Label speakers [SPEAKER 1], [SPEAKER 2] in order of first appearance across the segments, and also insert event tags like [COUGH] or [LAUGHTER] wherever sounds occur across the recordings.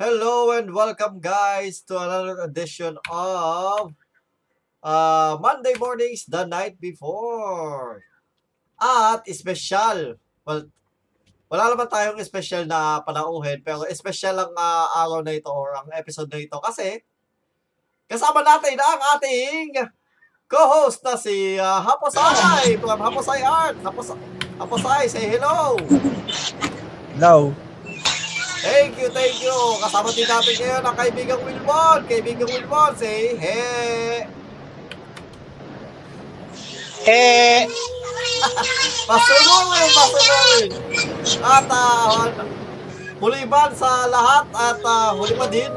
[SPEAKER 1] Hello and welcome guys to another edition of uh, Monday Mornings the Night Before. At espesyal, well, wala naman tayong espesyal na panauhin pero espesyal ang uh, araw na ito or ang episode na ito kasi kasama natin ang ating co-host na si uh, Haposay from Haposay Art. Hapos Haposay, say hello!
[SPEAKER 2] Hello.
[SPEAKER 1] Thank you, thank you. Kasama din natin ngayon ang kaibigang Wilbon. Kaibigang Wilbon, say hey.
[SPEAKER 2] Eh,
[SPEAKER 1] Pasunurin, pasunurin. At uh, huli man sa lahat at uh, huli pa din,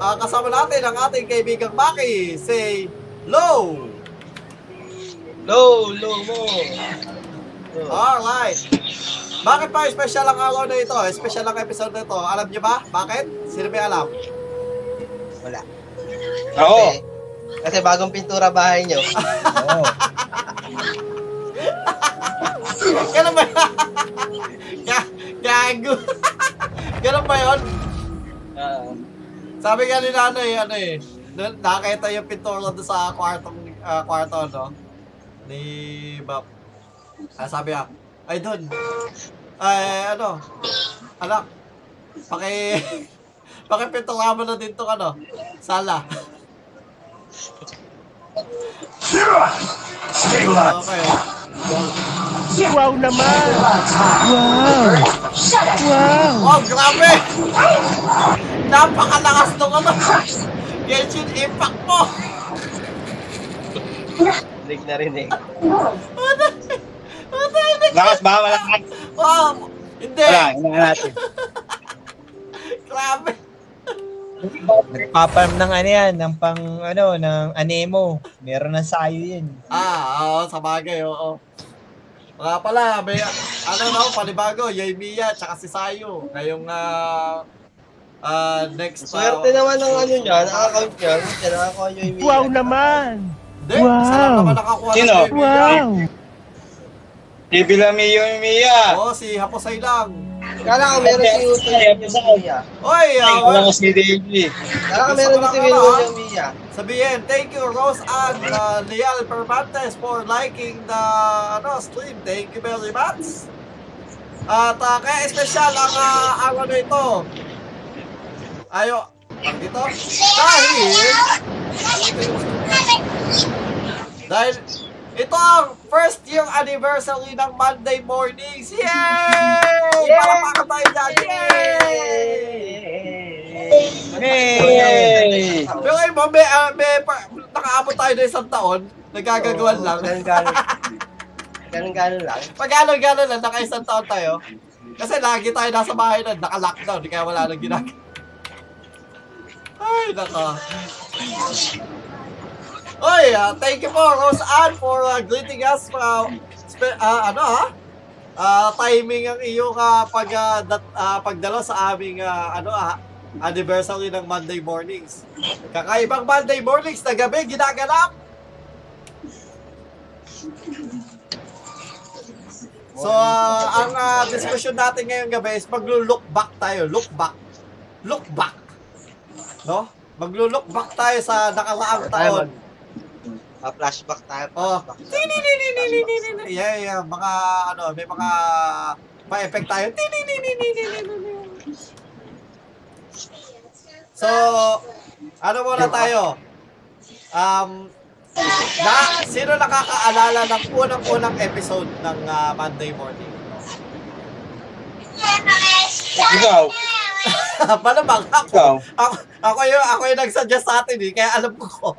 [SPEAKER 1] ah, kasama natin ang ating kaibigang Maki. Say low.
[SPEAKER 2] low, low mo.
[SPEAKER 1] Alright. Bakit pa special ang araw na ito? Special ang episode na ito. Alam niyo ba? Bakit? Sino may alam? [LAUGHS]
[SPEAKER 3] Wala.
[SPEAKER 2] Ako.
[SPEAKER 3] Kasi, kasi bagong pintura bahay nyo.
[SPEAKER 2] Oo.
[SPEAKER 1] Ganun ba? [LAUGHS] Ga- Gago. [LAUGHS] Ganun ba yun?
[SPEAKER 2] Ah,
[SPEAKER 1] Sabi nga nila ano eh, ano eh, na- nakakita yung pintura doon sa kwartong, ah, kwarto, no? Ni Bap. Ah, sabi ah, ay doon, ay ano, anak, paki, [LAUGHS] pakipintura mo na din tong ano, sala. Okay.
[SPEAKER 4] Wow naman! Wow! Wow!
[SPEAKER 1] Oh, grabe! Napakalakas nung ano. [LAUGHS] Genshin impact mo.
[SPEAKER 3] Rinig na
[SPEAKER 2] eh.
[SPEAKER 3] rinig.
[SPEAKER 2] Lakas ba? Wala ka.
[SPEAKER 1] Wow! Hindi!
[SPEAKER 2] Wala, hinaan natin.
[SPEAKER 1] Grabe!
[SPEAKER 2] Nagpapalam ng ano yan, ng pang, ano, ng anemo. Meron ng sayo yun.
[SPEAKER 1] Ah, oo, sa bagay, oo. Mga pala, may, ano na, panibago, Yaimiya, tsaka si Sayo. Ngayong, ah, ah, next, ah,
[SPEAKER 3] Swerte naman ng ano nyo, ang account nyo. Siya nakakuha nyo yung
[SPEAKER 4] Wow naman!
[SPEAKER 1] Hindi, isa lang
[SPEAKER 4] Wow.
[SPEAKER 1] naman nakakuha
[SPEAKER 2] Sino?
[SPEAKER 1] ng Yaimiya.
[SPEAKER 4] Wow!
[SPEAKER 2] Bibila mi yung Mia.
[SPEAKER 1] Oo, si Haposay lang.
[SPEAKER 3] Kala ko meron si Utoy yung Mia.
[SPEAKER 1] Oy,
[SPEAKER 2] Ay,
[SPEAKER 1] ah,
[SPEAKER 2] wala ko si Davey.
[SPEAKER 3] Kala ko meron si Wilwon yung Mia.
[SPEAKER 1] Sabihin, thank you Rose and uh, Leal Permantes for liking the ano, stream. Thank you very much. At uh, kaya espesyal ang uh, araw na ito. Ayo, ang dito. Dahil, dahil ito ang first year anniversary ng Monday Mornings. Yay! Yay! Palapaka tayo dyan. Yay!
[SPEAKER 2] Hey!
[SPEAKER 1] Pero ay mo, may, ah, may pa- nakaabot tayo na isang taon, nagagagawan lang.
[SPEAKER 3] Ganun-ganun. Ganun-ganun lang.
[SPEAKER 1] [LAUGHS] Pag gano'n-gano'n lang, naka isang taon tayo. Kasi lagi tayo nasa bahay na, naka-lockdown, di kaya wala nang ginagawa. Ay, naka. Oy, ah, thank you po, Rose Ann, for ah, greeting us. ah, spe- ah, ano ha? Ah, timing ang iyong ah, pag, ah, dat- ah, pagdalo sa aming ah, ano ah, anniversary ng Monday mornings. Kakaibang Monday mornings na gabi, ginaganap! So, ah, ang ah, discussion natin ngayong gabi is maglo-look back tayo. Look back. Look back. No? Maglo-look back tayo sa nakaraang taon.
[SPEAKER 3] Pa-flashback tayo.
[SPEAKER 1] Oh.
[SPEAKER 3] Flashback.
[SPEAKER 1] Yeah, yeah. Mga, ano, may mga pa-effect tayo. So, ano muna tayo? Um, na, sino nakakaalala ng unang-unang episode ng ah, Monday morning? [LAUGHS]
[SPEAKER 2] Ikaw,
[SPEAKER 1] Malamang ako.
[SPEAKER 2] ikaw.
[SPEAKER 1] ako, ako yung ako yung nagsuggest sa atin eh, kaya alam ko.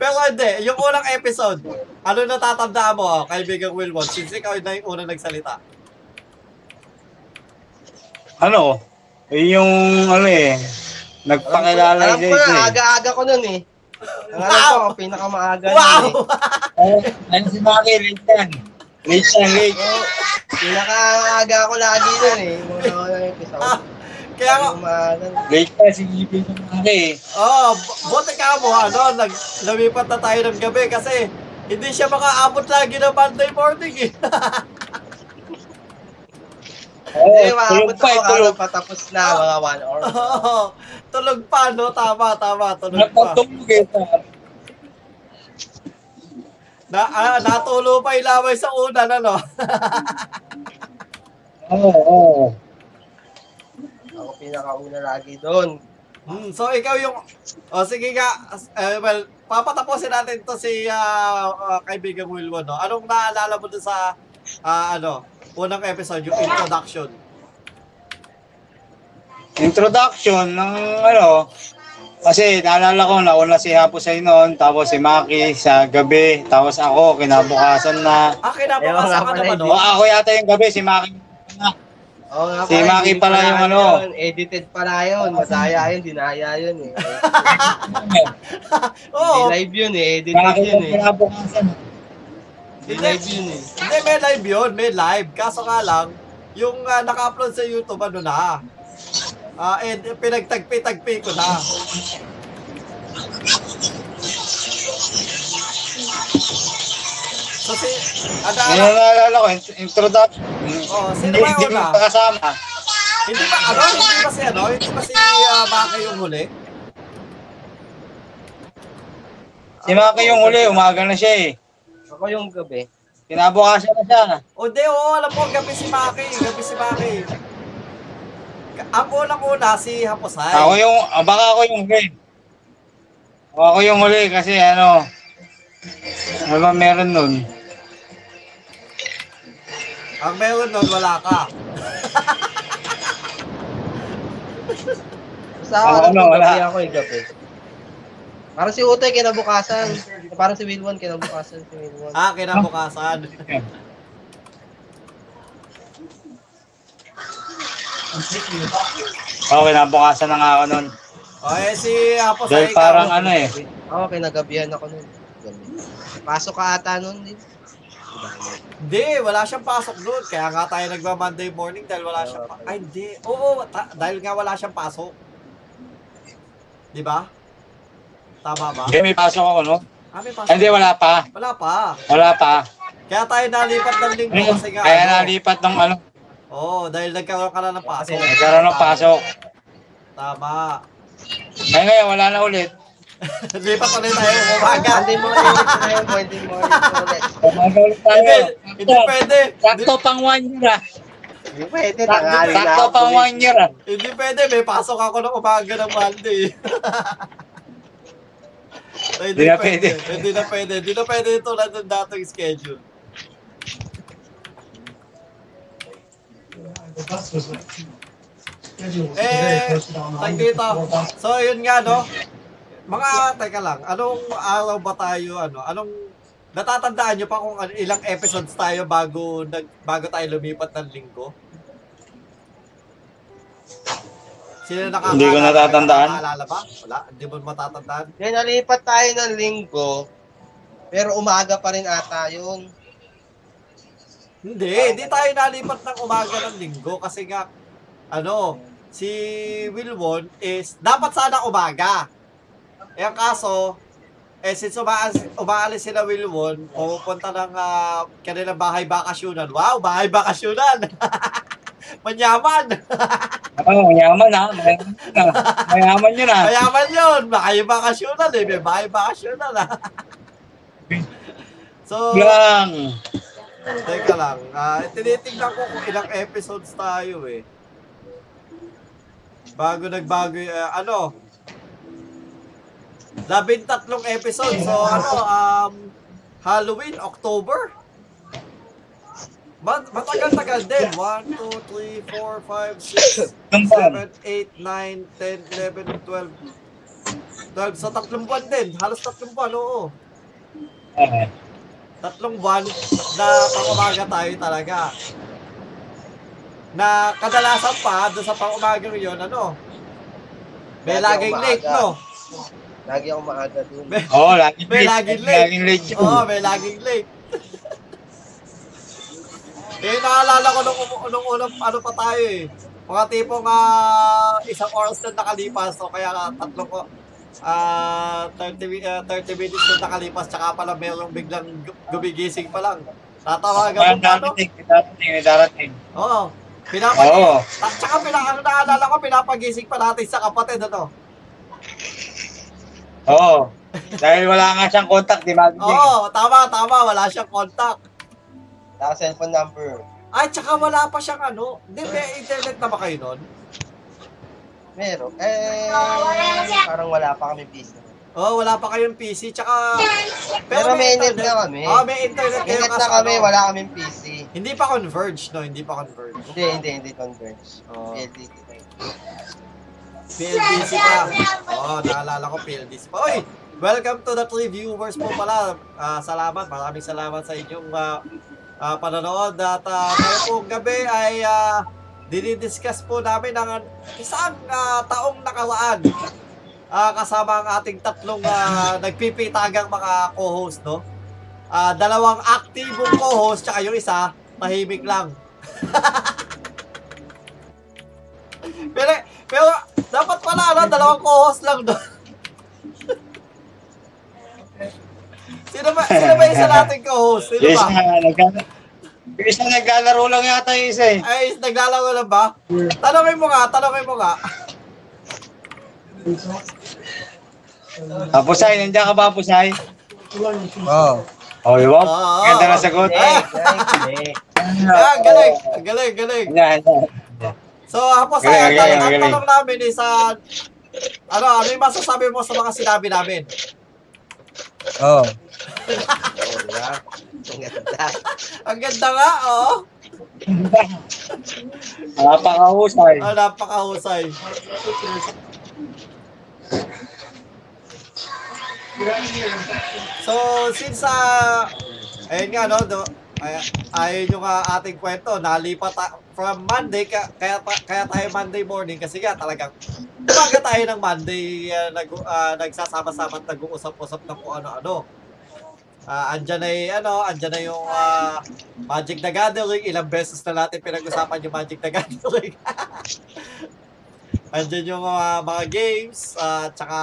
[SPEAKER 1] Pero hindi, yung unang episode, ano natatandaan mo, oh, kaibigang Wilmot, since ikaw na yung unang nagsalita?
[SPEAKER 5] ano, yung ano eh,
[SPEAKER 3] Alam
[SPEAKER 5] nagpakilala siya
[SPEAKER 3] ko na,
[SPEAKER 5] eh.
[SPEAKER 3] aga-aga ko nun eh. Ang alam ko, ang pinakamaaga nun eh.
[SPEAKER 1] Wow!
[SPEAKER 2] Ano, ano si Maki? Late yan. Late yan, late.
[SPEAKER 3] Pinakaaga ko lagi nun eh. Yung Mga unang episode.
[SPEAKER 1] Ah, [LAUGHS] kaya ako,
[SPEAKER 3] Yung mga ganun.
[SPEAKER 2] Late pa, si Gipin yung Maki.
[SPEAKER 1] oh, bu- buti ka mo, ano, nag, lumipat na tayo ng gabi kasi hindi siya makaabot lagi ng Monday morning eh.
[SPEAKER 5] Oo,
[SPEAKER 3] Hindi,
[SPEAKER 5] tulog
[SPEAKER 3] makapunta
[SPEAKER 5] pa, eh,
[SPEAKER 3] ko
[SPEAKER 5] tulog.
[SPEAKER 3] kaso patapos na mga one hour.
[SPEAKER 1] Oo, [LAUGHS] tulog pa, no? Tama, tama, tulog pa.
[SPEAKER 5] Napatulog eh.
[SPEAKER 1] Na, ah, natulo pa yung laway sa ano? una, na, no?
[SPEAKER 5] Oo, oo.
[SPEAKER 3] Ako pinakauna lagi doon.
[SPEAKER 1] [LAUGHS] Hmm, so, ikaw yung... O, oh, sige nga. Eh, well, papatapusin natin to si ah, ah, kaibigan Wilwon, no? Anong naalala mo dun sa, ah, ano, unang episode, yung introduction?
[SPEAKER 5] Introduction ng ano, kasi naalala ko, nauna si Hapo sa noon, tapos si Maki sa gabi, tapos ako, kinabukasan na.
[SPEAKER 1] Ah, kinabukasan
[SPEAKER 3] Ewan,
[SPEAKER 1] ka
[SPEAKER 3] wala
[SPEAKER 1] naman,
[SPEAKER 5] O,
[SPEAKER 1] no?
[SPEAKER 5] ako yata yung gabi, si Maki.
[SPEAKER 3] Oo nga
[SPEAKER 5] Si
[SPEAKER 3] pala,
[SPEAKER 5] Maki
[SPEAKER 3] hindi
[SPEAKER 5] pala yung ano.
[SPEAKER 3] yun, Edited pala yun. Masaya yun, dinaya yun eh. Hindi
[SPEAKER 1] Oo,
[SPEAKER 3] live yun eh, edited
[SPEAKER 5] Maki
[SPEAKER 3] yun
[SPEAKER 5] yung
[SPEAKER 3] eh.
[SPEAKER 5] kinabukasan.
[SPEAKER 3] Hindi live yun eh.
[SPEAKER 1] hindi, may live yun, may live. Kaso nga lang, yung ah, naka-upload sa YouTube, ano na? Ah, and pinagtagpi-tagpi ko na. So, si, ano,
[SPEAKER 5] Ano
[SPEAKER 1] ano,
[SPEAKER 5] naalala ko, int- introduction.
[SPEAKER 1] oh, sino
[SPEAKER 5] Hindi
[SPEAKER 1] ba yung
[SPEAKER 5] hindi
[SPEAKER 1] una?
[SPEAKER 5] ko kasama.
[SPEAKER 1] Hindi ba, ano, hindi ba si, ano, hindi ba si uh, Maki yung huli?
[SPEAKER 5] Si Maki yung huli, umaga na siya eh.
[SPEAKER 3] Ako yung gabi.
[SPEAKER 5] Kinabukasan na siya.
[SPEAKER 1] O, di, oo, alam ko, gabi si Maki, gabi si Maki. Ka- Ang unang-una, si Haposay.
[SPEAKER 5] Ako yung, ah, baka ako yung huli. O, Ako yung huli kasi ano, ano ba meron nun?
[SPEAKER 1] Ang meron nun, wala ka.
[SPEAKER 3] Sa ako,
[SPEAKER 5] Ako,
[SPEAKER 3] ano,
[SPEAKER 5] wala.
[SPEAKER 3] gabi ako eh, gabi. Parang si Utoy kinabukasan. Parang si Wilwon kinabukasan. Si Wilwon.
[SPEAKER 1] Ah, kinabukasan.
[SPEAKER 5] Oo, kinabukasan na nga ako nun.
[SPEAKER 1] O, eh, si Haposay.
[SPEAKER 5] Dahil parang ano eh,
[SPEAKER 3] Ako, kinagabihan ako nun. Gabi. Pasok ka ata nun din.
[SPEAKER 1] Hindi, wala siyang pasok doon. Kaya nga tayo nagma-Monday morning dahil wala siyang pa- Ay, hindi. Oo, ta- dahil nga wala siyang pasok. Di ba? Tama ba?
[SPEAKER 5] hindi may pasok ako, no?
[SPEAKER 1] Ah, may pasok.
[SPEAKER 5] Hindi, wala pa.
[SPEAKER 1] Wala pa.
[SPEAKER 5] Wala pa.
[SPEAKER 1] Kaya tayo nalipat ng linggo kasi nga.
[SPEAKER 5] Kaya
[SPEAKER 1] ano,
[SPEAKER 5] nalipat ng ano,
[SPEAKER 1] Oo, dahil nagkaroon ka na ng pasok.
[SPEAKER 5] nagkaroon ng pasok.
[SPEAKER 1] Tama. [LAUGHS]
[SPEAKER 5] Kaya ngayon, wala na ulit.
[SPEAKER 1] Lipat ulit tayo umaga.
[SPEAKER 3] Monday morning, tayo, Monday morning ulit.
[SPEAKER 5] Umaga ulit
[SPEAKER 1] Hindi,
[SPEAKER 5] tayo.
[SPEAKER 1] hindi pwede. Hindi,
[SPEAKER 5] Sakto pang one year ah.
[SPEAKER 3] Hindi pwede, tanghali na
[SPEAKER 5] Sakto
[SPEAKER 3] ako.
[SPEAKER 5] pang one year ah.
[SPEAKER 1] hindi pwede. May pasok ako ng umaga ng Monday. Ay,
[SPEAKER 5] Hindi na pwede.
[SPEAKER 1] Hindi na pwede. Hindi na pwede ito na ng dating schedule. Eh, tag dito. So, yun nga, no? Mga, teka lang, anong araw ba tayo, ano, anong, natatandaan nyo pa kung ano- ilang episodes tayo bago, nag, bago tayo lumipat ng linggo? Sino nakakaalala?
[SPEAKER 5] Hindi ko natatandaan.
[SPEAKER 1] Nakakaalala ba? Wala, hindi mo matatandaan.
[SPEAKER 3] Then, nalipat tayo ng linggo. Pero umaga pa rin ata yun.
[SPEAKER 1] Hindi, hindi tayo nalipat ng umaga ng linggo kasi nga, ano, si Wilwon is, dapat sana umaga. Eh, ang kaso, eh, since umaalis, umaalis sila Wilwon, pupunta ng ah, kanilang bahay bakasyunan. Wow, bahay bakasyunan! [LAUGHS] Manyaman!
[SPEAKER 5] Ano, mayaman ah. Mayaman [LAUGHS] yun ah. Mayaman yun ah.
[SPEAKER 1] Mayaman yun! Bahay bakasyunan eh, may bahay bakasyunan ah. so,
[SPEAKER 5] Lang.
[SPEAKER 1] Teka lang, ah, tinitingnan ko kung ilang episodes tayo eh. Bago nagbago y- ah, ano? Labing tatlong episode. So ano, um, Halloween, October? Mat matagal-tagal din. 1, 2, 3, 4, 5, 6,
[SPEAKER 5] Nung buwan.
[SPEAKER 1] 7, 8, 9, 10, 11, 12. 12. So tatlong buwan din. Halos tatlong buwan, oo
[SPEAKER 5] Ah,
[SPEAKER 1] tatlong buwan na pangumaga tayo talaga. Na kadalasan pa, doon sa pangumaga yun, ano, may
[SPEAKER 3] Lagi
[SPEAKER 1] laging
[SPEAKER 3] umaga.
[SPEAKER 1] late, no?
[SPEAKER 3] Lagi ako maaga dun.
[SPEAKER 1] May,
[SPEAKER 5] Oo, oh, laging
[SPEAKER 1] May
[SPEAKER 5] late.
[SPEAKER 1] laging late.
[SPEAKER 5] Laging late yun.
[SPEAKER 1] Oo, may laging late. [LAUGHS] eh, naalala ko nung, nung unang ano pa tayo eh. Mga tipong ah, isang oras na nakalipas, so kaya ah, tatlong ko, ah 30, mi- ah, 30 minutes na nakalipas, tsaka pala merong biglang gu- gumigising pa lang. Tatawagan
[SPEAKER 5] Parang
[SPEAKER 1] mo pa, no?
[SPEAKER 5] darating, may darating, may darating.
[SPEAKER 1] Oo. Pinapag-
[SPEAKER 5] Oo.
[SPEAKER 1] At saka pinaka naalala ko, pinapagising pa natin sa kapatid, ano?
[SPEAKER 5] Oo. Dahil wala nga siyang contact, [LAUGHS] di ba?
[SPEAKER 1] Oo, tama, tama. Wala siyang contact.
[SPEAKER 3] Naka cellphone number.
[SPEAKER 1] At saka wala pa siyang ano. Hindi, may internet na ba kayo nun?
[SPEAKER 3] Meron. Eh, parang wala pa kami business.
[SPEAKER 1] Oo, wala pa kayong PC. Tsaka...
[SPEAKER 3] Pero may internet na kami.
[SPEAKER 1] Oo, may internet kayo
[SPEAKER 3] Internet
[SPEAKER 1] kasi
[SPEAKER 3] na kami,
[SPEAKER 1] ano,
[SPEAKER 3] wala kaming PC.
[SPEAKER 1] Hindi pa converge, no? Hindi pa converge.
[SPEAKER 3] Hindi, hindi, hindi converge.
[SPEAKER 1] Oo.
[SPEAKER 3] PLDT.
[SPEAKER 1] PLDC pa. Oo, naalala ko PLDC pa. Uy! Welcome to the three viewers po pala. Ah, salamat, maraming salamat sa inyong ah, ah, panonood. At ah, ngayon pong gabi ay ah, dinidiscuss po namin ang isang ah, taong nakaraan. Ah, kasama ang ating tatlong ah, nagpipitagang mga co-host, no? Ah, dalawang aktibong co-host, tsaka yung isa, mahimik lang. [LAUGHS] pero, pero dapat pala, ano, dalawang co-host lang doon. [LAUGHS] sino ba, sino ba isa nating co-host? Sino
[SPEAKER 5] Yung isa,
[SPEAKER 1] ba?
[SPEAKER 5] nagla- yung isa naglalaro lang yata yung isa eh.
[SPEAKER 1] Ay, naglalaro na ba? Tanongin mo nga, tanongin mo nga.
[SPEAKER 5] Hapusay, nandiyan ka ba, Hapusay?
[SPEAKER 2] Oo.
[SPEAKER 5] O, Oh, di ba?
[SPEAKER 1] Oo.
[SPEAKER 5] Ganda na sagot.
[SPEAKER 1] Eh, Ah, galing, galing, galing.
[SPEAKER 5] Yan, yan.
[SPEAKER 1] So, hapos
[SPEAKER 5] Galing,
[SPEAKER 1] ay, ang
[SPEAKER 5] galing,
[SPEAKER 1] tanong, ang
[SPEAKER 5] galing.
[SPEAKER 1] tanong namin is, ah, ano, ano yung masasabi mo sa mga sinabi namin?
[SPEAKER 2] Oo.
[SPEAKER 3] Ang ganda.
[SPEAKER 1] Ang ganda nga, oo.
[SPEAKER 5] Napakahusay.
[SPEAKER 1] Ah, napakahusay. So, since, ah, ayun nga, no, do, ay, ayun yung ah, ating kwento, nalipat ta- from Monday, ka, kaya, ta- kaya tayo Monday morning kasi nga talagang umaga tayo ng Monday, ah, nag, ah, nagsasama-sama at nag-uusap-usap na kung ano-ano. Ah, andyan na yung, ano, andyan na yung ah, Magic the Gathering. Ilang beses na natin pinag-usapan yung Magic the [LAUGHS] Gathering. andyan yung ah, mga games, at tsaka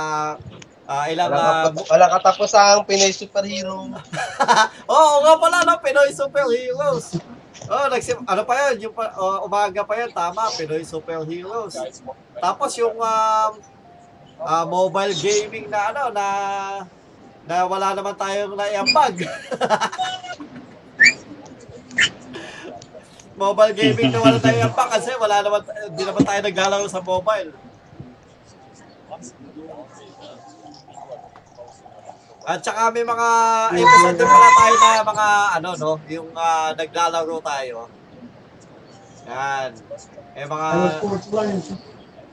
[SPEAKER 1] ah, ilang... ah,
[SPEAKER 3] Walang, walang katapos ang Pinoy superhero.
[SPEAKER 1] Oo nga pala, no? Pinoy Superheroes. Oh, nagsim ano pa yun? Yung pa- oh, umaga pa yun, tama, Pinoy Superheroes. Tapos yung um, ah, mobile gaming na ano, na na wala naman tayong naiambag. [LAUGHS] mobile gaming na wala tayong iambag kasi wala naman, di naman tayo naglalaro sa mobile. At saka may mga episode din pala tayo na mga ano no, yung ah, naglalaro tayo. Yan. Eh mga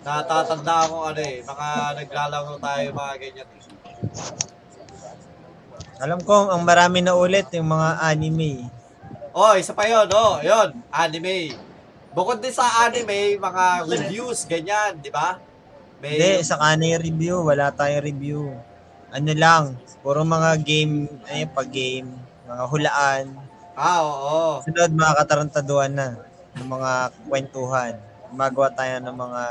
[SPEAKER 1] natatanda ko ano eh, mga naglalaro tayo mga ganyan.
[SPEAKER 2] Alam ko, ang marami na ulit yung mga anime.
[SPEAKER 1] Oh, isa pa yun, oh, yun, anime. Bukod din sa anime, mga reviews, ganyan, di ba? May,
[SPEAKER 2] Hindi, sa kanay review. Wala tayong review. Ano lang, puro mga game, ano yung pag-game, mga hulaan.
[SPEAKER 1] ah, oo.
[SPEAKER 2] Sunod, mga katarantaduan na. Ng mga kwentuhan. Magawa tayo ng mga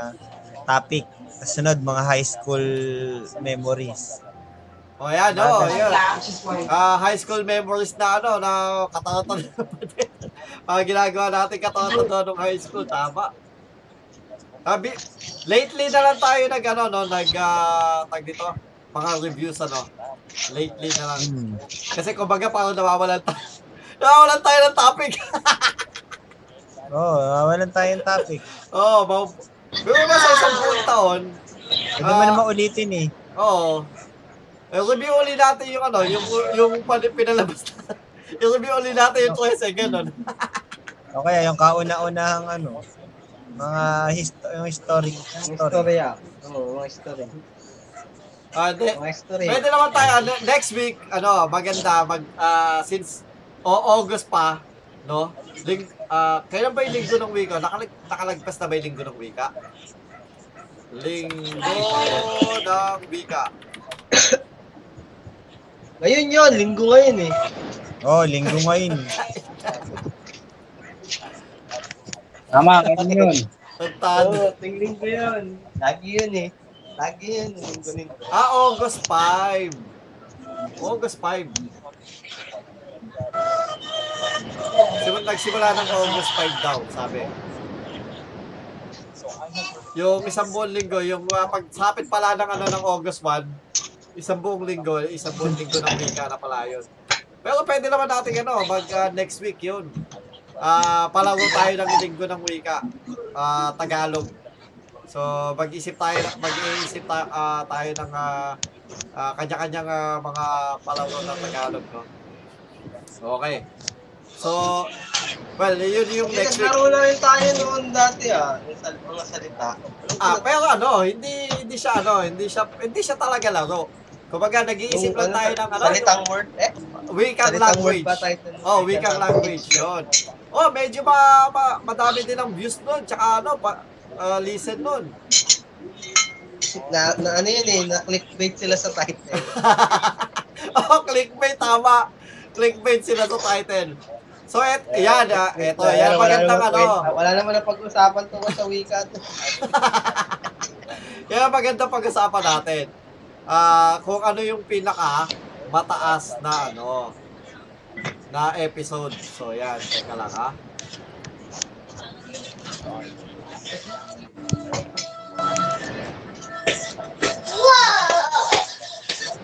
[SPEAKER 2] topic. Tapos Sunod, mga high school memories.
[SPEAKER 1] Oh, yan, oh, yun. Ah, high school memories na ano, na katatanda [LAUGHS] pa din. Mga ginagawa natin katatanda nung high school, tama. Sabi, lately na lang tayo nag, ano, no, nag, ah, tag dito, mga reviews, ano. Lately na lang.
[SPEAKER 2] Hmm.
[SPEAKER 1] Kasi kumbaga parang nawawalan tayo. [LAUGHS] nawawalan tayo ng topic. [LAUGHS]
[SPEAKER 2] Oo, oh, walang tayong topic.
[SPEAKER 1] Oo, oh, mau... Pero ba sa isang buong taon,
[SPEAKER 2] Hindi
[SPEAKER 1] Ah.
[SPEAKER 2] mo naman ulitin eh.
[SPEAKER 1] oo. Eh, review ulit natin yung ano, yung, yung pan- pinalabas na. [LAUGHS] I-review ulit natin yung 12 second, ano.
[SPEAKER 2] O kaya yung kauna-unahang ano, mga histo- yung historic, historic.
[SPEAKER 3] Istorya. Oo, mga istorya.
[SPEAKER 1] Ah, di.
[SPEAKER 3] Mga istorya.
[SPEAKER 1] Pwede naman tayo, ano, next week, ano, maganda, mag, ah, since o August pa, no? Ling, ah, kailan ba yung linggo ng wika? Nakalag, nakalagpas na ba yung linggo ng wika? Linggo ng wika.
[SPEAKER 3] Ngayon yun, linggo ngayon eh.
[SPEAKER 2] Oh, linggo ngayon.
[SPEAKER 5] Tama, ganun yun.
[SPEAKER 1] Tantado.
[SPEAKER 3] Oo, ting linggo yun. Lagi yun eh. Lagi yun, linggo linggo.
[SPEAKER 1] Ah, August 5. August 5. Simula, nagsimula ng August 5 daw, sabi. Yung isang buong linggo, yung uh, pagsapit pala ng ano ng August 1, isang buong linggo, isang buong linggo ng wika na pala yun. Pero pwede naman natin ano, mag ah, next week yun. Ah, palago tayo ng linggo ng wika. Ah, Tagalog. So, mag-isip tayo, mag-iisip ta- ah, tayo ng ah, ah, kanya-kanyang ah, mga palaro ng Tagalog, no? Okay. So, well, yun yung
[SPEAKER 3] Hindi,
[SPEAKER 1] next week.
[SPEAKER 3] nagkaroon na rin tayo noon dati ah. Yung sal- mga salita.
[SPEAKER 1] Ah, pero ano, hindi hindi siya ano, hindi siya hindi siya talaga laro. Kumbaga nag-iisip lang tayo ng ano,
[SPEAKER 3] Salitang word. Eh,
[SPEAKER 1] wikang
[SPEAKER 3] salitang word
[SPEAKER 1] language.
[SPEAKER 3] ba tayo?
[SPEAKER 1] Oh, wikang language 'yon. Oh, medyo ma, ma- madami din ang views noon, tsaka ano, pa, ah, listen noon.
[SPEAKER 3] Na, na ano yun eh, na clickbait sila sa eh. [LAUGHS] title.
[SPEAKER 1] [LAUGHS] oh, clickbait tama. Clickbait sila sa title. So, et, yan, ah, eto,
[SPEAKER 3] Oh, Wala
[SPEAKER 1] yan, magandang
[SPEAKER 3] naman-
[SPEAKER 1] ano,
[SPEAKER 3] Wala naman na pag-usapan tungkol sa wika. to.
[SPEAKER 1] yan ang magandang pag-usapan natin. Ah, kung ano yung pinaka mataas na ano, na episode. So, yan, teka lang ha.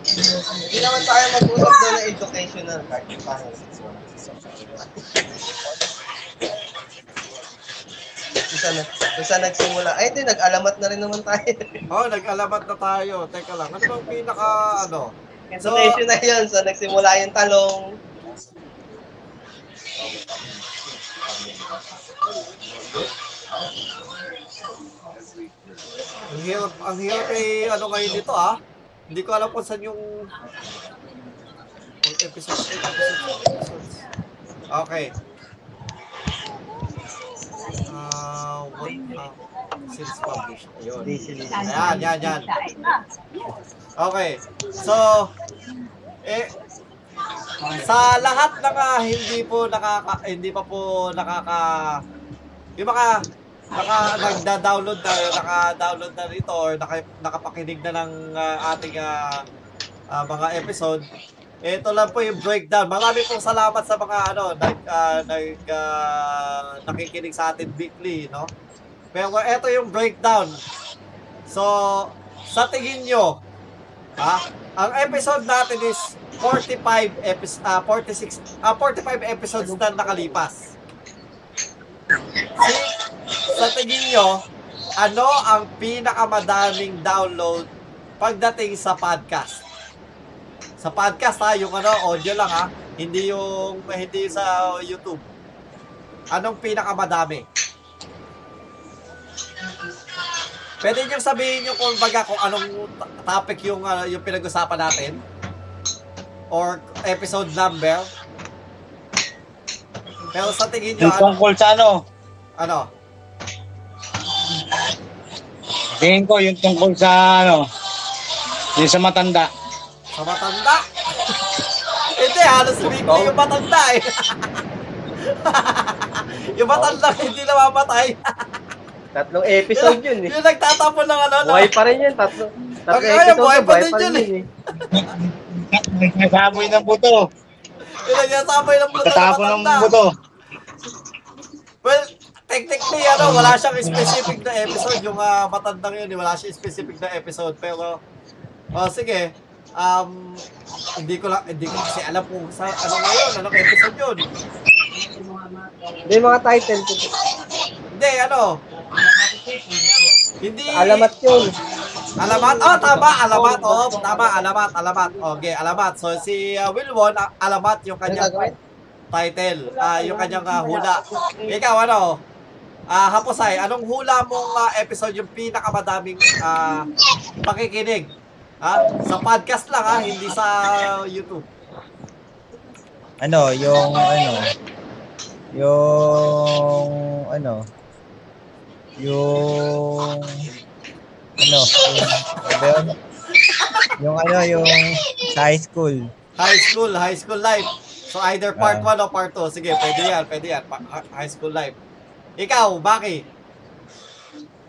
[SPEAKER 3] Hindi naman tayo mag-usap doon ng educational. Bakit pa? Isa na, isa nagsimula. Ay, hindi, nag-alamat na rin naman tayo.
[SPEAKER 1] Oh, nag-alamat na tayo. Teka lang, ano bang pinaka ano? So,
[SPEAKER 3] Education na yun. So, nagsimula yung talong.
[SPEAKER 1] ang hirap, ang hirap eh, ano ngayon dito ah. Hindi ko alam kung saan yung yung episode, episode, episodes. Okay. Ah, what, ah, since published. Ayun. Ayan, yan, yan. Okay. So, eh, sa lahat ng ah, hindi po nakaka hindi pa po nakaka yung mga naka nagda-download na naka-download na rito or naka, nakapakinig na ng ah, ating ah, ah, mga episode ito lang po yung breakdown. Marami pong salamat sa mga ano nag ah, nag ah, nakikinig sa atin weekly, no? Pero ito yung breakdown. So, sa tingin nyo, ha? Ang episode natin is 45 episodes, 46, ah, 45 episodes na nakalipas. Si- sa tingin nyo, ano ang pinakamadaming download pagdating sa podcast? Sa podcast ha, yung ano, audio lang ha, hindi yung, hindi yung sa YouTube. Anong pinakamadami? Pwede niyo sabihin yung kung baga kung anong t- topic yung ah, yung pinag-usapan natin or episode number. Pero sa tingin nyo,
[SPEAKER 5] Yung
[SPEAKER 1] ano?
[SPEAKER 5] tungkol sa ano,
[SPEAKER 1] ano?
[SPEAKER 5] tingin ko yung tungkol sa ano, yung sa matanda.
[SPEAKER 1] Sa matanda. hindi, halos weekly yung matanda eh. yung matanda hindi namamatay.
[SPEAKER 3] Tatlong episode yun eh.
[SPEAKER 1] yung nagtatapon ng ano.
[SPEAKER 3] Buhay pa rin yun. Tatlo, tatlong
[SPEAKER 1] Ay,
[SPEAKER 3] episode.
[SPEAKER 1] buhay
[SPEAKER 3] Buhay
[SPEAKER 1] pa
[SPEAKER 3] pa
[SPEAKER 1] din
[SPEAKER 3] rin
[SPEAKER 1] yun
[SPEAKER 3] yun eh.
[SPEAKER 5] Nagsasaboy ng buto.
[SPEAKER 1] Yung nagsasaboy ng buto ng
[SPEAKER 5] Tatapon ng
[SPEAKER 1] matanda.
[SPEAKER 5] buto.
[SPEAKER 1] Well, technically, ano, wala siyang specific na episode. Yung ah, matandang yun, eh, wala siyang specific na episode. Pero, oh, sige. Um, hindi ko lang, hindi ko kasi alam kung sa, ano ngayon, anong episode yun.
[SPEAKER 3] Hindi, mga title. ko. Ano
[SPEAKER 1] Hindi, ano. Hindi.
[SPEAKER 3] Alamat yun.
[SPEAKER 1] Alamat? Oh, tama. Alamat. Oo, tama. Alamat. Alamat. Okay, alamat. So, si uh, Wilwon, a- alamat yung
[SPEAKER 3] Ano
[SPEAKER 1] kanyang
[SPEAKER 3] gagawin?
[SPEAKER 1] title. ah yung kanyang ah, hula. Ikaw, ano? Ah, Haposay, anong hula mong ah, episode yung pinakamadaming ah, pakikinig? Ha? Sa podcast lang, ha? Hindi sa YouTube.
[SPEAKER 2] Ano, yung ano, yung ano, yung ano, yung, ano ba yun? yung ano, yung sa high school.
[SPEAKER 1] High school, high school life. So, either part 1
[SPEAKER 2] Ah.
[SPEAKER 1] o part 2. Sige, pwede yan, pwede yan. Pa- hi- high school life. Ikaw, Baki.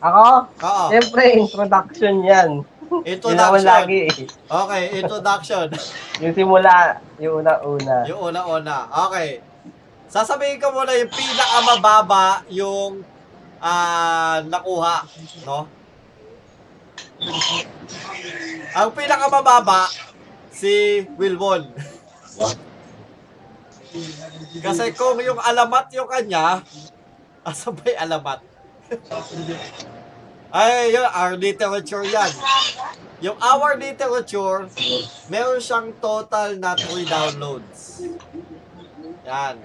[SPEAKER 3] Ako?
[SPEAKER 1] Oo.
[SPEAKER 3] Siyempre, introduction yan. Yun ako
[SPEAKER 1] Introduction.
[SPEAKER 3] lagi eh.
[SPEAKER 1] Okay, introduction. [LAUGHS]
[SPEAKER 3] Yung simula, yung una-una.
[SPEAKER 1] Yung una-una. Okay. Sasabihin ko muna yung pinakamababa yung ah, nakuha, no? Ang pinakamababa, si Wilbon. [LAUGHS] Kasi kung yung alamat yung kanya, [LAUGHS] asa ba yung alamat? [LAUGHS] Ay, yun, our literature yan. Yung our literature, meron siyang total na 3 downloads. Yan.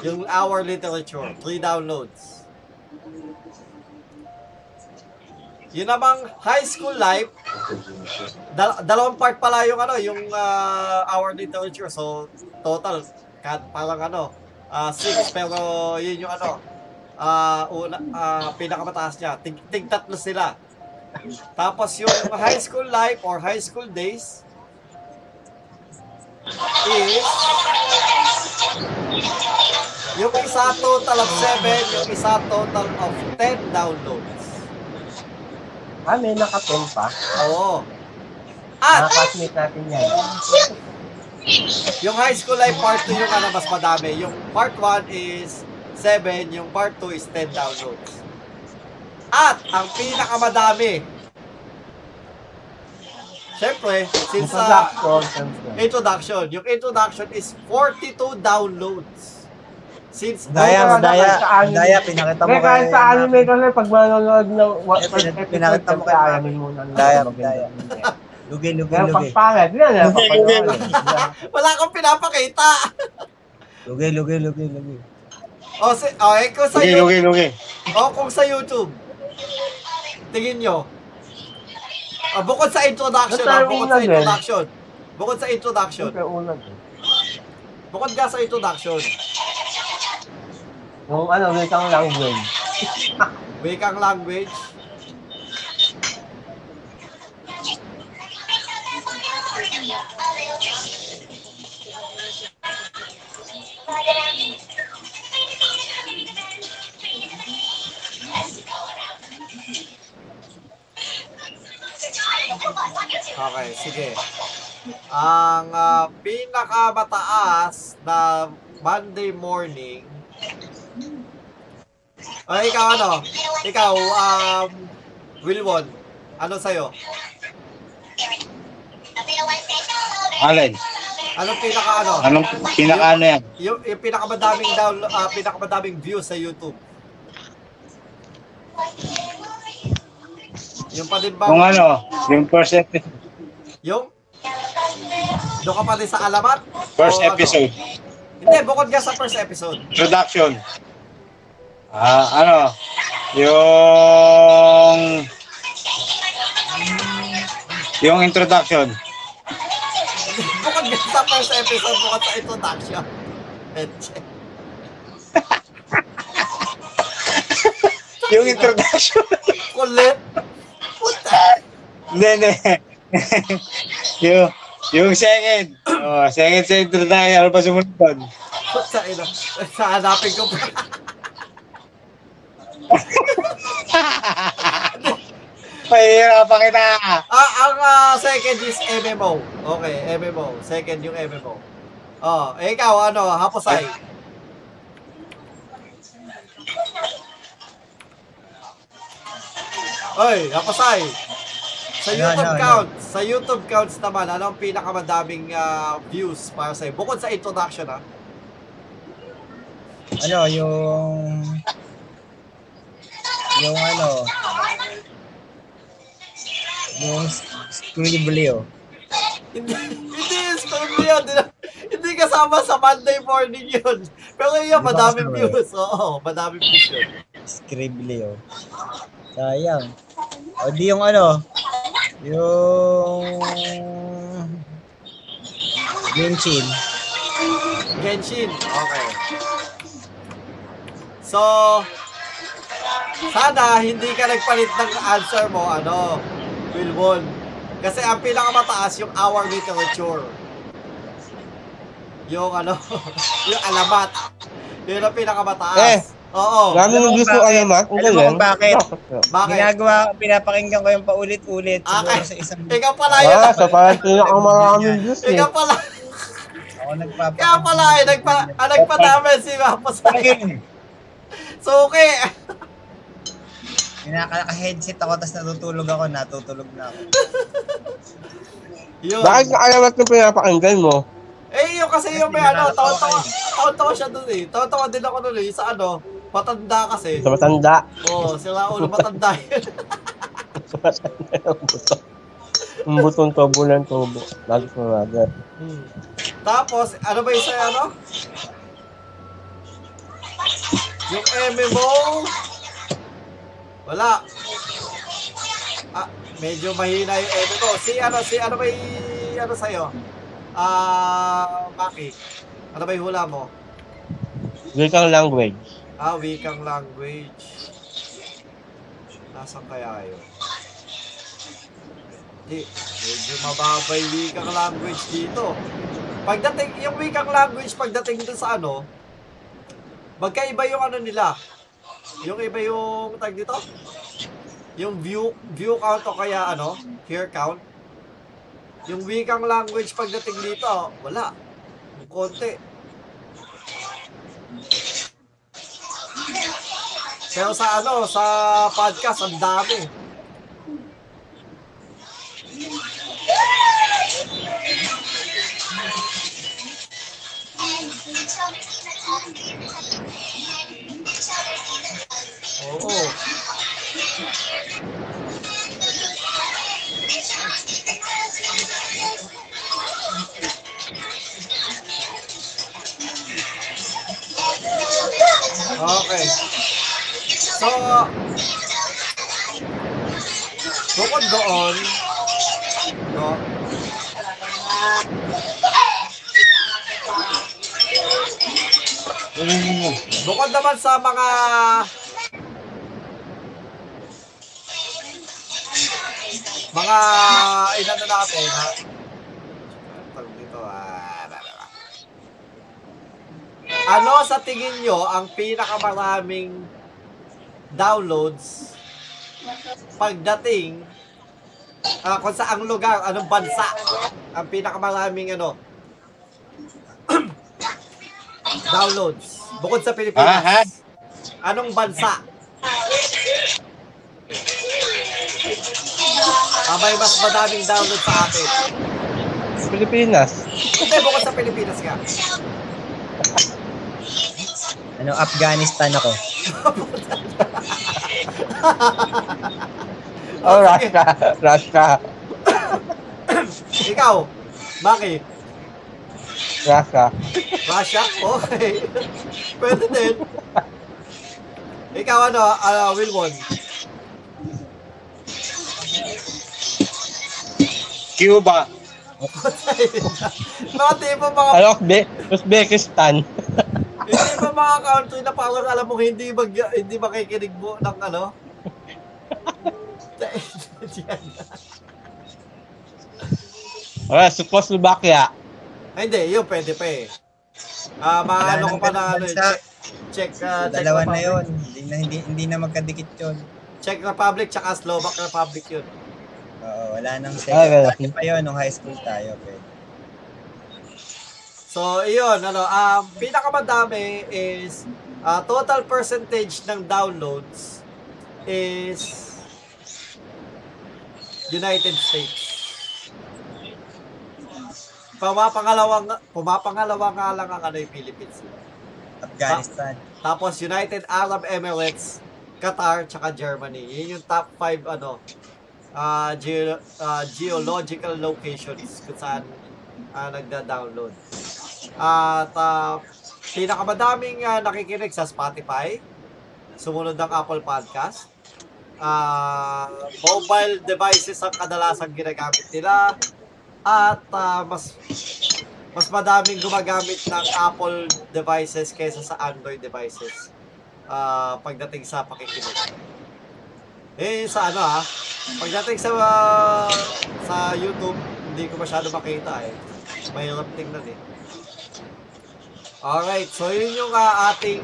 [SPEAKER 1] Yung our literature, 3 downloads. Yun namang high school life, dal- dalawang part pala yung ano, yung ah, our literature. So, total, ka- parang ano, 6, pero yun yung ano, ah una, ah, pinakamataas niya. Tig, tig tatlo sila. Tapos yung high school life or high school days is yung isa total of 7, yung isa total of 10 downloads.
[SPEAKER 6] Ah, may nakapen pa.
[SPEAKER 1] Oo.
[SPEAKER 6] Mga
[SPEAKER 1] At
[SPEAKER 6] classmate natin yan.
[SPEAKER 1] yung high school life part 2 yung ano mas madami. Yung part 1 is 7, yung part 2 is 10 downloads. At ang pinakamadami, syempre, since sa
[SPEAKER 6] Sa Black Roll, thanks God.
[SPEAKER 1] introduction, yung introduction is 42 downloads. Since
[SPEAKER 2] Daya,
[SPEAKER 6] Oo,
[SPEAKER 2] daya,
[SPEAKER 6] sa anime.
[SPEAKER 2] daya, pinakita mo
[SPEAKER 6] Kaya
[SPEAKER 2] kay...
[SPEAKER 6] kahit sa anime kasi pag manonood ng what
[SPEAKER 2] Eh,
[SPEAKER 6] first
[SPEAKER 2] pin-
[SPEAKER 6] episode,
[SPEAKER 2] pinakita mo
[SPEAKER 6] kasi
[SPEAKER 2] kay-
[SPEAKER 6] anime muna. nung
[SPEAKER 2] Daya,
[SPEAKER 6] maganda.
[SPEAKER 2] daya. Lugi, lugi,
[SPEAKER 6] Pero pag
[SPEAKER 2] lugi.
[SPEAKER 6] pangit, yun yan.
[SPEAKER 5] Lugi,
[SPEAKER 6] papanood.
[SPEAKER 1] wala akong pinapakita. [LAUGHS]
[SPEAKER 2] Lugi, lugi, lugi, lugi.
[SPEAKER 1] O, si, o eh, kung sa
[SPEAKER 5] Lugi,
[SPEAKER 1] YouTube,
[SPEAKER 5] lugi, lugi.
[SPEAKER 1] o kung sa YouTube, tingin nyo. O, bukod sa introduction, o, bukod sa introduction. Bukod sa introduction.
[SPEAKER 6] Siyempre, unang.
[SPEAKER 1] Bukod nga sa introduction,
[SPEAKER 6] Yung ano, wikang language.
[SPEAKER 1] wikang language, Okay, sige. Ang ah, pinakamataas na Monday morning O ikaw ano? Ikaw, um, Wilwon, ano sa'yo?
[SPEAKER 5] Alin?
[SPEAKER 1] Anong pinaka ano?
[SPEAKER 5] Anong pinakaano yan?
[SPEAKER 1] Yung, yung pinakamadaming download, ah, pinakamadaming views sa YouTube. Yung pa din ba?
[SPEAKER 5] Kung ano, yung first, epi-
[SPEAKER 1] Yung? Doon ka pa din sa alamat? O
[SPEAKER 5] first
[SPEAKER 1] ano?
[SPEAKER 5] episode,
[SPEAKER 1] Hindi, bukod nga sa first episode. [LAUGHS]
[SPEAKER 5] introduction. Ah, ano, yung... Yung introduction.
[SPEAKER 1] Bukod nga sa first episode, bukod sa introduction. Eche.
[SPEAKER 5] Yung introduction. [LAUGHS]
[SPEAKER 1] Kulit. Puta.
[SPEAKER 5] Hindi, hindi. [LAUGHS] yung, yung second. Oh, second sa introduction. Ano pa sumunod doon?
[SPEAKER 1] Puta ina. Hanapin ko pa.
[SPEAKER 5] Pahirapan kita.
[SPEAKER 1] Ah, ang ah, second is MMO. Okay, MMO. Second yung MMO. Oh, eh, ikaw ano, Haposay. Oy, Haposay. Sa
[SPEAKER 2] Ano,
[SPEAKER 1] YouTube
[SPEAKER 2] ano, ano?
[SPEAKER 1] count, sa YouTube counts naman, ano ang pinakamadaming ah, views para sa'yo? Bukod sa introduction, ah. ha?
[SPEAKER 2] Ano, yung... Yung ano... Yung Scriblio.
[SPEAKER 1] Hindi, [LAUGHS] hindi yung storm yun. Hindi- Hindi kasama sa Monday morning yun. Pero yun,
[SPEAKER 2] Hindi ba
[SPEAKER 1] madaming
[SPEAKER 2] kasama
[SPEAKER 1] views. Oo, madaming views yun.
[SPEAKER 2] Scriblio. eh, oh. Sayang. O di yung ano, yung... Genshin.
[SPEAKER 1] Genshin. Okay. So, sana hindi ka nagpalit ng answer mo, ano, Wilbon. Kasi ang pinakamataas yung our literature. Yung ano, [LAUGHS] yung alamat. Yun ang pinakamataas.
[SPEAKER 6] Eh,
[SPEAKER 1] Oo.
[SPEAKER 6] Lalo nang gusto
[SPEAKER 2] Bakit?
[SPEAKER 6] alamat.
[SPEAKER 2] Alam mo kung bakit?
[SPEAKER 1] Bakit?
[SPEAKER 2] Ginagawa ko, pinapakinggan ko yung paulit-ulit.
[SPEAKER 1] Okay.
[SPEAKER 2] Siguro sa isang...
[SPEAKER 1] Ikaw pala yun.
[SPEAKER 6] Ah, sa parang ang maraming views eh.
[SPEAKER 1] Ikaw pala.
[SPEAKER 2] Ako nagpapakinggan.
[SPEAKER 1] Kaya pala eh, nagpa, ah, nagpadami si Mapos.
[SPEAKER 5] Bakit?
[SPEAKER 1] Suki!
[SPEAKER 2] Naka-headset ako, tapos natutulog ako, natutulog na ako.
[SPEAKER 1] Yun.
[SPEAKER 6] Bakit ka alamat na pinapakinggan mo?
[SPEAKER 1] Eh, yung kasi yung may
[SPEAKER 2] Hindi
[SPEAKER 1] ano,
[SPEAKER 2] nalalakas ako
[SPEAKER 1] tawa-tawa, tawa-tawa siya dun eh. Tawa-tawa din ako dun eh, sa ano, matanda kasi.
[SPEAKER 6] Sa matanda.
[SPEAKER 1] Oo, oh, sila ulo, matanda [LAUGHS] yun.
[SPEAKER 6] Sa matanda yung buto. Ang butong tubo ng tubo. Lagi sa maga.
[SPEAKER 1] Hmm. Tapos, ano ba yung sa ano? Yung MMO? Wala. Ah, medyo mahina yung MMO. Si ano, si ano ba yung ano sa'yo? Ah, Maki. Ano ba yung hula mo?
[SPEAKER 6] Wikang language.
[SPEAKER 1] Ah, wikang language. Nasaan kaya yun? Hindi, medyo mababa yung wikang language dito. Pagdating, yung wikang language pagdating dun sa ano, magkaiba yung ano nila. Yung iba yung, tag dito? Yung view, view count o kaya ano, hear count. Yung wikang language pagdating dito, wala. Konti. Pero sa ano, sa podcast, ang dami. Oo. Okay. So, bukod doon, no, bukod naman sa mga mga inano natin, ha? Tawag dito, ah, blah, blah, blah. Ano sa tingin nyo ang pinakamaraming downloads pagdating ah, kung saang lugar, anong bansa ang pinakamaraming ano [CLEARS THROAT] downloads bukod sa Pilipinas.
[SPEAKER 5] Ah, ha?
[SPEAKER 1] Anong bansa? Ah, may mas madaming download sa atin.
[SPEAKER 6] Pilipinas.
[SPEAKER 1] Hindi, bukod sa Pilipinas nga.
[SPEAKER 2] Ano, Afghanistan ako.
[SPEAKER 6] Oh, Russia. Russia.
[SPEAKER 1] Ikaw, Maki,
[SPEAKER 6] Russia.
[SPEAKER 1] Russia? Okay. [LAUGHS] Pwede din. Ikaw ano, ano, Wilwon?
[SPEAKER 5] Cuba.
[SPEAKER 1] [LAUGHS] Mga tipo mga [LAUGHS]
[SPEAKER 6] Ano, Uzbe- Uzbekistan.
[SPEAKER 1] Hindi ba mga country na parang alam mo hindi mag, hindi makikinig mo ng ano?
[SPEAKER 6] Alright, Czechoslovakia.
[SPEAKER 1] Ay, hindi, yun pwede pa eh. Ah, maano ko pa na ano, eh, check, check, ah, check
[SPEAKER 2] Dalawa na
[SPEAKER 1] Republic.
[SPEAKER 2] yun. Hindi na, hindi, hindi na magkadikit yun.
[SPEAKER 1] Czech Republic tsaka Slovak Republic yun.
[SPEAKER 2] Oo, wala nang
[SPEAKER 6] Ah,
[SPEAKER 2] second.
[SPEAKER 6] wala.
[SPEAKER 2] Dati pa yun, nung high school tayo. Okay.
[SPEAKER 1] So, iyon, ano, um, pinakamadami is ah, total percentage ng downloads is United States. Pumapangalawang, pumapangalawa nga lang ang ano yung Philippines.
[SPEAKER 2] Afghanistan.
[SPEAKER 1] Tapos United Arab Emirates, Qatar, tsaka Germany. Yun yung top 5 ano, ah, geo- ah, geological locations kung saan ah, nagda-download. At ah, pinakamadaming ah, nakikinig sa Spotify, sumunod ang Apple Podcast, ah, mobile devices ang kadalasang ginagamit nila, at ah, mas mas madaming gumagamit ng Apple devices kaysa sa Android devices ah, pagdating sa pakikinig. Eh, sa ano ah, pagdating sa ah, sa YouTube, hindi ko masyado makita eh. Mahirap tingnan eh. Alright, so yun yung ah, ating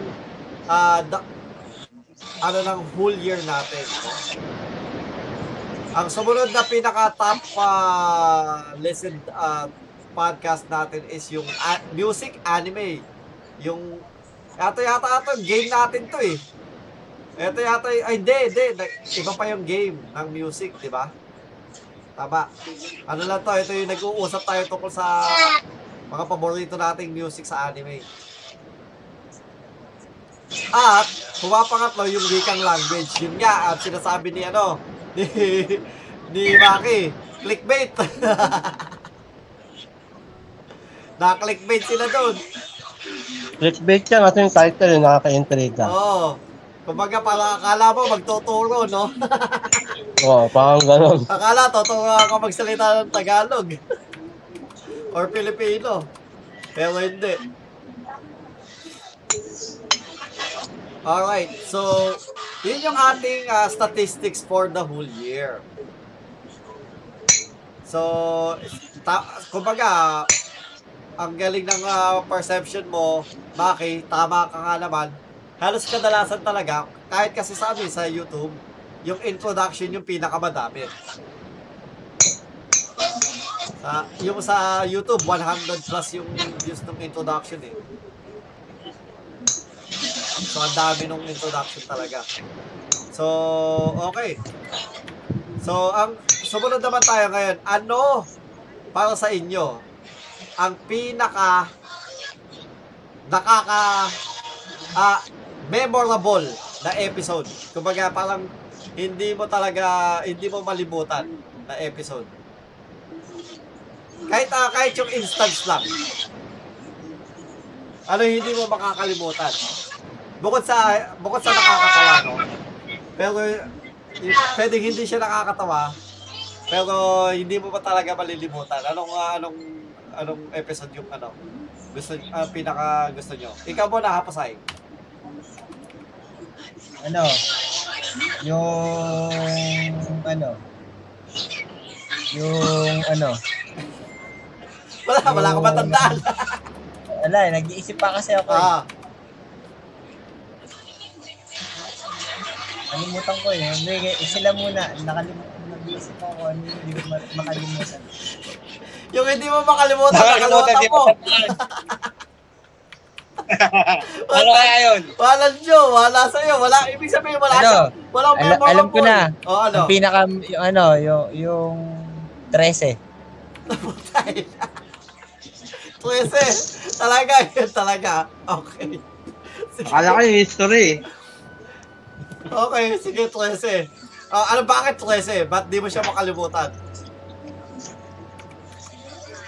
[SPEAKER 1] ah, da- ano ng whole year natin. no? Ang sumunod na pinaka top ah, listened ah, podcast natin is yung ah, a- music anime. Yung ata yata ata game natin to eh. Ito yata y- Ay, hindi, hindi. Nag- Iba pa yung game ng music, di ba? Tama. Ano lang to? Ito yung nag-uusap tayo tungkol sa mga paborito nating music sa anime. At, pumapangatlo yung wikang language. Yun nga, at sinasabi ni ano, [LAUGHS] ni, ni Maki, clickbait. [LAUGHS] Na-clickbait sila doon.
[SPEAKER 6] Clickbait yan kasi yung title yung nakaka-intriga.
[SPEAKER 3] Oh.
[SPEAKER 1] Oo. Kumbaga, para akala mo magtuturo, no? [LAUGHS]
[SPEAKER 6] Oo, Oh, parang ganun.
[SPEAKER 1] Akala, totoo nga ako magsalita ng Tagalog. Or Filipino. Pero hindi. Alright, so, yun yung ating ah, statistics for the whole year. So, ta- kumbaga, ang galing ng ah, perception mo, Maki, tama ka nga naman. Halos kadalasan talaga, kahit kasi sa amin sa YouTube, yung introduction yung pinakamadami. Sa, Ah, yung sa YouTube, 100 plus yung views ng introduction eh. So, ang dami nung introduction talaga. So, okay. So, ang sumunod naman tayo ngayon. Ano para sa inyo ang pinaka nakaka ah, memorable na episode? Kumbaga, parang hindi mo talaga, hindi mo malimutan na episode. Kahit, ah, kahit yung instance lang. Ano yung hindi mo makakalimutan? Bukod sa, bukod sa nakakatawa, no? Pero, y- pwedeng hindi siya nakakatawa, pero hindi mo pa talaga malilimutan. Anong, ah, anong, anong episode yung ano? Gusto, ah, pinaka gusto nyo? Ikaw mo nakapasay.
[SPEAKER 2] Ano? Yung ano? Yung ano?
[SPEAKER 1] Wala, wala akong matandaan.
[SPEAKER 2] Wala, eh, nag-iisip pa kasi ako.
[SPEAKER 1] [LAUGHS]
[SPEAKER 2] eh.
[SPEAKER 1] ah,
[SPEAKER 2] Nakalimutan ko eh. Hindi, eh, sila muna. Nakalimutan. Nag-iisip ako ano yung hindi ko ma- makalimutan.
[SPEAKER 1] yung hindi mo makalimutan, nakalimutan
[SPEAKER 5] di
[SPEAKER 1] mo.
[SPEAKER 5] ba? Ano kaya yun?
[SPEAKER 1] Wala Joe, wala sa'yo. Wala, ibig sabihin, wala
[SPEAKER 2] Ano?
[SPEAKER 1] siya. Wala
[SPEAKER 2] Ala- alam ko na.
[SPEAKER 1] O ano?
[SPEAKER 2] Ang pinaka, yung ano, yung, yung 13.
[SPEAKER 1] [LAUGHS] Trece. Talaga, yun talaga. Okay. Sige.
[SPEAKER 3] Akala ko yung history eh.
[SPEAKER 1] Okay, sige, trese. Ah, ano, bakit trese? Ba't di mo siya makalimutan?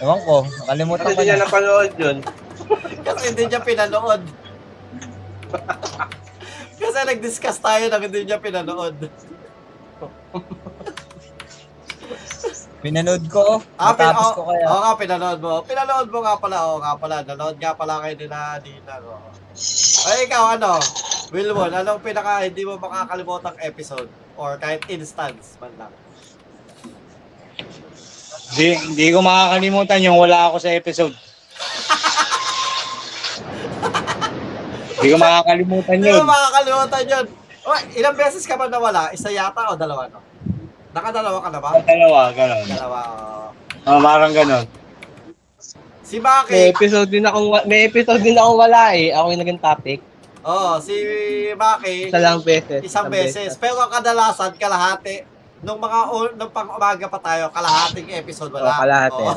[SPEAKER 2] Ewan ko, nakalimutan
[SPEAKER 1] Ano
[SPEAKER 2] ko na.
[SPEAKER 3] napanood yun.
[SPEAKER 1] Kasi hindi niya pinanood. [LAUGHS] Kasi nag-discuss tayo ng hindi niya pinanood.
[SPEAKER 2] Pinanood ko, oh.
[SPEAKER 1] Ah, pin-
[SPEAKER 2] matapos
[SPEAKER 1] oo-
[SPEAKER 2] ko kaya.
[SPEAKER 1] oo nga, pinanood mo. Pinanood mo nga pala, oo nga pala. Nanood nga pala kayo nila, nila. oo. Ay, ikaw, ano? Wilwon, anong pinaka hindi mo makakalimutang episode? Or kahit instance man lang.
[SPEAKER 5] Di, di ko makakalimutan yung wala ako sa episode. di ko makakalimutan
[SPEAKER 1] Hindi
[SPEAKER 5] yun.
[SPEAKER 1] mo makakalimutan yun. Oh, ilang beses ka ba nawala? Isa yata o dalawa, no? Nakadalawa ka na ba?
[SPEAKER 5] Dalawa, gano'n.
[SPEAKER 1] Dalawa, oo.
[SPEAKER 5] Oh, parang gano'n.
[SPEAKER 1] Si
[SPEAKER 3] May
[SPEAKER 1] Maki,
[SPEAKER 3] episode din akong, wa- may episode din akong wala eh. Ako yung naging topic.
[SPEAKER 1] oh, si Maki,
[SPEAKER 3] Isa lang beses.
[SPEAKER 1] isang beses. Pero kadalasan, kalahati, nung mga o- nung pang umaga pa tayo, kalahating episode
[SPEAKER 3] Wala.
[SPEAKER 1] wala.
[SPEAKER 3] Oh, kalahati.
[SPEAKER 6] ah.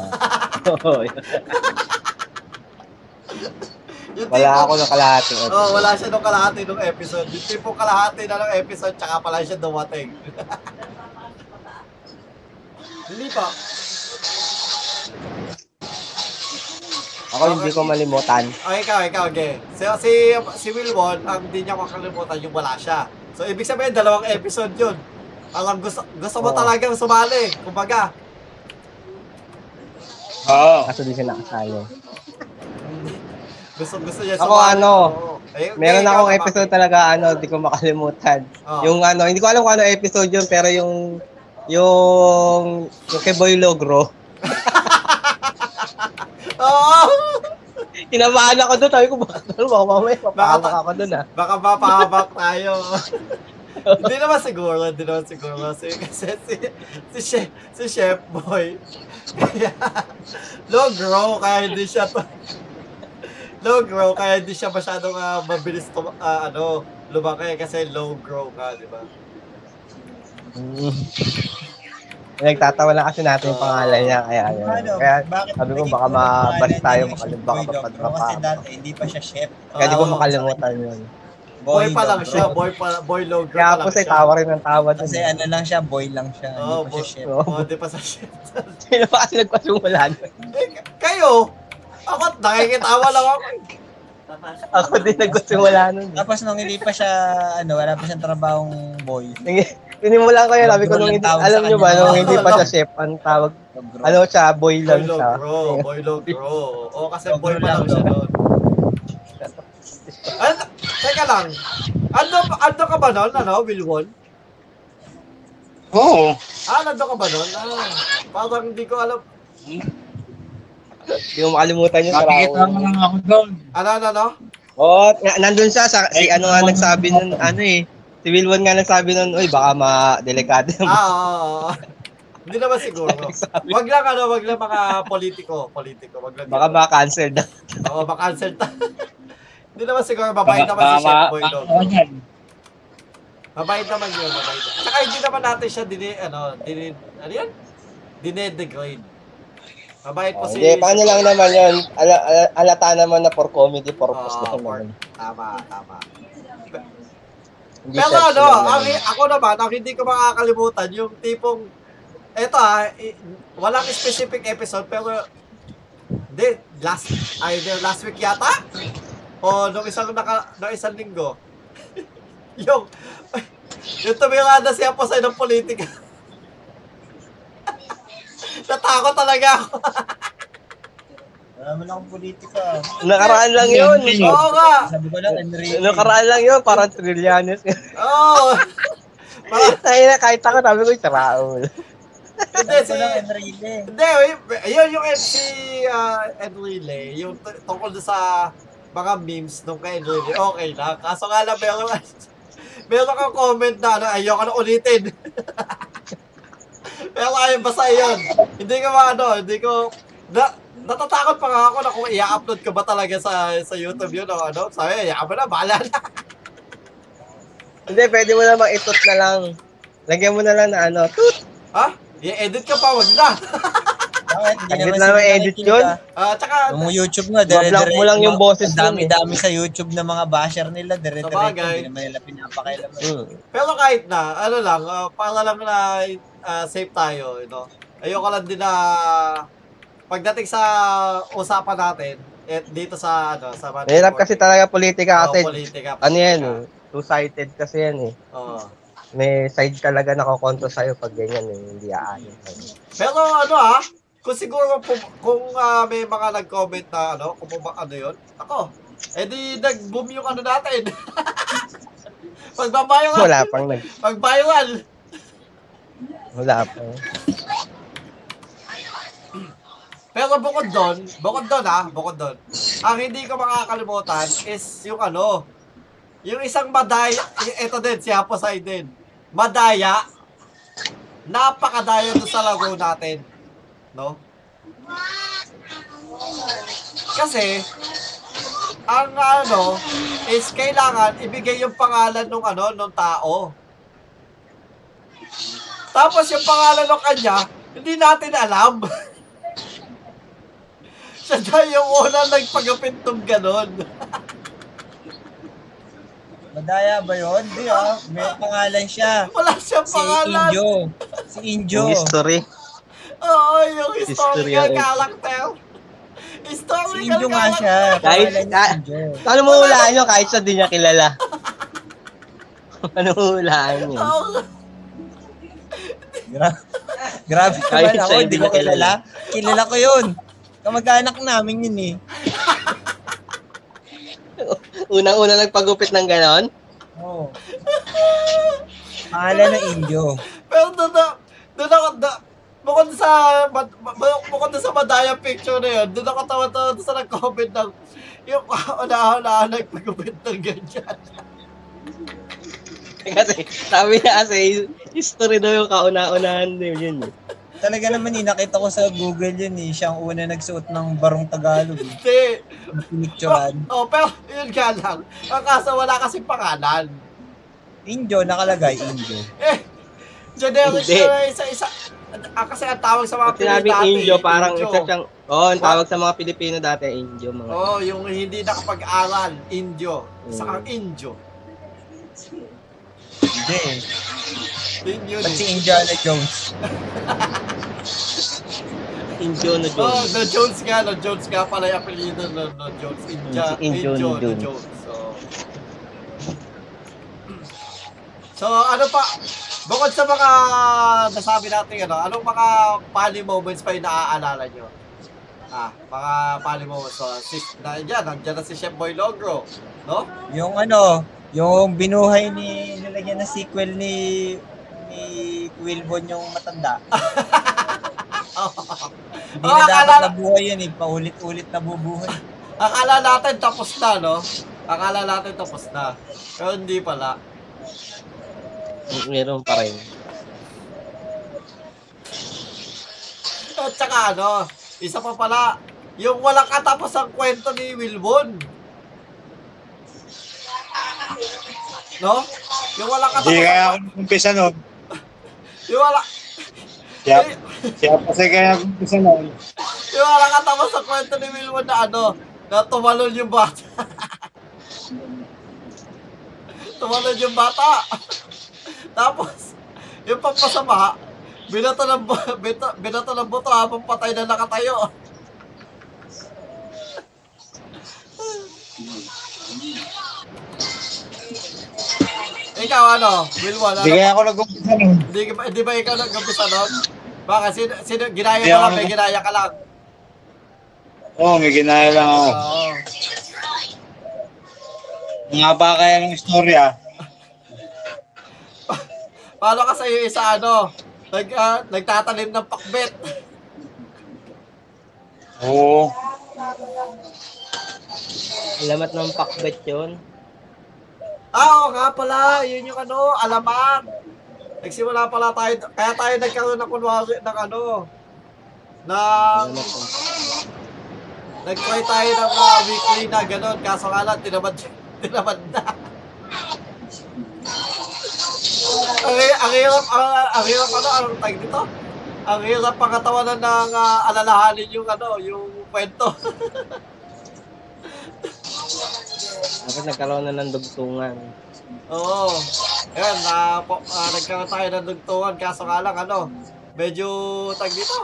[SPEAKER 3] [LAUGHS]
[SPEAKER 1] Oo.
[SPEAKER 3] Oh.
[SPEAKER 1] Yung
[SPEAKER 3] wala
[SPEAKER 1] tipong-
[SPEAKER 3] ako ng kalahati.
[SPEAKER 1] Oh, wala siya nung kalahati nung episode. Yung tipong kalahati na ng episode, tsaka pala siya dumating. [LAUGHS] Hindi pa.
[SPEAKER 3] Ako hindi ko malimutan.
[SPEAKER 1] Oh, ikaw, ikaw, okay. So, si, si Wilwon, ang di niya makalimutan yung wala siya. So, ibig sabihin, dalawang episode yun. Alam, gusto, gusto mo
[SPEAKER 3] Oo.
[SPEAKER 1] talagang sumali. Kumbaga, [LAUGHS]
[SPEAKER 5] Oo.
[SPEAKER 3] Kaso di siya nakasali.
[SPEAKER 1] gusto, gusto niya
[SPEAKER 3] Ako, ano,
[SPEAKER 1] Oo. Eh,
[SPEAKER 3] Meron
[SPEAKER 1] ikaw
[SPEAKER 3] akong
[SPEAKER 1] naman.
[SPEAKER 3] episode talaga, ano, di ko makalimutan.
[SPEAKER 2] Oh.
[SPEAKER 1] Oo.
[SPEAKER 3] Yung ano, hindi ko alam kung ano episode yun, pero yung, yung, yung kay Boy Logro. [LAUGHS]
[SPEAKER 1] Oo!
[SPEAKER 3] Tinamaan ako doon, sabi ko, baka doon, baka mamaya, papahamak
[SPEAKER 1] Baka-
[SPEAKER 3] ako doon ah.
[SPEAKER 1] Baka mapahabak tayo. [LAUGHS] hindi naman siguro, hindi naman siguro. Kasi, kasi si, si, Chef, si Chef Boy, [LAUGHS] kaya, low grow, kaya hindi [LAUGHS] siya to, low grow, kaya hindi siya masyadong ah, mabilis to, ah, ano, lumaki kasi low grow ka, di ba?
[SPEAKER 6] Mm. Nagtatawa lang kasi natin yung pangalan niya. Kaya, yun.
[SPEAKER 2] Ano,
[SPEAKER 6] kaya
[SPEAKER 2] bakit
[SPEAKER 6] sabi ko
[SPEAKER 2] naging
[SPEAKER 6] baka
[SPEAKER 2] kulang pangalan
[SPEAKER 6] mabas tayo,
[SPEAKER 2] niya yung Chef
[SPEAKER 6] makalib- baka
[SPEAKER 2] Boy Dobro?
[SPEAKER 6] mapadrop
[SPEAKER 2] Kasi
[SPEAKER 1] Ano?
[SPEAKER 2] Oh,
[SPEAKER 6] ako.
[SPEAKER 2] dati, hindi pa siya chef. oh.
[SPEAKER 6] kaya di
[SPEAKER 1] Ah,
[SPEAKER 6] ko
[SPEAKER 1] oo.
[SPEAKER 6] makalimutan yun.
[SPEAKER 1] Boy, pa lang
[SPEAKER 2] Dobro.
[SPEAKER 1] siya, boy pa, boy low grow
[SPEAKER 6] Kaya
[SPEAKER 1] pa
[SPEAKER 6] po
[SPEAKER 1] lang
[SPEAKER 6] sa
[SPEAKER 1] siya.
[SPEAKER 6] tawa rin ng tawa. dun.
[SPEAKER 2] Kasi
[SPEAKER 3] eh.
[SPEAKER 2] ano lang siya, boy lang siya.
[SPEAKER 1] Oo,
[SPEAKER 2] hindi pa
[SPEAKER 1] boy.
[SPEAKER 2] siya chef.
[SPEAKER 6] Oo.
[SPEAKER 1] Oh, di pa sa shit.
[SPEAKER 6] Sino ba kasi nagpasimula nun?
[SPEAKER 1] Eh, kayo, ako, nakikitawa lang ako.
[SPEAKER 6] Ako din nagpasimula nun. eh.
[SPEAKER 2] Tapos nung hindi pa siya, ano, wala pa siyang trabahong boy.
[SPEAKER 6] Nang- Sinimulan ko yun, sabi ko nung hindi,
[SPEAKER 2] Tawag sa
[SPEAKER 6] alam nyo ba,
[SPEAKER 2] kanya.
[SPEAKER 6] nung hindi pa siya chef, ang tawag,
[SPEAKER 2] Dobro.
[SPEAKER 6] ano siya, boy
[SPEAKER 1] Boy
[SPEAKER 6] lang
[SPEAKER 1] low
[SPEAKER 6] siya.
[SPEAKER 1] grow, boy low grow. Oo, kasi
[SPEAKER 2] Low
[SPEAKER 1] boy
[SPEAKER 2] grow
[SPEAKER 1] pa
[SPEAKER 2] lang
[SPEAKER 1] lang siya
[SPEAKER 2] daw.
[SPEAKER 1] doon. Ano, teka lang. Ano, ano ka ba noon, ano, Wilwon?
[SPEAKER 5] Oo.
[SPEAKER 1] Ah, nandun ka ba noon? Ah, parang hindi ko alam.
[SPEAKER 6] Hindi mo makalimutan yung
[SPEAKER 5] Nakikita mo
[SPEAKER 6] sarao.
[SPEAKER 5] lang ako doon.
[SPEAKER 1] Ano, ano, ano?
[SPEAKER 6] Oo, nga, nandun siya, sa, si ano nga nagsabi nun, ano eh, si Wilwon nga nagsabi nun, uy, baka ma-delikado yung
[SPEAKER 1] Ah, oo, oo. Hindi naman siguro. Wag lang, ano, wag lang mga politiko. Politiko, wag lang.
[SPEAKER 6] [LAUGHS] Baka ma-cancel daw.
[SPEAKER 1] Oo, makancel ta. [LAUGHS] Hindi naman siguro, mabait naman si Chef Boy Dog.
[SPEAKER 5] Ako yan.
[SPEAKER 1] Mabait naman yun, mabait. At saka hindi naman natin siya dini, ano, dini, ano yan? Dinedegrade. Mabait
[SPEAKER 2] Oh,
[SPEAKER 1] po si...
[SPEAKER 6] Ah, Hindi, paano lang naman yun, ala, ala, alata naman na for comedy purpose
[SPEAKER 1] Oo, for-
[SPEAKER 2] Ah,
[SPEAKER 6] lang naman.
[SPEAKER 1] Ah, Tama, tama.
[SPEAKER 6] Hindi
[SPEAKER 1] Pero
[SPEAKER 6] siya-
[SPEAKER 1] ano,
[SPEAKER 2] Ah,
[SPEAKER 6] siya
[SPEAKER 1] ang,
[SPEAKER 6] naman.
[SPEAKER 1] ako naman, ang hindi ko makakalimutan, yung tipong, eto ah, i- walang specific episode, pero, hindi, last, either last week yata, o nung isang, naka, nung isang linggo, [LAUGHS] yung, yung tumira na siya po sa ng politika. [LAUGHS] Natakot talaga ako.
[SPEAKER 2] Wala mo lang akong politika.
[SPEAKER 6] Nakaraan lang yun.
[SPEAKER 1] Oo nga.
[SPEAKER 2] Sabi ko lang, Enrique.
[SPEAKER 6] Nakaraan lang yun, parang [LAUGHS] trillianis.
[SPEAKER 1] Oo. Parang,
[SPEAKER 6] Ay, na, kahit ako, sabi ko, sarao.
[SPEAKER 1] hindi,
[SPEAKER 2] Sabi ko lang,
[SPEAKER 1] si,
[SPEAKER 2] Enrique.
[SPEAKER 1] Hindi, wait. Ayun yung MC uh, Enrile, yung t- tungkol sa mga memes nung kay Enrile. Okay lang. Kaso nga lang, meron, [LAUGHS] meron kang comment na ano, ayoko na ulitin. [LAUGHS] Pero ayun, basta yun. Hindi ko maano, hindi ko... Na, natatakot pa nga ako na kung i-upload ko ba talaga sa sa YouTube yun o ano. Sabi, ayaw mo na, bahala na. [LAUGHS]
[SPEAKER 6] Hindi, pwede mo namang itot na lang. Lagyan mo na lang na ano, tut!
[SPEAKER 1] Ha? I-edit ka pa, wag na. [LAUGHS]
[SPEAKER 2] Bakit? Hindi
[SPEAKER 6] Saglit
[SPEAKER 2] naman
[SPEAKER 6] lang
[SPEAKER 2] sila
[SPEAKER 6] may edit
[SPEAKER 2] nakikinig,
[SPEAKER 6] yun.
[SPEAKER 2] ah.
[SPEAKER 1] Ah, tsaka,
[SPEAKER 2] Yung YouTube nga,
[SPEAKER 6] Mablock
[SPEAKER 2] dire-dire.
[SPEAKER 6] mo lang yung boses
[SPEAKER 2] Ang
[SPEAKER 6] dun, eh.
[SPEAKER 2] dami-dami sa YouTube na mga basher nila, dire-dire.
[SPEAKER 1] Sabagay.
[SPEAKER 2] Hindi naman nila pinapakailaman.
[SPEAKER 6] Mm.
[SPEAKER 1] Pero kahit na, ano lang, ah, para lang na ah, safe tayo, you know? Ayoko lang din na pagdating sa usapan natin, at dito sa, ano, sa Monday
[SPEAKER 6] Mahirap
[SPEAKER 1] morning,
[SPEAKER 6] kasi talaga politika
[SPEAKER 1] oh,
[SPEAKER 6] kasi
[SPEAKER 1] politika.
[SPEAKER 6] ano yan,
[SPEAKER 1] politika.
[SPEAKER 6] eh, two-sided kasi yan eh.
[SPEAKER 1] Oo.
[SPEAKER 6] May side talaga nakokontra sa'yo pag ganyan eh, hindi aanin.
[SPEAKER 1] Pero ano ah, kung siguro po, kung ah, may mga nag-comment na ano, kung ba ano yun, ako, edi nag-boom yung ano natin. [LAUGHS] Pagbabayaran,
[SPEAKER 6] Wala pang nag...
[SPEAKER 1] pagbayaran.
[SPEAKER 6] Wala pang.
[SPEAKER 1] Pero bukod doon, bukod doon ha, bukod doon, ang hindi ko makakalimutan is yung ano, yung isang madaya, ito din, si Haposay din, madaya, napakadaya doon sa laro natin, no? Kasi, ang ano, is kailangan ibigay yung pangalan nung ano, nung tao. Tapos yung pangalan ng kanya, hindi natin alam. [LAUGHS] Siya na yung unang nagpagapit ng ganon.
[SPEAKER 2] Madaya ba yun? Hindi ah. May pangalan siya.
[SPEAKER 1] Wala siyang
[SPEAKER 2] Si
[SPEAKER 1] pangalan.
[SPEAKER 2] Injo. Si Injo.
[SPEAKER 6] Yung history.
[SPEAKER 1] Oo, yung historical
[SPEAKER 6] Historia, eh.
[SPEAKER 1] character.
[SPEAKER 2] Si
[SPEAKER 1] Historical
[SPEAKER 2] Injo nga siya.
[SPEAKER 1] character.
[SPEAKER 6] Kahit-
[SPEAKER 2] Pangalan niya Injo.
[SPEAKER 6] Ano mo hulaan nyo kahit sa di niya kilala? [LAUGHS] ano mo hulaan nyo?
[SPEAKER 1] Oo.
[SPEAKER 2] Gra- [LAUGHS] Grabe
[SPEAKER 6] Kahit
[SPEAKER 2] naman ako.
[SPEAKER 6] siya
[SPEAKER 2] Hindi
[SPEAKER 6] hindi
[SPEAKER 2] ko
[SPEAKER 6] niya kilala.
[SPEAKER 2] kilala. Kilala ko yun. Kamag-anak namin yun eh.
[SPEAKER 6] Unang-una nagpagupit ng ganon? [LAUGHS]
[SPEAKER 2] Oo. Pangalan ng Injo.
[SPEAKER 1] Pero doon na, doon ako, na, bukod sa, mad- bu- bukod sa madaya picture na yun, doon ako tawa-tawa doon sa nag-comment ng, yung [LAUGHS] una-una nagpagupit ng ganyan.
[SPEAKER 6] Kasi sabi niya kasi history daw yung kauna-unahan din yun. eh.
[SPEAKER 2] Talaga naman eh, nakita ko sa Google yun eh. Siya ang una nagsuot ng barong Tagalog. eh.
[SPEAKER 1] Hindi.
[SPEAKER 2] Pinicturean.
[SPEAKER 1] Oh, pero yun nga lang. Ang kaso wala kasi pangalan.
[SPEAKER 2] Indio, nakalagay Indio.
[SPEAKER 1] Eh, generic
[SPEAKER 6] Hindi.
[SPEAKER 1] siya isa isa. Ah, kasi ang tawag sa mga
[SPEAKER 6] Pag sinabing
[SPEAKER 1] Pinoy dati,
[SPEAKER 6] Indio, parang
[SPEAKER 1] Indio.
[SPEAKER 6] isa siyang... Oo, ang tawag sa mga Pilipino dati, Indio. Mga.
[SPEAKER 1] Oo, oh, yung hindi nakapag-aral, Indio.
[SPEAKER 6] Mm.
[SPEAKER 1] Sa Indio.
[SPEAKER 2] Hindi. eh.
[SPEAKER 1] Indio.
[SPEAKER 2] Ba't si Indiana Jones?
[SPEAKER 6] Indio na
[SPEAKER 1] Oh,
[SPEAKER 6] Jones.
[SPEAKER 1] no Jones nga, no Jones nga pala yung apelido, no, no Jones. India,
[SPEAKER 6] Mm, si Indio,
[SPEAKER 1] Indio,
[SPEAKER 6] no
[SPEAKER 1] no
[SPEAKER 6] Jones.
[SPEAKER 1] Jones. So, so ano pa, bukod sa mga nasabi natin, ano, anong mga funny moments pa yung naaalala nyo? Ah, mga funny moments. So, si, na, yan, nandiyan na si Chef Boy Logro. No?
[SPEAKER 2] Yung ano, yung binuhay ni, nilagyan na sequel ni ni Wilbon yung
[SPEAKER 1] [LAUGHS]
[SPEAKER 2] matanda. Hindi
[SPEAKER 1] Oh,
[SPEAKER 2] na dapat
[SPEAKER 1] akala-
[SPEAKER 2] nabuhay yun eh. Paulit-ulit nabubuhay.
[SPEAKER 1] Akala natin tapos na, no? Akala natin tapos na. Pero hindi pala.
[SPEAKER 6] Meron pa rin.
[SPEAKER 1] At saka ano, isa pa pala, yung walang katapos ang kwento ni Wilbon. No? Yung walang
[SPEAKER 5] Hindi
[SPEAKER 1] katapos.
[SPEAKER 5] kaya ako umpisa nun.
[SPEAKER 1] Yung wala, Eh,
[SPEAKER 5] Siya, siya kasi kaya ako umpisa nun.
[SPEAKER 1] yung walang katapos ang kwento ni Wilbon na ano, na tumalon yung bata. [LAUGHS] tumalon yung bata. Tapos, yung pampasama, binato ng, bu- binato, binato ng buto habang patay na nakatayo. Ikaw ano, Wilbon, ano
[SPEAKER 5] Hindi kaya ako nag-umpisa nun.
[SPEAKER 1] Di, ba- di ba ikaw nag-umpisa nun? Baka sino, sino, ginaya
[SPEAKER 5] Di
[SPEAKER 1] ka
[SPEAKER 5] ako
[SPEAKER 1] lang, may
[SPEAKER 5] nag-
[SPEAKER 1] ginaya ka lang.
[SPEAKER 5] Oo, may ginaya lang ako.
[SPEAKER 1] Oo.
[SPEAKER 5] Nga ba kaya ng ah? istorya?
[SPEAKER 1] Paano ka sa'yo isa ano? Nag, ah, nagtatanim ng pakbet. [LAUGHS]
[SPEAKER 5] Oo.
[SPEAKER 6] Alamat ng pakbet yun.
[SPEAKER 1] Ah, oo nga pala. Yun yung ano, alaman. Nagsimula pala tayo. Kaya tayo nagkaroon ng kunwari ng ano. Na
[SPEAKER 6] Alamat ng
[SPEAKER 1] nag-try tayo ng ah, weekly na gano'n. Kaso nga lang, tinamad, [LAUGHS] tinamad na. ang, hi- ang hirap, ang, ang hirap ano, ang tag dito? Ang hirap pangatawanan ng ah, alalahanin yung ano, yung kwento. [LAUGHS]
[SPEAKER 6] Dapat nagkaroon na ng dugtungan.
[SPEAKER 1] Oo. Ayan, na, po, ah, nagkaroon tayo ng lugtungan. Kaso nga lang, ano, medyo tag dito.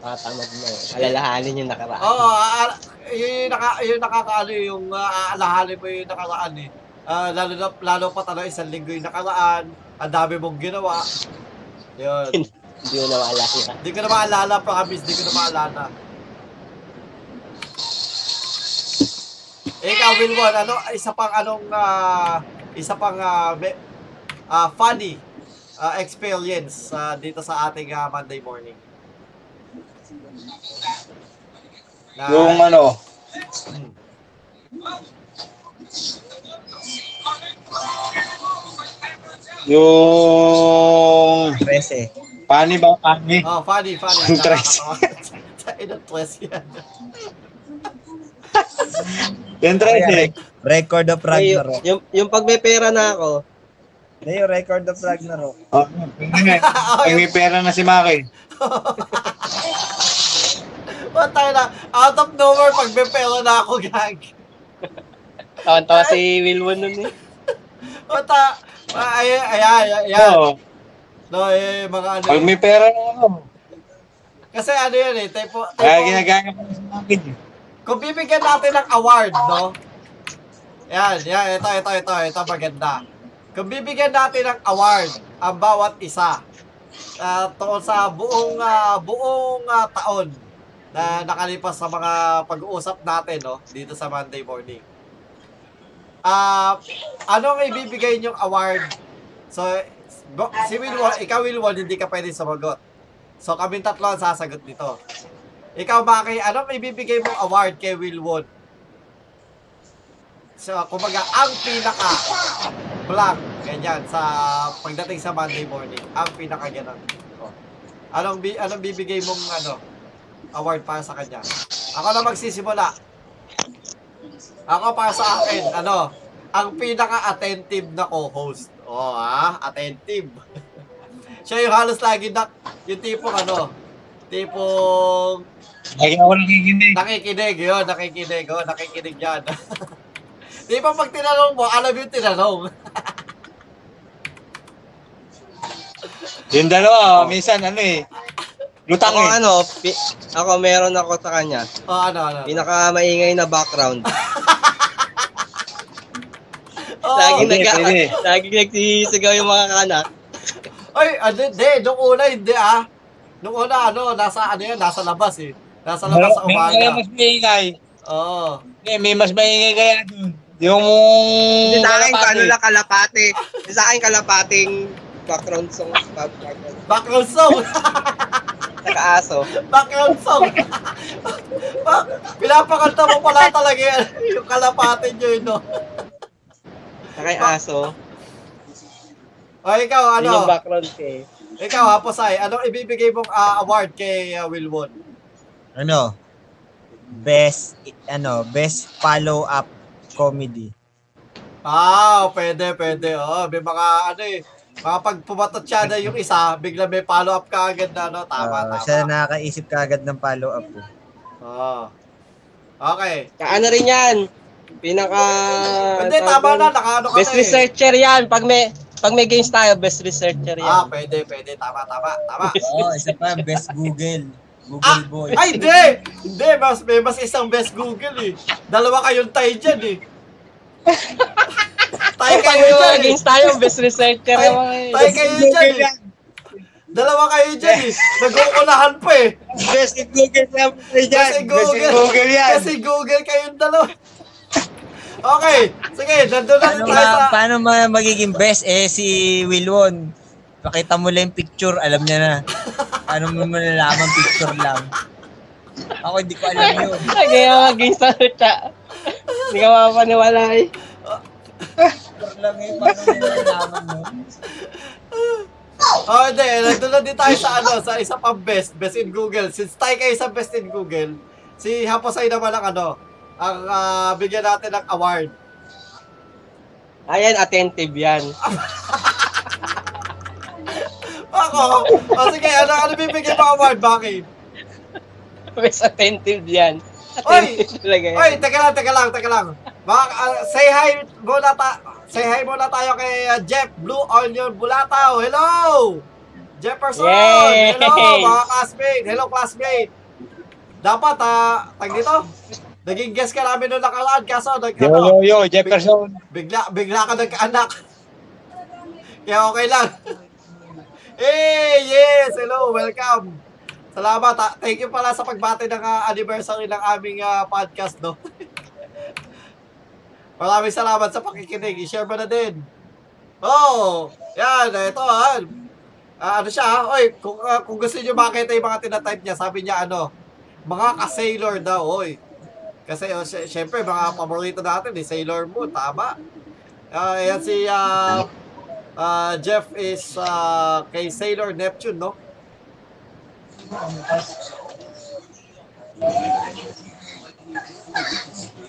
[SPEAKER 6] Natatamad na eh. Alalahanin yung nakaraan.
[SPEAKER 1] Oo, ah, ah, yung, naka, yung nakakaano yung ah, aalahanin mo yung nakaraan eh. Ah, lalo, na, lalo pa talaga isang linggo yung nakaraan. Ang dami mong ginawa. Yun.
[SPEAKER 6] Hindi mo na maalala.
[SPEAKER 1] Hindi ko na maalala, promise. Hindi ko na maalala. Ikaw, Wilwon, ano, isa pang anong, ah, isa pang ah, me- ah, funny ah, experience ah, dito sa ating ah, Monday morning. Na,
[SPEAKER 5] Yung ano, yung
[SPEAKER 2] Prese.
[SPEAKER 5] pani ba pani?
[SPEAKER 1] Oh, funny, funny.
[SPEAKER 5] Ang tres.
[SPEAKER 1] [LAUGHS] Inang tres yan.
[SPEAKER 2] Ayan,
[SPEAKER 5] Yung thread eh.
[SPEAKER 2] rec- Record of
[SPEAKER 6] Ay, yung,
[SPEAKER 2] Ragnarok.
[SPEAKER 6] yung, yung pag may pera na ako,
[SPEAKER 2] Hindi, yung record of Ragnarok.
[SPEAKER 5] Oh, yun eh. Pag may pera na si Maki.
[SPEAKER 1] Ba't tayo na? Out of nowhere, pag may pera na ako, gag.
[SPEAKER 6] tawa-tawa si Wilwon nun eh.
[SPEAKER 1] Ba't ta? Ah, ay, ay, ay, ay, ay.
[SPEAKER 5] Oo.
[SPEAKER 1] No, eh, mga ano.
[SPEAKER 5] Pag may pera na ano.
[SPEAKER 1] Kasi ano yun eh, typo,
[SPEAKER 5] Kaya
[SPEAKER 1] typo,
[SPEAKER 5] ginagaya ko si Maki.
[SPEAKER 1] kung bibigyan natin ng award, no? Yan, yan, ito, ito, ito, ito, maganda. Kung bibigyan natin ng award ang bawat isa, ah, tungkol sa buong, ah, buong ah, taon na nakalipas sa mga pag-uusap natin, no? Dito sa Monday morning. Ah, anong ibibigay niyong award? So, bo- si Wilwon, ikaw Wilwon, hindi ka pwede sumagot. So, kaming tatlo ang sasagot nito. Ikaw, Maki, anong ibibigay mong award kay Will Won? So, kumbaga, ang pinaka blank, ganyan, sa pagdating sa Monday morning, ang pinaka ganun. Oh. O. Anong, bi- anong bibigay mong ano, award para sa kanya? Ako na magsisimula. Ako para sa akin, ano, ang pinaka-attentive na co-host. Oh, ha? Attentive. [LAUGHS] Siya yung halos lagi na, yung tipong ano, tipong
[SPEAKER 5] Lagi ako nakikinig.
[SPEAKER 1] nakikinig, yun, nakikinig, oh, nakikinig yan. [LAUGHS] Di ba pag tinanong mo, alam yung tinanong. [LAUGHS]
[SPEAKER 5] Yung dalawa, minsan ano eh. Lutang
[SPEAKER 6] Ako
[SPEAKER 5] eh.
[SPEAKER 6] ano, pi- ako meron ako sa kanya.
[SPEAKER 1] Oh, ano, ano.
[SPEAKER 6] Pinaka maingay na background.
[SPEAKER 1] Oh,
[SPEAKER 6] Laging
[SPEAKER 5] Pwede,
[SPEAKER 6] nag
[SPEAKER 5] pwede.
[SPEAKER 6] [LAUGHS] laging nagsisigaw yung mga kanak.
[SPEAKER 1] Ay, ano, hindi, nung una hindi ah. Nung una, ano, nasa, ano yan, nasa labas eh. Nasa labas sa
[SPEAKER 5] May, may
[SPEAKER 1] umaga. Oh.
[SPEAKER 5] mas maingay.
[SPEAKER 1] Oo.
[SPEAKER 5] Eh, May mas maingay kaya dun. Yung...
[SPEAKER 6] Hindi sa akin,
[SPEAKER 5] kalapati.
[SPEAKER 6] ano lang, kalapate. Sa akin, kalapating background song, background,
[SPEAKER 1] Background song. [LAUGHS]
[SPEAKER 6] naka-aso.
[SPEAKER 1] Background song. [LAUGHS] Bak- Pinapakanta mo pala talaga yan. [LAUGHS] Yung kalapatin nyo yun, no?
[SPEAKER 6] Naka-aso.
[SPEAKER 1] O, ikaw,
[SPEAKER 6] Yun yung
[SPEAKER 1] ano?
[SPEAKER 6] background ko eh.
[SPEAKER 1] Ikaw, Haposay, anong ibibigay mong ah, award kay ah, Wilwon?
[SPEAKER 2] Ano? Best, ano, best follow-up comedy.
[SPEAKER 1] Ah, pwede, pwede. Oh, may mga, ano eh, mga pagpumatatsyada yung isa, bigla may follow-up ka agad na, no? Tama,
[SPEAKER 2] Ah, Siya
[SPEAKER 1] tama.
[SPEAKER 2] na nakaisip ka agad ng follow-up.
[SPEAKER 1] [LAUGHS]
[SPEAKER 2] eh.
[SPEAKER 1] Oh. Okay.
[SPEAKER 6] Ka- Ano rin yan? Pinaka...
[SPEAKER 1] Hindi, tama na. Nakaano ka
[SPEAKER 6] Ah, Best
[SPEAKER 1] na eh.
[SPEAKER 6] researcher yan. Pag may, pag may games tayo, best researcher
[SPEAKER 1] Ah,
[SPEAKER 6] yan.
[SPEAKER 1] pwede, pwede. Tama, tama, tama.
[SPEAKER 2] Oo, Oh, isa pa, best Google.
[SPEAKER 1] Ah,
[SPEAKER 2] Google boy.
[SPEAKER 1] ay, hindi! Hindi, mas, may mas isang best Google eh. Dalawa kayong tayo dyan eh. tayo
[SPEAKER 6] Ay, pag
[SPEAKER 1] kayo
[SPEAKER 6] may
[SPEAKER 1] dyan
[SPEAKER 6] mga
[SPEAKER 1] eh.
[SPEAKER 6] games tayo, best researcher
[SPEAKER 1] Tayo,
[SPEAKER 6] naman
[SPEAKER 1] tayo
[SPEAKER 6] eh.
[SPEAKER 1] kayo dyan eh. Dalawa kayo dyan eh. Nagkukulahan pa eh.
[SPEAKER 5] Best in Google na po tayo dyan.
[SPEAKER 1] Best in
[SPEAKER 5] Best in
[SPEAKER 1] Google.
[SPEAKER 5] Google yan.
[SPEAKER 1] Kasi Google kayong dalawa. [LAUGHS] Okay, sige, nandun na
[SPEAKER 2] Paano,
[SPEAKER 1] tayo
[SPEAKER 2] ma-
[SPEAKER 1] sa...
[SPEAKER 2] paano ma- magiging best? Eh, si Wilwon, pakita mo lang yung picture, alam niya na. Paano mo malalaman picture lang? Ako hindi ko alam yun.
[SPEAKER 6] Ay, kaya mga games tayo, ta. Hindi ka mapapaniwala eh.
[SPEAKER 2] Picture lang eh, paano mo malalaman mo?
[SPEAKER 1] Oh, hindi, nandun na din tayo sa ano, sa isa pang best, best in Google. Since tayo kayo sa best in Google, si Haposay naman ang ano, ang ah, bigyan natin ng award.
[SPEAKER 6] Ayan, attentive Ah, yan. [LAUGHS]
[SPEAKER 1] Ako? O sige, ano, ano bibigyan mo award? Bakit?
[SPEAKER 6] Best attentive yan.
[SPEAKER 1] Oy!
[SPEAKER 6] Attentive [LAUGHS] talaga yan.
[SPEAKER 1] Oy, teka lang, teka lang, teka lang. Bak, ah, say hi muna ta say hi muna tayo kay ah, Jeff Blue Onion Bulatao. Hello! Jefferson!
[SPEAKER 6] Yay!
[SPEAKER 1] Hello, mga classmate! Hello, classmate! Dapat, ah, tag dito, naging guest ka namin noong nakalaan, kaso, nag,
[SPEAKER 5] Yo,
[SPEAKER 1] ano,
[SPEAKER 5] yo, yo, Jefferson.
[SPEAKER 1] bigla, bigla ka nagkaanak. Kaya okay lang. [LAUGHS] hey, yes! Hello, welcome! Salamat. ah. Thank you pala sa pagbati ng ah, anniversary ng aming ah, podcast, no? [LAUGHS] Maraming salamat sa pakikinig. I-share mo na din. Oh, yan. Ito, ha. Ah, ano siya, ha? Oy, kung, ah, kung gusto niyo makita yung mga tinatype niya, sabi niya, ano, mga ka-sailor daw, oy. Kasi, oh, sy- syempre, mga paborito natin, eh, Sailor Moon, tama. Ah, ayan si ah, ah, Jeff is ah, kay Sailor Neptune, no?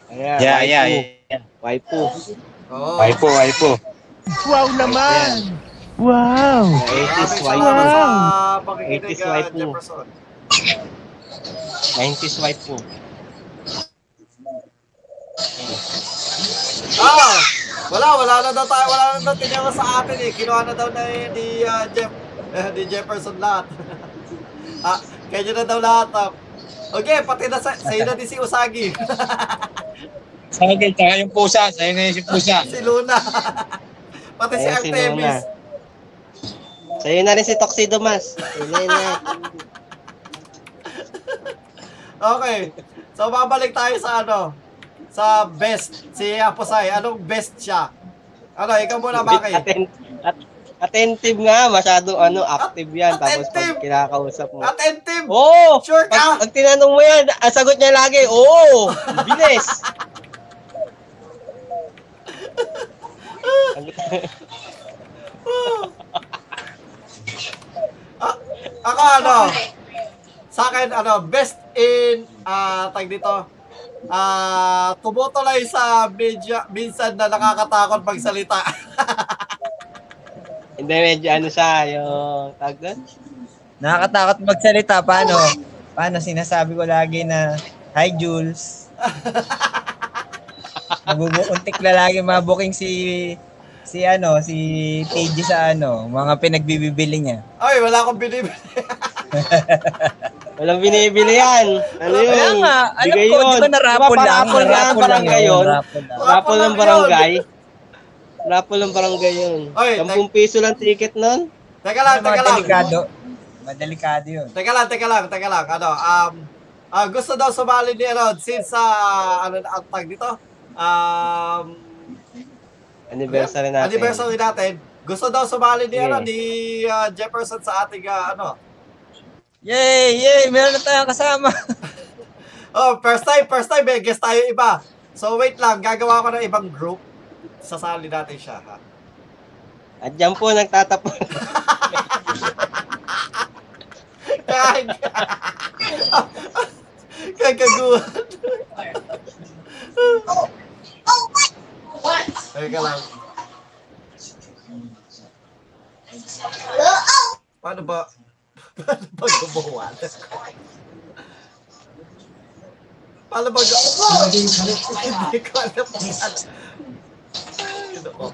[SPEAKER 6] Ayan,
[SPEAKER 5] Yeah,
[SPEAKER 6] waifu.
[SPEAKER 5] yeah, yeah.
[SPEAKER 6] Waifu.
[SPEAKER 1] Oo.
[SPEAKER 5] Ay po, ay po.
[SPEAKER 4] Wow naman! Wow!
[SPEAKER 6] Mga 80s
[SPEAKER 1] Maraming salamat
[SPEAKER 6] waifu.
[SPEAKER 1] sa
[SPEAKER 4] Wow.
[SPEAKER 1] pakikinig,
[SPEAKER 6] 80s
[SPEAKER 1] ah,
[SPEAKER 6] waifu.
[SPEAKER 1] Jefferson.
[SPEAKER 6] 90s waifu.
[SPEAKER 1] Ah, wala, wala na daw tayo, wala na daw tinawa sa atin eh. Kinuha na daw na eh, ni ah, Jeff, eh, ni Jefferson lahat. [LAUGHS] ah, kanya na daw lahat. ah. Okay, pati na sa,
[SPEAKER 5] [LAUGHS]
[SPEAKER 1] sa'yo na din si Usagi, [LAUGHS]
[SPEAKER 5] Sa akin, tsaka yung pusa. Sa'yo na yung pusa.
[SPEAKER 1] si Luna, [LAUGHS] pati si
[SPEAKER 6] Ayan si Lola.
[SPEAKER 1] Artemis.
[SPEAKER 6] Sa'yo na rin si Tuxedo Mas. Sa'yo na.
[SPEAKER 1] Okay. So, babalik tayo sa ano? Sa best. Si Aposay. Anong best siya? Ano, ikaw muna bakit?
[SPEAKER 6] Atten- at- attentive nga. Masyado ano, active yan. Tapos
[SPEAKER 1] Attentive!
[SPEAKER 6] pag kinakausap mo.
[SPEAKER 1] Attentive!
[SPEAKER 6] Oo!
[SPEAKER 1] Sure
[SPEAKER 6] Pag,
[SPEAKER 1] ka!
[SPEAKER 6] pag tinanong mo yan, ang sagot niya lagi, oo!
[SPEAKER 2] [LAUGHS]
[SPEAKER 6] Bilis!
[SPEAKER 1] Ako ano? Sa akin, ano, best in, ah, tag dito, ah, tumutuloy sa medya, minsan na nakakatakot magsalita. [LAUGHS]
[SPEAKER 6] Hindi, medyo ano siya, yung tag doon.
[SPEAKER 2] Nakakatakot magsalita. Paano? Paano? Sinasabi ko lagi na, Hi, Jules. Magbubuntik na lagi mabuking si si ano, si TJ sa ano, mga pinagbibibili niya.
[SPEAKER 1] Ay, wala akong binibili.
[SPEAKER 6] Walang binibili yan. Ano yun?
[SPEAKER 2] Kaya nga, alam
[SPEAKER 6] Bigay
[SPEAKER 2] ko, di
[SPEAKER 6] yun.
[SPEAKER 2] ba narapol
[SPEAKER 6] Diba,
[SPEAKER 2] lang?
[SPEAKER 6] parapol lang,
[SPEAKER 2] Narapol lang
[SPEAKER 6] barangay
[SPEAKER 2] yun.
[SPEAKER 6] yun.
[SPEAKER 2] Narapol lang.
[SPEAKER 6] Rapol ng
[SPEAKER 1] Rapol lang
[SPEAKER 6] barangay. Rapol ng barangay yun.
[SPEAKER 1] Oy,
[SPEAKER 6] 10 piso lang ticket nun.
[SPEAKER 1] Teka lang,
[SPEAKER 2] Mga
[SPEAKER 1] teka lang.
[SPEAKER 2] delikado. Madelikado yun.
[SPEAKER 1] Teka lang, teka lang, teka lang. Ano, um, ah, gusto daw sumali ni ano, since ah, ano na ang tag dito? Um,
[SPEAKER 6] Anniversary natin.
[SPEAKER 1] anniversary natin. Gusto daw sumali ni
[SPEAKER 6] Sige.
[SPEAKER 1] ano ni ah, Jefferson sa ating ah, ano.
[SPEAKER 2] Yay! Yay! Meron na tayong kasama.
[SPEAKER 1] Oh, first time, first time, may guest tayo iba. So wait lang, gagawa ko ng ibang group. Sasali natin siya. Ha?
[SPEAKER 6] At dyan po nagtatapon.
[SPEAKER 1] Kag- Kagaguhan. Teka lang. Paano ba? Paano ba gumawa? Paano ba gumawa? Hindi ko alam kung ano. Ano ko?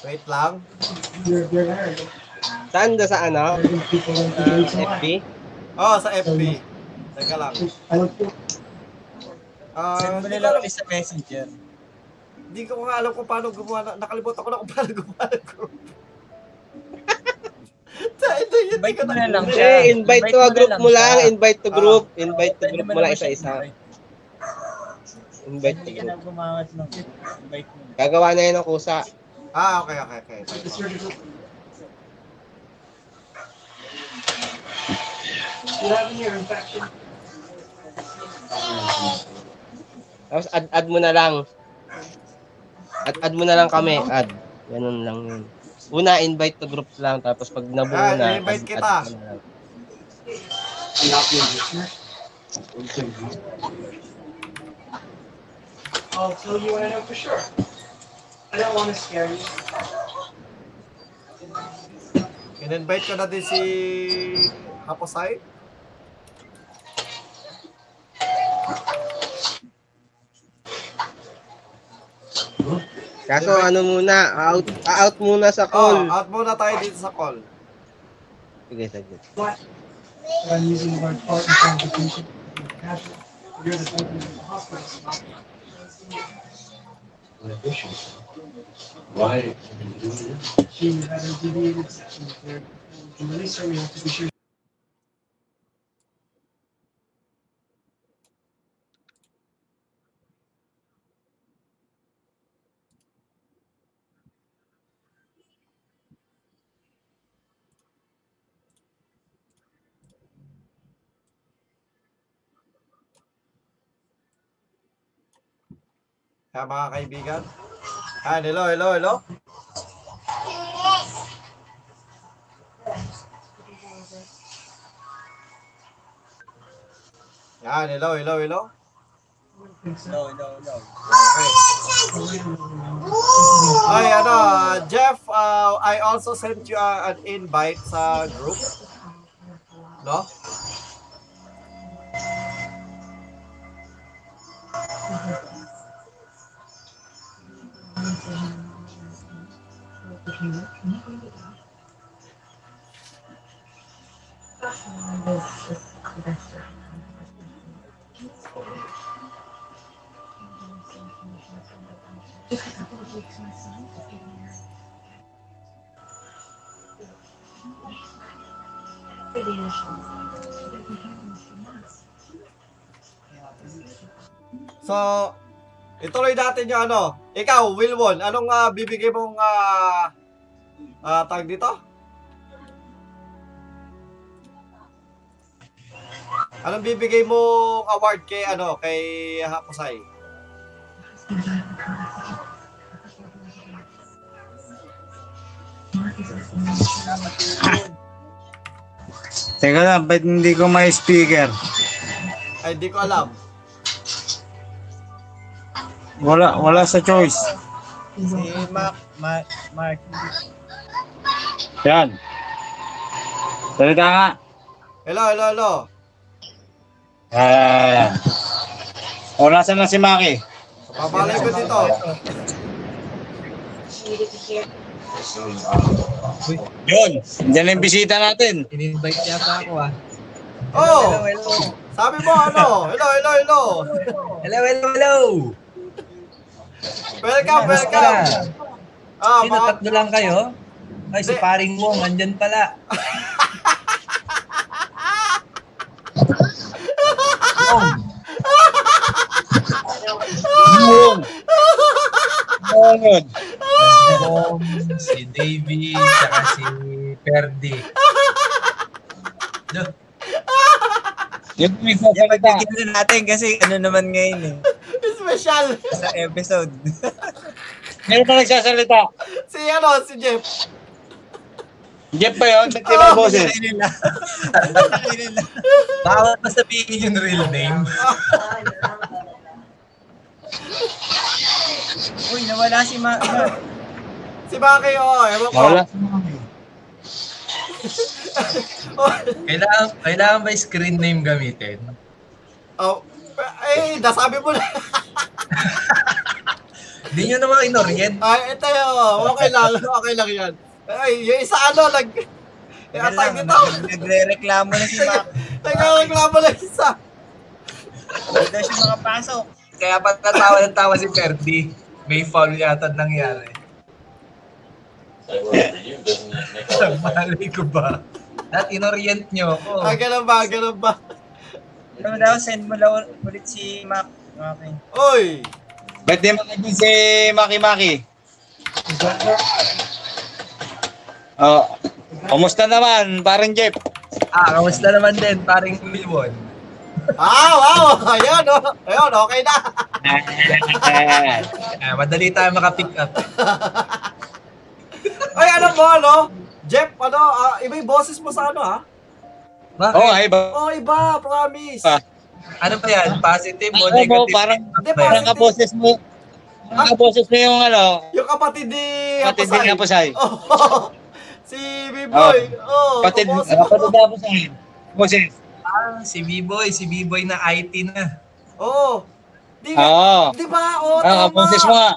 [SPEAKER 1] Wait lang.
[SPEAKER 6] [LAUGHS] Saan doon sa ano? Sa FB?
[SPEAKER 1] Oh, sa FB. Teka lang. Ah,
[SPEAKER 2] Send mo
[SPEAKER 1] hindi
[SPEAKER 2] na
[SPEAKER 1] ko
[SPEAKER 2] lang
[SPEAKER 1] alam,
[SPEAKER 2] sa messenger.
[SPEAKER 1] hindi ko nga alam kung paano gumawa. na- Nakalimutan ko na kung paano gumawa ng group. [LAUGHS] Tayo na yun.
[SPEAKER 2] Invite mo na lang siya.
[SPEAKER 6] Eh, invite to a group mo lang.
[SPEAKER 2] siya.
[SPEAKER 6] Invite to
[SPEAKER 1] Ah.
[SPEAKER 6] group. Invite to
[SPEAKER 2] Pwede
[SPEAKER 6] group
[SPEAKER 2] mo
[SPEAKER 6] mo lang
[SPEAKER 2] naman siya
[SPEAKER 6] isa-isa.
[SPEAKER 2] invite.
[SPEAKER 6] Invite to
[SPEAKER 2] Hindi ka na
[SPEAKER 6] group.
[SPEAKER 2] gumawat ng invite mo.
[SPEAKER 6] Gagawa na yun ng kusa.
[SPEAKER 1] Ah, okay, okay, okay. okay.
[SPEAKER 6] Tapos add-add mo na lang. Add-add mo na lang kami. Add. Ganun lang yun. Una, invite to group lang. Tapos pag nabuo
[SPEAKER 1] Ah,
[SPEAKER 6] na,
[SPEAKER 1] i-invite
[SPEAKER 6] add-
[SPEAKER 1] kita.
[SPEAKER 6] add mo na lang.
[SPEAKER 7] I'll tell you when I know for sure. I don't want to scare you.
[SPEAKER 1] In-invite ko natin si Kaposay.
[SPEAKER 6] Kaso ano muna, out, out muna sa
[SPEAKER 1] Oh, ah.
[SPEAKER 6] call.
[SPEAKER 1] out muna tayo dito sa call.
[SPEAKER 6] Sige, sige.
[SPEAKER 7] But I'm using the word part in competition. Casual. You're the type who's in the hospital. spot. She had a deviated section of therapy. To release her, we have to be sure
[SPEAKER 1] Kaya mga kaibigan. Ah, hello, hello, hello. Yan, hello, hello, hello.
[SPEAKER 2] No, no, no.
[SPEAKER 1] Okay. Ay, ano, ah, Jeff, ah, I also sent you ah, an invite sa group. No? So, ituloy natin yung ano. Ikaw, Wilwon, anong ah, bibigay mong ah ah, tag dito? Anong bibigay mong award kay ano kay Haposay?
[SPEAKER 5] Teka lang, ba't hindi ko may speaker?
[SPEAKER 1] Ay, di ko alam.
[SPEAKER 5] Wala, wala sa choice.
[SPEAKER 8] Si Mark, Mark, Mark.
[SPEAKER 5] Yan. Salita nga.
[SPEAKER 1] Hello, hello, hello.
[SPEAKER 5] Ah. O, nasa na si Maki?
[SPEAKER 1] Papalay ko dito.
[SPEAKER 5] Yun. Diyan na yung bisita natin.
[SPEAKER 2] In-invite niya pa ako ah.
[SPEAKER 1] Oh,
[SPEAKER 2] hello.
[SPEAKER 1] sabi mo ano? Hello, hello, hello.
[SPEAKER 2] Hello, hello, hello.
[SPEAKER 1] Welcome, welcome. Ah,
[SPEAKER 2] Sino,
[SPEAKER 1] mga, [LAUGHS]
[SPEAKER 2] tatlo lang kayo? Ay, si
[SPEAKER 1] Hindi.
[SPEAKER 2] paring Wong, andyan pala.
[SPEAKER 5] Yun. Oh, yun.
[SPEAKER 2] Si Wong, si Davy, saka si Perdi.
[SPEAKER 5] Yun yung
[SPEAKER 8] Yan,
[SPEAKER 5] nagsasalita.
[SPEAKER 8] pagtitignan natin kasi ano naman ngayon eh.
[SPEAKER 1] special.
[SPEAKER 8] Sa episode.
[SPEAKER 5] Yun yung nagsasalita.
[SPEAKER 1] Si ano, si Jeff.
[SPEAKER 5] Jeff ba yun? Ba't ibang boses?
[SPEAKER 8] Ano nila? Ano nila?
[SPEAKER 2] [LAUGHS] Bawal pa sabihin yung real name.
[SPEAKER 8] Uy, nawala si Mark. Mark.
[SPEAKER 1] Si Maki, oh, ewan ko.
[SPEAKER 5] Wala.
[SPEAKER 2] Kailangan, kailangan ba screen name gamitin?
[SPEAKER 1] [LAUGHS] Oh, eh, nasabi mo na. [LAUGHS]
[SPEAKER 2] Hindi nyo naman inorient.
[SPEAKER 1] Ay, ito yun. oh, Okay lang. Okay lang yan. Ay, yung isa ano, nag... Eh, atay
[SPEAKER 2] ano,
[SPEAKER 8] Wala,
[SPEAKER 1] dito. [LAUGHS]
[SPEAKER 8] Nagre-reklamo na si Mark.
[SPEAKER 1] Nagkakalagla mo lang isa.
[SPEAKER 8] Hindi daw siya makapasok.
[SPEAKER 2] Kaya pag natawa ng tawa si Perdi, may foul yata nangyari. Nagmalay ko ba? At inorient nyo ako.
[SPEAKER 1] Ah, ganun ba? Ganun ba?
[SPEAKER 8] Ano daw, send mo daw ulit si Mark. Okay.
[SPEAKER 1] Uy!
[SPEAKER 5] Ba't di makagin si Maki Maki? Oh, kumusta naman, parang Jeff? [LAUGHS]
[SPEAKER 2] Ah, kamusta naman din, paring Wilwon.
[SPEAKER 1] Ah, wow! Ayan, oh. Ayan, okay na.
[SPEAKER 2] Ah, madali tayo makapick up.
[SPEAKER 1] Ay, ano mo, ano? Jeff, ano, ah, iba yung boses mo sa ano, ha?
[SPEAKER 2] Bakit?
[SPEAKER 5] oh, ay ba?
[SPEAKER 1] Oh, iba, promise.
[SPEAKER 5] Ah.
[SPEAKER 2] Ano ba yan? Positive o
[SPEAKER 5] Ano mo,
[SPEAKER 2] negative?
[SPEAKER 5] parang-
[SPEAKER 2] Ano ba yan?
[SPEAKER 5] Parang kaboses mo. Parang kaboses mo yung ano,
[SPEAKER 1] Yung kapatid ni
[SPEAKER 5] kapatid
[SPEAKER 1] Hapasay.
[SPEAKER 5] din Kapusay.
[SPEAKER 1] Oh, [LAUGHS] si B-Boy. Oh,
[SPEAKER 5] Ah, Kapatid,
[SPEAKER 1] kapos-
[SPEAKER 5] kapatid din Kapusay. Kaposes.
[SPEAKER 2] Ah, si B-Boy, si B-Boy na IT na.
[SPEAKER 1] Oh. Di,
[SPEAKER 5] Oo.
[SPEAKER 1] di ba? Oh,
[SPEAKER 5] Ah, kaposes mo
[SPEAKER 1] tama.
[SPEAKER 5] nga.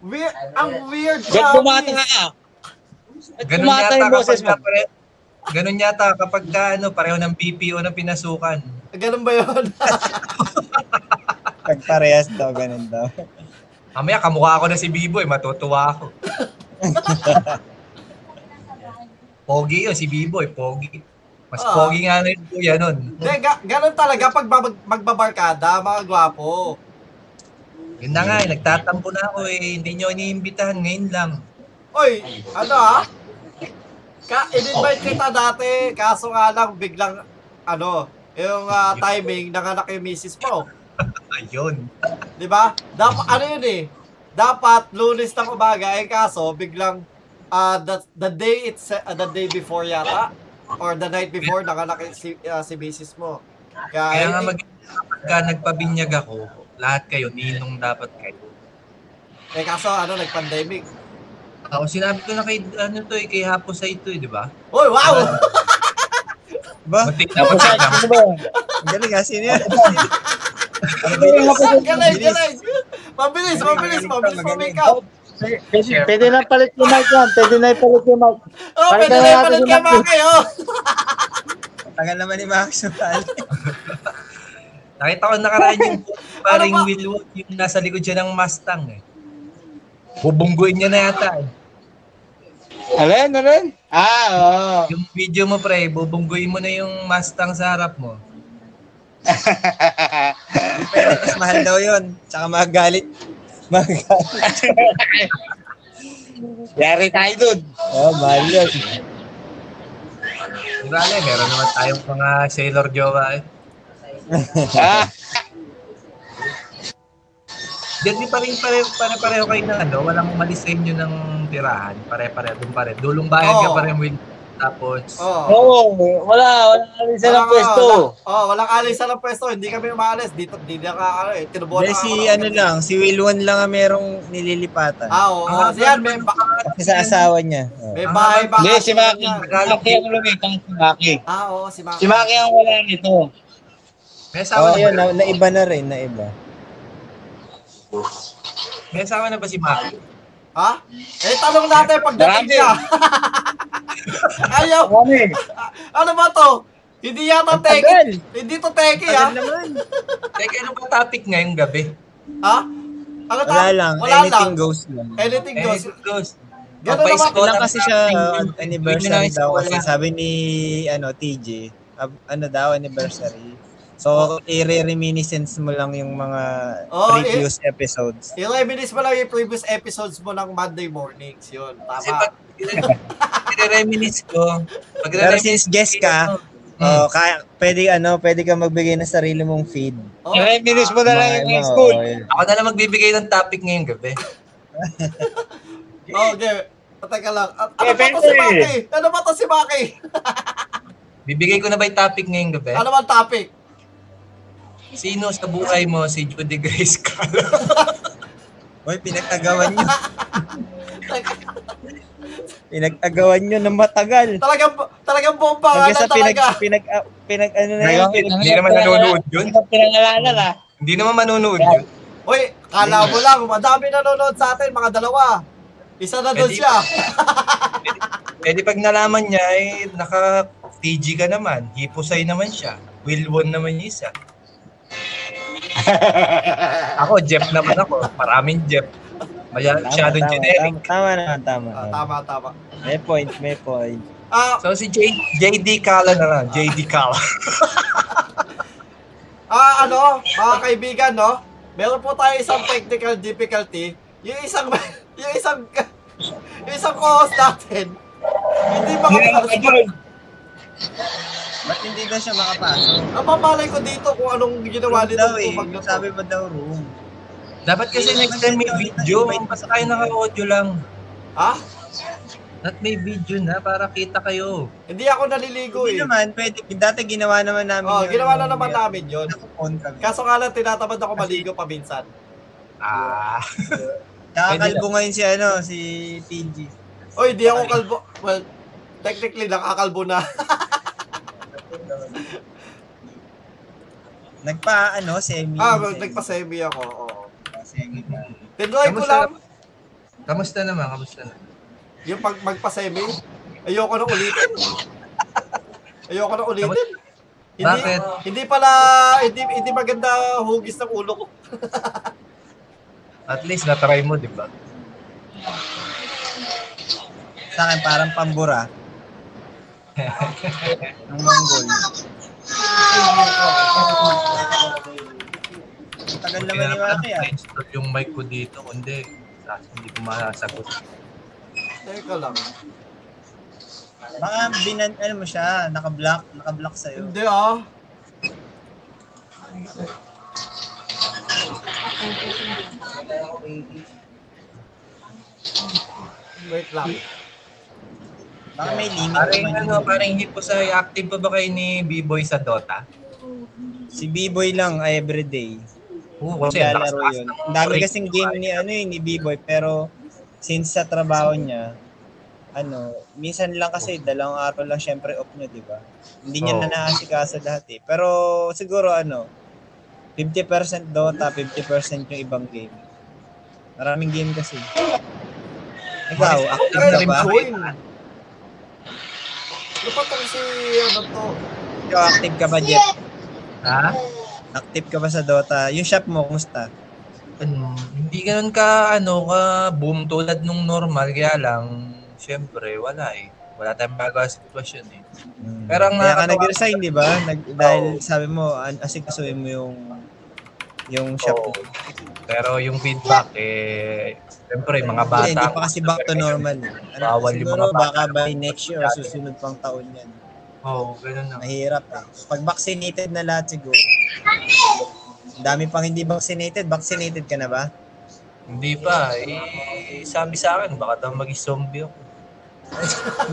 [SPEAKER 1] Weird, ang weird,
[SPEAKER 5] Ba't bumata
[SPEAKER 1] promise.
[SPEAKER 5] ka? Ba't
[SPEAKER 2] Ganun
[SPEAKER 5] bumata
[SPEAKER 2] yata
[SPEAKER 5] yung boses
[SPEAKER 2] kapag
[SPEAKER 5] mo?
[SPEAKER 2] ka, pre- ganun yata kapag ka, ano, pareho ng BPO na pinasukan.
[SPEAKER 1] Ganun ba yun? [LAUGHS]
[SPEAKER 8] Pag parehas daw, ganun daw.
[SPEAKER 2] Mamaya kamukha ako na si B-Boy, matutuwa
[SPEAKER 5] [LAUGHS]
[SPEAKER 2] ako. pogi yun, si B-Boy, pogi. Mas
[SPEAKER 1] Ah.
[SPEAKER 2] pogi nga na yung kuya nun.
[SPEAKER 1] Hindi, ga- ganun talaga pag babag- magbabarkada, mga gwapo.
[SPEAKER 2] Yun na nga, eh, nagtatampo na ako eh. Hindi nyo iniimbitahan ngayon lang.
[SPEAKER 1] Oy, ano ah? Ka in-invite kita dati, kaso nga lang biglang ano, yung ah, timing nanganak yung misis mo.
[SPEAKER 2] Ayun.
[SPEAKER 1] 'Di ba? Dapat ano 'yun eh. Dapat lunes ng umaga eh kaso biglang ah, the, the day it's ah, the day before yata or the night before nanganak yung si ah, si misis mo.
[SPEAKER 2] Kaya
[SPEAKER 1] Kaya, eh,
[SPEAKER 2] nga mag pagka nagpabinyag ako, lahat kayo, ninong dapat kayo.
[SPEAKER 1] eh, kaso ano, nag-pandemic.
[SPEAKER 2] Ako sinabi ko na kay, ano to eh, kay Hapo sa ito eh, di ba?
[SPEAKER 1] Uy, wow!
[SPEAKER 8] Ba? Ano
[SPEAKER 2] Butik na butik
[SPEAKER 5] Kapusay,
[SPEAKER 2] na.
[SPEAKER 5] ano ba? yun?
[SPEAKER 8] Ang galing
[SPEAKER 2] ah,
[SPEAKER 8] ha, sino yan? Ano
[SPEAKER 1] [LAUGHS] Galing, galing! Mabilis, mabilis, mabilis pa make up!
[SPEAKER 5] Pwede, pwede na palit yung mic yan. Pwede na palit yung mic.
[SPEAKER 1] Oh,
[SPEAKER 5] Parang
[SPEAKER 1] pwede na
[SPEAKER 5] kaya
[SPEAKER 1] ipalit
[SPEAKER 5] natin
[SPEAKER 1] kay
[SPEAKER 5] yung
[SPEAKER 1] mga kayo!
[SPEAKER 8] Tagal naman ni Max sumali.
[SPEAKER 2] [LAUGHS] Nakita ko nakaraan
[SPEAKER 8] [LAUGHS]
[SPEAKER 2] yung paring
[SPEAKER 1] Ano ba?
[SPEAKER 2] Wilwood, yung nasa likod siya ng Mustang eh. Bubungguin niya na yata eh.
[SPEAKER 5] Alin, alin? Ah, oo.
[SPEAKER 2] Yung video mo pre, bubungguin mo na yung Mustang sa harap mo.
[SPEAKER 8] Pero mas mahal daw yun. Tsaka magalit. Magalit.
[SPEAKER 5] Yari tayo dun.
[SPEAKER 8] Oh, mahal yun.
[SPEAKER 2] Di ba Ale, meron naman tayong mga Sailor [LAUGHS] Jowa eh.
[SPEAKER 5] Ah,
[SPEAKER 2] Diyan di pa rin pare, pare, pareho kayo na ano, walang umalis sa inyo ng tirahan, pare-pareho din pare. Dulong bayan ka
[SPEAKER 1] Oo.
[SPEAKER 2] pa rin Will.
[SPEAKER 9] Tapos,
[SPEAKER 2] Oh.
[SPEAKER 1] Oo.
[SPEAKER 5] Oo, wala, wala rin sa
[SPEAKER 1] Walang-
[SPEAKER 5] pwesto.
[SPEAKER 1] Oh, wala- Oo, walang alisan ng pwesto. Hindi kami umaalis. Dito, di na ka, ano eh. Tinubuan na
[SPEAKER 2] Hindi, si
[SPEAKER 1] ako ng-
[SPEAKER 2] ano lang, si Wilwon lang ang merong nililipatan.
[SPEAKER 1] Ah, oo.
[SPEAKER 9] Ah,
[SPEAKER 1] Kasi yan, may, ba-
[SPEAKER 2] Kasi sa asawa niya. Oo.
[SPEAKER 1] may bahay pa.
[SPEAKER 5] Hindi, si Maki.
[SPEAKER 9] Tagalog.
[SPEAKER 5] Maki ang lumitang si Maki.
[SPEAKER 1] Ah, oo, si Maki.
[SPEAKER 5] Si Maki ang wala nito.
[SPEAKER 9] may
[SPEAKER 2] Oh,
[SPEAKER 9] asawa, na,
[SPEAKER 2] yun,
[SPEAKER 9] ba,
[SPEAKER 2] na, naiba na rin, naiba.
[SPEAKER 9] may asawa na ba si Maki?
[SPEAKER 1] Ha? Eh, tanong natin pagdating
[SPEAKER 5] Marami.
[SPEAKER 1] niya. [LAUGHS] Ayaw.
[SPEAKER 5] Mami,
[SPEAKER 1] Ano ba to? Hindi yata teki. Hindi to teki, ha?
[SPEAKER 9] Teka, ano ba topic ngayong gabi?
[SPEAKER 1] Ha? Ano ta?
[SPEAKER 2] Wala lang,
[SPEAKER 1] Wala lang.
[SPEAKER 2] anything goes lang.
[SPEAKER 1] Anything
[SPEAKER 9] Eh,
[SPEAKER 1] goes.
[SPEAKER 9] Diyos.
[SPEAKER 1] Ganun
[SPEAKER 9] Papais
[SPEAKER 1] naman.
[SPEAKER 9] ko
[SPEAKER 2] Wala
[SPEAKER 9] ng
[SPEAKER 2] kasi siya
[SPEAKER 9] topic
[SPEAKER 2] uh,
[SPEAKER 9] yung-
[SPEAKER 2] anniversary
[SPEAKER 9] yung
[SPEAKER 2] daw kasi
[SPEAKER 9] wala.
[SPEAKER 2] sabi ni ano TJ, ab- ano daw anniversary. So, i-reminiscence mo lang yung mga
[SPEAKER 1] Oh, eh.
[SPEAKER 2] previous episodes.
[SPEAKER 1] I-reminis mo lang yung previous episodes mo ng Monday mornings. Yun,
[SPEAKER 9] Kasi
[SPEAKER 1] tama.
[SPEAKER 9] pag nire-reminis ko, pag
[SPEAKER 2] Pero
[SPEAKER 9] nire-reminis
[SPEAKER 2] since guest ka, oh,
[SPEAKER 9] Hmm.
[SPEAKER 2] kaya, pwede, ano, pwede ka magbigay ng sarili mong feed.
[SPEAKER 1] Oh,
[SPEAKER 5] i-reminis mo na lang
[SPEAKER 2] Mga
[SPEAKER 5] yung
[SPEAKER 2] ano,
[SPEAKER 5] high school.
[SPEAKER 2] oh, yun.
[SPEAKER 9] ako na lang magbibigay ng topic ngayong gabi.
[SPEAKER 1] oh, okay. Teka lang. A- Ano
[SPEAKER 5] Eh,
[SPEAKER 1] ba to si
[SPEAKER 5] Pepe.
[SPEAKER 1] Maki? Ano ba to si Maki?
[SPEAKER 9] Bibigay ko na ba yung topic ngayong
[SPEAKER 6] Eh?
[SPEAKER 9] gabi?
[SPEAKER 1] Ano ba ang topic?
[SPEAKER 9] Sino sa buhay mo si Judy Grace
[SPEAKER 2] [LAUGHS]
[SPEAKER 9] Calo?
[SPEAKER 2] Uy, pinagtagawan nyo. pinagtagawan nyo ng matagal.
[SPEAKER 1] Talagang, talagang bomba.
[SPEAKER 2] Hanggang
[SPEAKER 1] Ano
[SPEAKER 2] sa pinag,
[SPEAKER 1] talaga?
[SPEAKER 2] pinag, ah, pinag, ano na yun,
[SPEAKER 5] Ngayon,
[SPEAKER 2] pinag,
[SPEAKER 9] Hindi naman nanonood yun.
[SPEAKER 5] Ikaw pinangalala na.
[SPEAKER 9] Hindi naman manonood yun.
[SPEAKER 1] Uy, kala mo lang. Madami nanonood sa atin, mga dalawa. Isa na doon
[SPEAKER 9] Pwede.
[SPEAKER 1] siya.
[SPEAKER 9] Eh di pag nalaman niya, eh, naka-TG ka naman. Hipusay naman siya. Wilwon naman yung isa. ako, Jeff naman ako. Maraming Jeff. Maya, masyadong
[SPEAKER 2] tama,
[SPEAKER 9] generic.
[SPEAKER 2] Tama, tama naman, tama.
[SPEAKER 1] Ah,
[SPEAKER 2] tama.
[SPEAKER 1] tama, tama.
[SPEAKER 2] May point, may point.
[SPEAKER 1] Ah,
[SPEAKER 9] So si J- JD Kala na lang. JD Kala.
[SPEAKER 1] Ah, ano, mga kaibigan, no? Meron po tayo isang technical difficulty. Yung isang, [LAUGHS] yung isang, yung isang co-host natin, hindi makapasok.
[SPEAKER 2] Ba't hindi daw siya makapasok?
[SPEAKER 1] Napamalay ko dito kung anong ginawa
[SPEAKER 2] Room
[SPEAKER 1] nito.
[SPEAKER 2] daw eh.
[SPEAKER 1] kung bakit-
[SPEAKER 2] Sabi ba daw room?
[SPEAKER 9] Dapat kasi next time may video. Basta tayo naka-audio lang.
[SPEAKER 1] Ha?
[SPEAKER 9] At may video na para kita kayo.
[SPEAKER 1] Hindi ako naliligo
[SPEAKER 2] Hindi
[SPEAKER 1] eh.
[SPEAKER 2] naman, pwede. Dati ginawa naman namin
[SPEAKER 1] Oh, ginawa na naman
[SPEAKER 2] namin.
[SPEAKER 1] namin yun.
[SPEAKER 2] Naka-on kami.
[SPEAKER 1] Kaso nga lang, tinatamad ako maligo paminsan.
[SPEAKER 9] Ah.
[SPEAKER 2] Nakakalbo ngayon si ano, si TG.
[SPEAKER 1] Oy, di ako kalbo. Well, technically, nakakalbo na.
[SPEAKER 2] Nagpa, ano, semi.
[SPEAKER 1] ah, well,
[SPEAKER 2] semi.
[SPEAKER 1] nagpa-semi ako. Oo.
[SPEAKER 2] Semi.
[SPEAKER 1] Tinry ko lang
[SPEAKER 9] Kamusta naman? Kamusta naman?
[SPEAKER 1] yung pag magpa-semi. Ayoko na ulitin. Ayoko na ulitin. Hindi,
[SPEAKER 9] Bakit?
[SPEAKER 1] hindi pala, hindi, hindi maganda hugis ng ulo ko.
[SPEAKER 9] At least natry mo, di ba?
[SPEAKER 2] Sa akin, parang
[SPEAKER 9] [LAUGHS]
[SPEAKER 2] pambura. Ang Mongol. Tagal naman ni Mati ah.
[SPEAKER 9] Install yung mic ko dito, kundi ah, hindi ko masasagot.
[SPEAKER 1] Teka lang.
[SPEAKER 2] Baka binan, ano mo siya, naka-block, naka-block sa'yo.
[SPEAKER 1] Hindi ah. Wait lang.
[SPEAKER 2] Baka may limit
[SPEAKER 9] Parang
[SPEAKER 2] naman
[SPEAKER 9] ano,
[SPEAKER 2] yun.
[SPEAKER 9] parang hipo sa active pa ba kayo ni B-Boy sa Dota?
[SPEAKER 2] Si B-Boy lang everyday.
[SPEAKER 9] Oo, kasi ang
[SPEAKER 2] Naglalaro
[SPEAKER 9] lakas-lakas
[SPEAKER 2] yun.
[SPEAKER 9] ng
[SPEAKER 2] Ang dami
[SPEAKER 9] break.
[SPEAKER 2] kasing game ni ano yun, ni B-Boy pero since sa trabaho niya ano, minsan lang kasi dalawang araw lang syempre off niya, di ba? Hindi niya
[SPEAKER 9] Oo.
[SPEAKER 2] na naasikasa lahat eh. Pero siguro ano, 50% Dota, 50% yung ibang game. Maraming game kasi. Ikaw, active
[SPEAKER 1] Okay,
[SPEAKER 2] ka ba?
[SPEAKER 1] join. Ano pa tong si, ano to?
[SPEAKER 2] Ikaw, active ka ba, Jeff?
[SPEAKER 9] Ha?
[SPEAKER 2] Active ka ba sa Dota? Yung shop mo, kumusta?
[SPEAKER 9] Ano, hindi ganun ka, ano, ka boom tulad nung normal, kaya lang, syempre, wala eh. Wala tayong magawa sa sitwasyon eh. Pero ang
[SPEAKER 2] Kaya ka
[SPEAKER 9] nakakatawa-
[SPEAKER 2] nag-resign, di ba? Nag- dahil sabi mo, an- asikasuhin mo yung yung shop
[SPEAKER 9] Oo. Pero yung feedback, eh, syempre, mga bata.
[SPEAKER 2] Hindi, hindi pa kasi back to normal. Ano,
[SPEAKER 9] Bawal yung
[SPEAKER 2] siguro
[SPEAKER 9] mga bata.
[SPEAKER 2] baka by next year o susunod pang taon yan.
[SPEAKER 9] Oo, ganun na.
[SPEAKER 2] Mahirap eh. Pag vaccinated na lahat siguro. Ang dami pang hindi vaccinated. Vaccinated ka na ba? [LAUGHS]
[SPEAKER 9] Hindi pa. Eh, sabi sa akin, baka daw mag-zombie ako.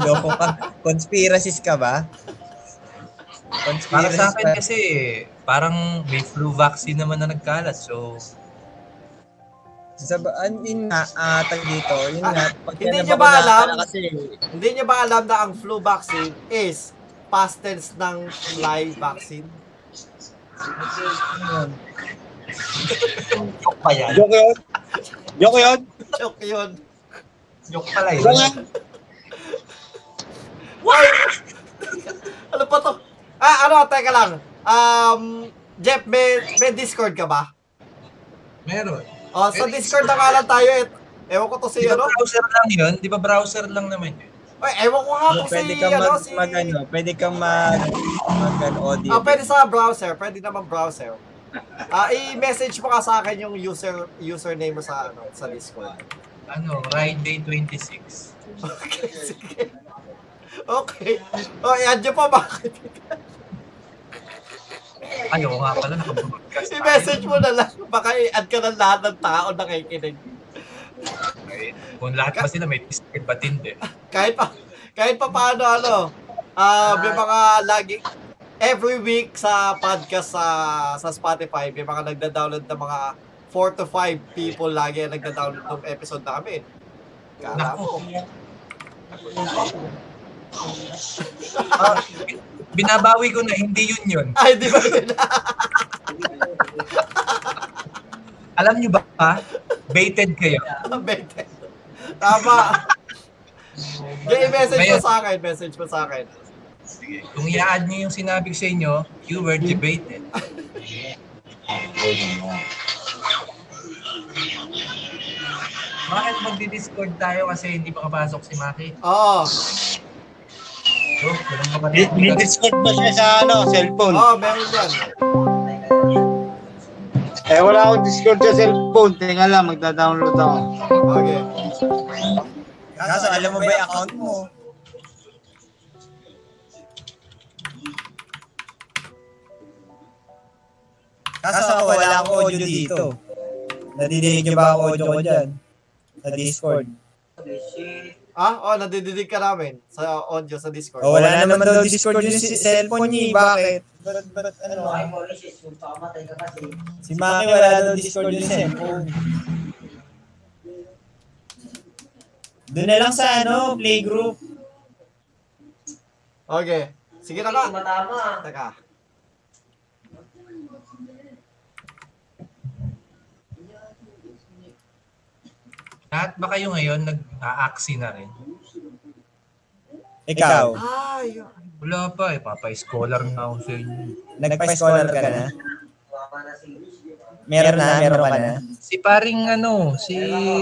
[SPEAKER 2] Loko ka. Conspiracies ka ba?
[SPEAKER 9] Para
[SPEAKER 2] Conspiracies
[SPEAKER 9] sa akin
[SPEAKER 2] ka-
[SPEAKER 9] kasi, parang may flu vaccine naman na nagkalat. So,
[SPEAKER 2] Sa, ba- an, yun nga, ah, tag dito, yun
[SPEAKER 1] Ah,
[SPEAKER 2] nga. pag
[SPEAKER 1] hindi
[SPEAKER 2] yan
[SPEAKER 1] niyo ba
[SPEAKER 2] nababala
[SPEAKER 1] alam?
[SPEAKER 2] ka Kasi,
[SPEAKER 1] Hindi niya ba alam na ang flu vaccine is past tense ng fly vaccine?
[SPEAKER 2] yun.
[SPEAKER 9] joke pa yan.
[SPEAKER 5] Joke yun? Joke yun?
[SPEAKER 1] Joke yun.
[SPEAKER 9] Joke pala yun.
[SPEAKER 5] Joke yun?
[SPEAKER 1] Why? [LAUGHS] ano pa to? Ah, ano, teka lang. Um, Jeff, may, may Discord ka ba?
[SPEAKER 9] Meron.
[SPEAKER 1] Oh, sa Discord na nga lang tayo. Et, ewan ko to si,
[SPEAKER 9] Di ba
[SPEAKER 1] ano?
[SPEAKER 9] browser lang yun? Di ba browser lang naman yun?
[SPEAKER 1] Ay, ewan ko nga kung si,
[SPEAKER 2] Pwede kang
[SPEAKER 1] ano,
[SPEAKER 2] mag,
[SPEAKER 1] si...
[SPEAKER 2] mag, ano, pwede kang mag, mag, ano, audio.
[SPEAKER 1] Ah, pwede sa browser. Pwede naman browser. Ah, i-message mo ka sa akin yung user username mo sa ano, sa Discord. [LAUGHS]
[SPEAKER 9] Ano, Ride Day 26.
[SPEAKER 1] Okay, sige. Okay. Oh, i-add nyo pa bakit?
[SPEAKER 9] Ayaw nga pala. nakabroadcast tayo.
[SPEAKER 1] [LAUGHS] I-message mo na lang. Baka i-add ka ng lahat ng tao na nakikinig.
[SPEAKER 9] Okay. Kung lahat ba sila may Discord ba tindi?
[SPEAKER 1] kahit pa kahit pa paano ano ah may mga lagi every week sa podcast sa sa Spotify may mga nagda-download ng mga 4 to 5 people lagi ang nagda-download ng episode namin. Kala mo. [LAUGHS]
[SPEAKER 9] Ah, binabawi ko na, hindi yun yun.
[SPEAKER 1] Ay, di ba yun?
[SPEAKER 9] Alam nyo ba, ha? baited kayo.
[SPEAKER 1] Bete. Tama. Okay, message mo sa akin. Message mo sa akin.
[SPEAKER 9] Kung i-add nyo yung sinabi ko sa inyo, you were debated. Bakit magdi-discord tayo kasi hindi makapasok si Maki?
[SPEAKER 1] Oo.
[SPEAKER 9] Oh, So, ganun ka ba?
[SPEAKER 5] May Discord ba siya sa ano, cellphone?
[SPEAKER 1] Oo, meron yan.
[SPEAKER 5] Eh, wala akong Discord sa cellphone. Tingnan lang, magda-download ako.
[SPEAKER 1] Okay.
[SPEAKER 2] Kaso, alam mo ba yung account mo? Kaso, ako, wala akong audio dito. Nadidinig niyo ba ang audio ko dyan? Sa Discord.
[SPEAKER 1] Ah, oh, nadidinig ka namin sa audio sa Discord.
[SPEAKER 2] O, Oh, wala naman daw Discord yung si- cellphone niya. eh. Bakit? Ba't, ba't, ano? Si Maki wala daw Discord yung cellphone. Doon na lang sa ano, playgroup.
[SPEAKER 1] Okay. Sige na ka. Teka.
[SPEAKER 9] Lahat ba kayo ngayon nag-aaksi na rin?
[SPEAKER 2] Ikaw,
[SPEAKER 1] Ay, yun.
[SPEAKER 9] Wala pa eh, papay-scholar na ako sa inyo.
[SPEAKER 2] nagpa-scholar ka na? Meron na, meron ka na.
[SPEAKER 9] Si paring ano, si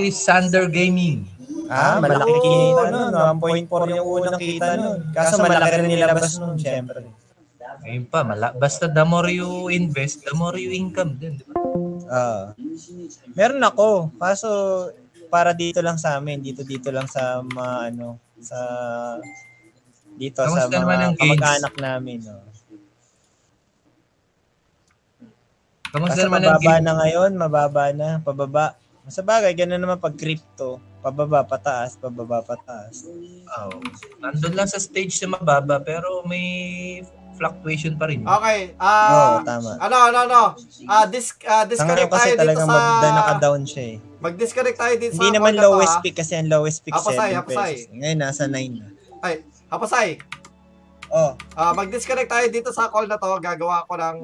[SPEAKER 9] Sander Gaming.
[SPEAKER 2] Ah, malaki kita nun. 1.4 yung unang kita nun. Kaso malaki rin nilabas nun, syempre.
[SPEAKER 9] Ayun pa, mala- basta the more you invest, the more you income din. di ba?
[SPEAKER 2] Ah. meron ako. Kaso para dito lang sa amin, dito dito lang sa mga ano, sa dito sa
[SPEAKER 9] Kamusta naman ang
[SPEAKER 2] mga
[SPEAKER 9] gains?
[SPEAKER 2] kamag-anak namin. No.
[SPEAKER 9] Kamusta
[SPEAKER 2] Kaso
[SPEAKER 9] naman ang
[SPEAKER 2] mababa na ngayon, mababa na, pababa. Sa bagay, ganun naman pag crypto. Pababa, pataas, pababa, pataas.
[SPEAKER 9] Oh, nandun lang sa stage sa mababa pero may fluctuation pa rin.
[SPEAKER 1] Okay. Ah,
[SPEAKER 2] Oo, tama.
[SPEAKER 1] ano, ano, ano. Ah, dis, ah,
[SPEAKER 2] Sa ngayon
[SPEAKER 1] disconnect
[SPEAKER 2] Oh. ano kasi
[SPEAKER 1] tayo dito
[SPEAKER 2] talaga
[SPEAKER 1] sa...
[SPEAKER 2] magda naka-down siya eh.
[SPEAKER 1] Mag-disconnect tayo dito
[SPEAKER 2] Hindi
[SPEAKER 1] sa...
[SPEAKER 2] naman
[SPEAKER 1] Kolkata,
[SPEAKER 2] lowest
[SPEAKER 1] ah.
[SPEAKER 2] peak kasi ang lowest peak
[SPEAKER 1] Hapasay,
[SPEAKER 2] 7
[SPEAKER 1] hapasay.
[SPEAKER 2] pesos. Ngayon nasa 9 na.
[SPEAKER 1] Ay, Hapasay.
[SPEAKER 2] Oh,
[SPEAKER 1] Ah, mag-disconnect tayo dito sa call na to. Gagawa ko ng...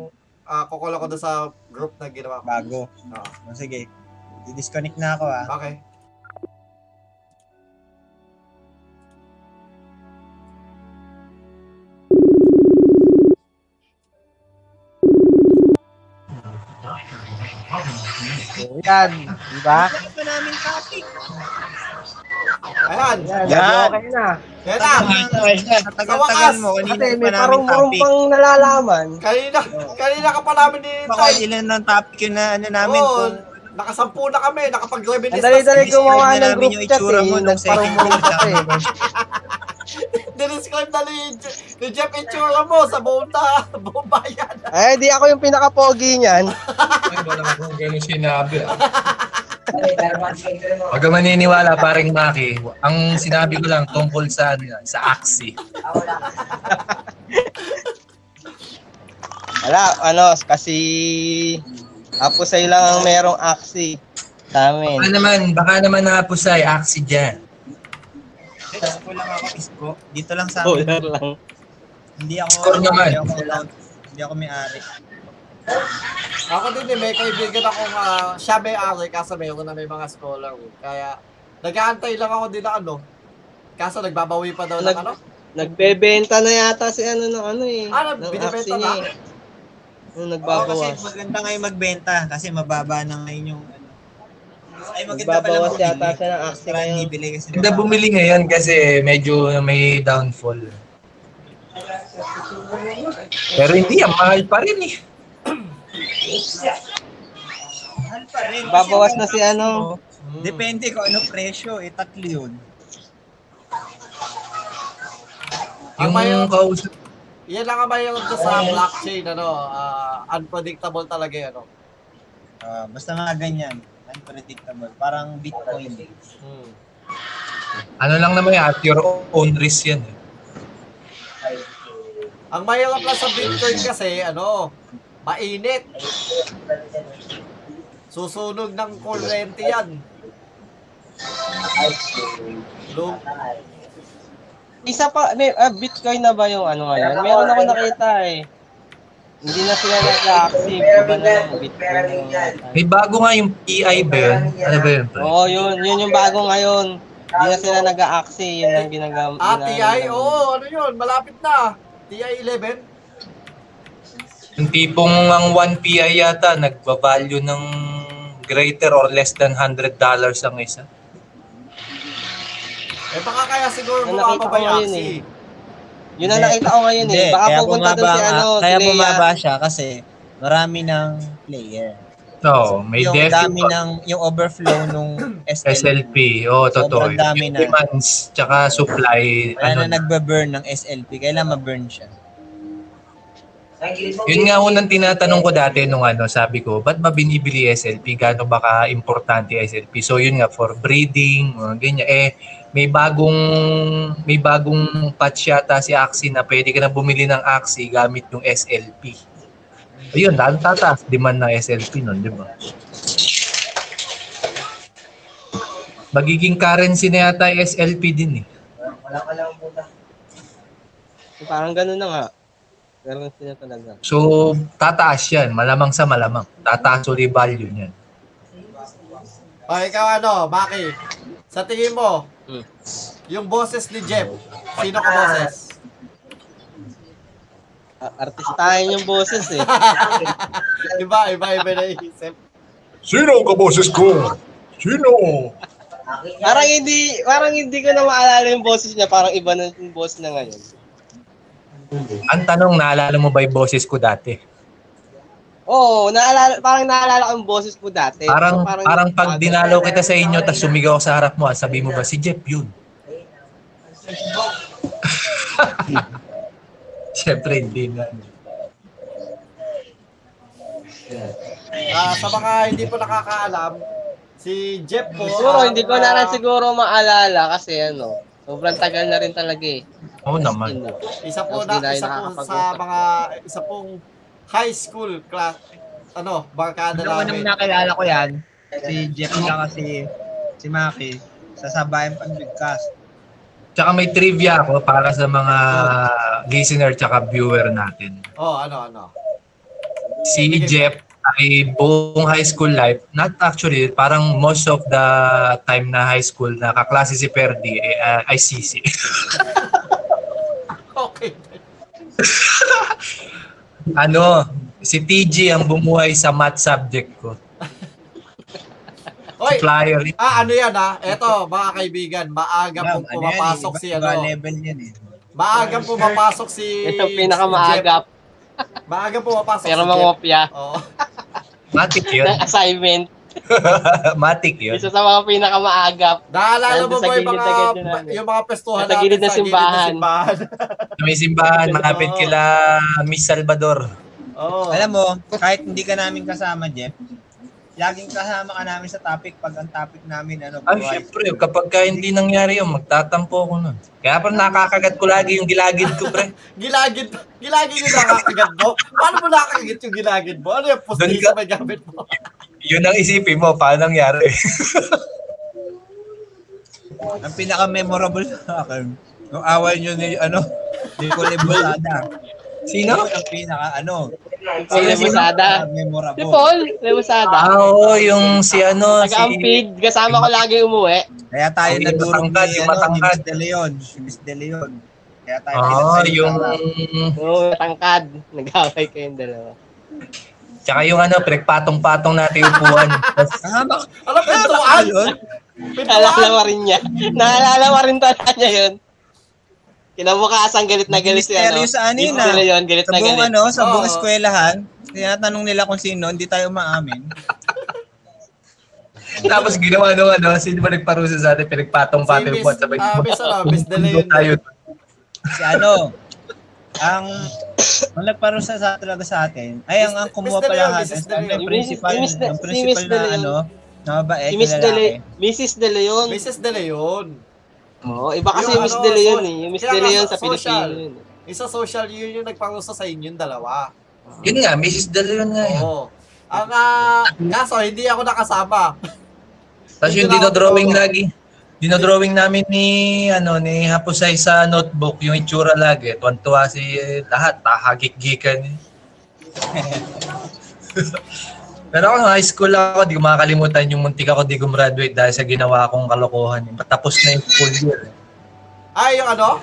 [SPEAKER 1] Uh, kukulo ko doon sa group na ginawa ko.
[SPEAKER 2] bago.
[SPEAKER 1] Ah,
[SPEAKER 2] Oh, sige. I-disconnect na ako ah.
[SPEAKER 1] okay.
[SPEAKER 3] Yan.
[SPEAKER 2] Di ba?
[SPEAKER 1] Ayan.
[SPEAKER 3] Yan.
[SPEAKER 5] Yan.
[SPEAKER 3] Okay na.
[SPEAKER 1] Yan na.
[SPEAKER 2] Katagal-tagal mo, kanina
[SPEAKER 3] Ate,
[SPEAKER 2] pa
[SPEAKER 3] may
[SPEAKER 2] namin
[SPEAKER 3] parong-parong
[SPEAKER 2] topic.
[SPEAKER 3] pang nalalaman.
[SPEAKER 1] Kanina, kanina ka pa namin
[SPEAKER 2] Baka
[SPEAKER 1] dinintay.
[SPEAKER 2] ilan ng topic yun na ano namin.
[SPEAKER 1] Oo,
[SPEAKER 2] kung-
[SPEAKER 1] nakasampu na kami. Nakapag-reminisce
[SPEAKER 3] Ang dali-dali
[SPEAKER 2] Describe
[SPEAKER 3] gumawa
[SPEAKER 2] na
[SPEAKER 3] ng
[SPEAKER 2] namin
[SPEAKER 3] group
[SPEAKER 2] yung
[SPEAKER 3] chat
[SPEAKER 2] itsura
[SPEAKER 3] eh.
[SPEAKER 2] mo nung second
[SPEAKER 3] Nagparong-parong
[SPEAKER 2] grade
[SPEAKER 3] kasi.
[SPEAKER 6] eh.
[SPEAKER 1] Diniscribe na ni, ni Jeff Ichura mo sa buong, ta, [LAUGHS] buong bayan.
[SPEAKER 3] Eh, di ako yung pinaka-pogi niyan.
[SPEAKER 9] Ay, wala akong ganun sinabi. ah. Huwag kang maniniwala, paring Maki. Ang sinabi ko lang tungkol sa ano yan, sa Axie.
[SPEAKER 6] Wala, ano, kasi... Apo sa'yo lang ang merong aksi. Sa amin.
[SPEAKER 9] [LAUGHS] Baka naman, baka naman napusay, Axie dyan.
[SPEAKER 2] Eh, isko lang ako, isko. Dito lang sa akin.
[SPEAKER 6] Dollar lang.
[SPEAKER 2] Hindi ako,
[SPEAKER 9] Score naman.
[SPEAKER 2] Hindi ako, hindi ako may-ari.
[SPEAKER 1] Ako din eh, may kaibigan akong ah, siya may ari kaso mayroon na may mga scholar. eh. Kaya nag-aantay lang ako din na ano. Kaso nagbabawi pa daw ng
[SPEAKER 6] Nag-
[SPEAKER 1] ano.
[SPEAKER 6] Nagbebenta na yata si ano ng ano eh.
[SPEAKER 1] Ah, nag-
[SPEAKER 6] ng
[SPEAKER 1] binibenta
[SPEAKER 6] aksi
[SPEAKER 1] na?
[SPEAKER 6] niya eh.
[SPEAKER 2] Oo, kasi
[SPEAKER 6] Nung nagbabawas.
[SPEAKER 2] maganda ngayon magbenta kasi mababa na ngayon yung ano. Ay, maganda pala
[SPEAKER 6] Nagbabawas
[SPEAKER 2] bumili.
[SPEAKER 6] yata siya ng aksi
[SPEAKER 2] Parang
[SPEAKER 6] ngayon.
[SPEAKER 2] bibili kasi
[SPEAKER 9] Hindi
[SPEAKER 2] mababa.
[SPEAKER 9] bumili ngayon kasi medyo may downfall. Pero hindi, ang mahal pa rin eh.
[SPEAKER 2] Mahal pa rin.
[SPEAKER 6] Babawas
[SPEAKER 2] Kasi
[SPEAKER 6] na si ano.
[SPEAKER 1] Hmm.
[SPEAKER 2] kung- Depende kung ano presyo, eh, tatlo yun.
[SPEAKER 1] Ang
[SPEAKER 9] Yung
[SPEAKER 1] mahirap-
[SPEAKER 9] kausap,
[SPEAKER 1] Yan lang ang mahirap doon sa blockchain, ano, ah, unpredictable talaga yun, ano.
[SPEAKER 2] Ah, basta nga ganyan. Unpredictable. Parang Bitcoin.
[SPEAKER 6] eh.
[SPEAKER 1] Hmm.
[SPEAKER 9] ano lang naman yan, at your own risk yan eh.
[SPEAKER 1] Ang mahirap lang sa Bitcoin kasi, ano, mainit. Susunog ng kuryente yan. Lu-
[SPEAKER 6] Isa pa, may, ah, Bitcoin na ba yung ano ngayon? Meron ako nakita eh. Hindi na sila nag-aksi. Iba na yung Bitcoin na yata.
[SPEAKER 9] May bago nga yung PI ba yun? Ano ba yun, pre?
[SPEAKER 2] Oh.
[SPEAKER 6] Oo, yun. Yun yung bago ngayon. Hindi na sila nag-aksi. Yun ang ginagamit.
[SPEAKER 1] Ah, TI? Oo, oh, ano yun? Malapit na. TI 11?
[SPEAKER 9] Yung tipong ang 1 PI yata, nagbabalyo ng greater or less than $100 ang isa.
[SPEAKER 1] Eh, baka kaya siguro
[SPEAKER 6] Eh,
[SPEAKER 1] bumaba
[SPEAKER 6] nakita
[SPEAKER 1] ba
[SPEAKER 6] ko eh.
[SPEAKER 1] yung
[SPEAKER 6] yun
[SPEAKER 1] Axie?
[SPEAKER 6] Yun ang nakita ko ngayon eh.
[SPEAKER 2] Hindi,
[SPEAKER 6] Baka
[SPEAKER 2] kaya
[SPEAKER 6] pupunta doon si
[SPEAKER 2] bumaba
[SPEAKER 6] ano,
[SPEAKER 2] nga- Kaya
[SPEAKER 6] si Lea.
[SPEAKER 2] bumaba siya kasi marami ng player.
[SPEAKER 9] Oo, may
[SPEAKER 2] yung
[SPEAKER 9] DeFi
[SPEAKER 2] dami
[SPEAKER 6] diba?
[SPEAKER 9] pa.
[SPEAKER 2] ng, yung overflow nung SLP.
[SPEAKER 9] SLP, oo, totoo.
[SPEAKER 2] Sobrang dami
[SPEAKER 9] Yung
[SPEAKER 2] na.
[SPEAKER 9] demands, tsaka supply,
[SPEAKER 2] Wala
[SPEAKER 9] ano
[SPEAKER 2] na nagbe-burn ng SLP. Kailan ma-burn siya?
[SPEAKER 9] Yun nga unang tinatanong ko dati nung ano, sabi ko, ba't ba binibili SLP? Gaano ba ka-importante SLP? So yun nga, for breeding, mga ganyan. Eh, may bagong, may bagong patch yata si Axie na pwede ka na bumili ng Axie gamit yung SLP. Ayun, lalo tataas demand ng SLP nun, di ba? Magiging currency na yata yung SLP din eh.
[SPEAKER 6] Parang ganun na nga. Ganun sila talaga.
[SPEAKER 9] So, tataas yan. Malamang sa malamang. Tataas ulit value niyan.
[SPEAKER 1] O, ikaw ano, Maki? Sa tingin mo,
[SPEAKER 6] Hmm.
[SPEAKER 1] yung boses ni Jeff, sino ka boses? [LAUGHS]
[SPEAKER 6] A- Artistahin yung boses eh.
[SPEAKER 1] iba, iba, iba na isip.
[SPEAKER 9] Sino ka boses ko? Sino?
[SPEAKER 6] Parang hindi, parang hindi ko na maalala yung boses niya. Parang iba na yung boses na ngayon.
[SPEAKER 9] Ang tanong, naalala mo ba yung boses ko dati?
[SPEAKER 6] Oo, naalala, parang naalala ko yung boses ko dati.
[SPEAKER 9] Parang,
[SPEAKER 6] Pero
[SPEAKER 9] parang pag dinalaw kita sa inyo, tapos sumigaw ako sa harap mo, sabi mo ba, si Jeff yun? [LAUGHS] Siyempre, hindi na.
[SPEAKER 1] Ah, sa mga hindi po nakakaalam, si Jeff po...
[SPEAKER 6] Siguro,
[SPEAKER 1] ah,
[SPEAKER 6] hindi ko na rin siguro maalala kasi ano, sobrang tagal na rin talaga eh.
[SPEAKER 9] Oo
[SPEAKER 6] Yun,
[SPEAKER 9] naman.
[SPEAKER 6] no.
[SPEAKER 1] Isa po
[SPEAKER 6] Tapos
[SPEAKER 1] na,
[SPEAKER 6] di tayo
[SPEAKER 1] isa po sa
[SPEAKER 6] nakakapag-usap.
[SPEAKER 1] mga, isa pong high school class, ano, barkada
[SPEAKER 2] Ano ko nung
[SPEAKER 1] namin.
[SPEAKER 2] nakilala ko yan, si Jeff
[SPEAKER 9] Ano?
[SPEAKER 2] lang kasi si Maki, sa sabayan pang bigkas.
[SPEAKER 9] Tsaka may trivia ako para sa mga listener tsaka viewer natin.
[SPEAKER 1] Oh, ano, ano.
[SPEAKER 9] Si Jeff ay buong high school life, not actually, parang most of the time na high school, nakaklase si Perdi, eh, ah, ay [LAUGHS] sisi.
[SPEAKER 1] Okay.
[SPEAKER 9] ano, si TG ang bumuhay sa math subject ko.
[SPEAKER 1] Oy,
[SPEAKER 9] Flyer.
[SPEAKER 1] ah, ano yan ah. Eto, mga kaibigan, maaga
[SPEAKER 2] Ma'am,
[SPEAKER 9] ano eh?
[SPEAKER 1] pong pumapasok
[SPEAKER 2] iba-
[SPEAKER 1] si
[SPEAKER 2] iba
[SPEAKER 1] ano.
[SPEAKER 2] level yan eh.
[SPEAKER 1] Maaga pumapasok si...
[SPEAKER 6] Ito
[SPEAKER 1] si Jeff.
[SPEAKER 6] pinakamaagap,
[SPEAKER 1] Maaga pumapasok
[SPEAKER 6] pero
[SPEAKER 1] si Jeff.
[SPEAKER 6] mangopya
[SPEAKER 1] Oo.
[SPEAKER 9] Matik yun. [LAUGHS]
[SPEAKER 6] ng assignment.
[SPEAKER 9] Matik yun.
[SPEAKER 6] Isa sa mga pinakamaagap.
[SPEAKER 1] Naalala mo
[SPEAKER 6] Nandun sa
[SPEAKER 1] ba yung
[SPEAKER 6] gilid
[SPEAKER 1] mga,
[SPEAKER 6] na gilid namin.
[SPEAKER 1] yung mga pestuhan
[SPEAKER 6] Sa gilid na simbahan.
[SPEAKER 1] simbahan? [LAUGHS]
[SPEAKER 9] May simbahan, malapit kila Miss Salvador.
[SPEAKER 1] Oo.
[SPEAKER 2] Alam mo, kahit hindi ka namin kasama, Jeff, Laging kasama ka namin sa topic pag ang topic namin ano,
[SPEAKER 9] Ah, syempre, kapag ka hindi nangyari yun, magtatampo ako nun. Kaya pa nakakagat ko lagi yung gilagid
[SPEAKER 1] [LAUGHS]
[SPEAKER 9] ko, pre.
[SPEAKER 1] Gilagid, gilagid yung nakakagat mo? Paano mo nakakagat yung gilagid mo? Ano yung
[SPEAKER 9] Doon
[SPEAKER 1] posting
[SPEAKER 9] ka-
[SPEAKER 1] sa may gamit mo?
[SPEAKER 9] Yun ang isipin mo, paano nangyari? [LAUGHS] oh.
[SPEAKER 2] Ang pinaka-memorable [LAUGHS] sa akin, yung away nyo ni, ano, ni Kulibulada.
[SPEAKER 9] [LAUGHS] Sino?
[SPEAKER 2] Ang pinaka, ano,
[SPEAKER 6] Si Lemusada. Si
[SPEAKER 9] oh.
[SPEAKER 2] memorable.
[SPEAKER 6] Paul, Lemusada.
[SPEAKER 9] Ah, oo, yung si ano, si...
[SPEAKER 6] Nag-ampig, kasama ko lagi umuwi.
[SPEAKER 2] Kaya tayo
[SPEAKER 9] Ang
[SPEAKER 2] nadurog
[SPEAKER 9] matangkad,
[SPEAKER 2] ni, ano,
[SPEAKER 9] yung
[SPEAKER 2] ni
[SPEAKER 9] matangkad.
[SPEAKER 2] Miss De Leon. Si Miss De Leon. Kaya tayo
[SPEAKER 9] Oo,
[SPEAKER 2] pinagsalita.
[SPEAKER 9] Ah, yung...
[SPEAKER 6] Oo, tangkad. Nag-away kayong dalawa.
[SPEAKER 9] Tsaka yung ano, pinagpatong-patong natin yung
[SPEAKER 1] [LAUGHS]
[SPEAKER 9] upuan. Tas-
[SPEAKER 2] Nakama
[SPEAKER 1] Ano pintuan?
[SPEAKER 2] yun?
[SPEAKER 6] Naalala ko rin niya. Naalala ko rin talaga niya yun. Kinabukasan, galit na galit si ano.
[SPEAKER 2] Misteryo sa anin,
[SPEAKER 6] Yung sila
[SPEAKER 2] ah.
[SPEAKER 6] yun, galit
[SPEAKER 2] Sa
[SPEAKER 6] na
[SPEAKER 2] buong
[SPEAKER 6] galit.
[SPEAKER 2] ano, sa buong
[SPEAKER 1] Oo.
[SPEAKER 2] eskwelahan, tinatanong nila kung sino, hindi tayo maamin.
[SPEAKER 9] Tapos ginawa nung ano, sino ba nagparusa sa atin, pinagpatong-patong
[SPEAKER 1] Si
[SPEAKER 9] yung upuan.
[SPEAKER 1] Miss-
[SPEAKER 9] Sabay,
[SPEAKER 1] ah, Miss, ano, Miss De
[SPEAKER 9] Tundo
[SPEAKER 1] Leon.
[SPEAKER 9] tayo.
[SPEAKER 2] Si ano, ang ang nagparusa sa talaga sa atin, ay ang, ang kumuha
[SPEAKER 1] Mr. Leon,
[SPEAKER 2] pala
[SPEAKER 1] Mrs.
[SPEAKER 2] natin,
[SPEAKER 1] De Leon.
[SPEAKER 2] ang principal,
[SPEAKER 6] Si Miss De-
[SPEAKER 2] ang
[SPEAKER 6] si
[SPEAKER 2] principal
[SPEAKER 6] Miss De
[SPEAKER 2] na
[SPEAKER 6] Leon.
[SPEAKER 2] ano, na mabait na
[SPEAKER 6] Si Miss De
[SPEAKER 2] lalaki.
[SPEAKER 6] Le- Mrs. De Leon.
[SPEAKER 1] Mrs. De Leon.
[SPEAKER 6] Oo, iba kasi
[SPEAKER 1] Yung
[SPEAKER 6] yung Miss
[SPEAKER 1] ano,
[SPEAKER 6] De Leon
[SPEAKER 1] so-
[SPEAKER 6] eh. Yung Miss
[SPEAKER 1] kaya
[SPEAKER 6] De
[SPEAKER 1] nga
[SPEAKER 6] Leon
[SPEAKER 1] sa
[SPEAKER 6] sa
[SPEAKER 1] social.
[SPEAKER 6] Pilipino yun. eh.
[SPEAKER 1] Isa social yun yung nagpangusta sa inyo yung dalawa.
[SPEAKER 9] Yun nga, Mrs. De Leon nga eh. yun.
[SPEAKER 1] Oo. Ang ah, kaso, hindi ako nakasama.
[SPEAKER 9] Tapos yung dinodrawing lagi. Dinodrawing namin ni ano ni Hapusay sa notebook yung itsura lagi. Tuwan-tuwa si eh, lahat. Tahagik-gikan. eh. [LAUGHS] Pero ako, high school ako, di ko makakalimutan yung muntik ako di gumraduate dahil sa ginawa kong kalokohan. eh. Tapos na yung school year. eh.
[SPEAKER 1] Ay, yung ano?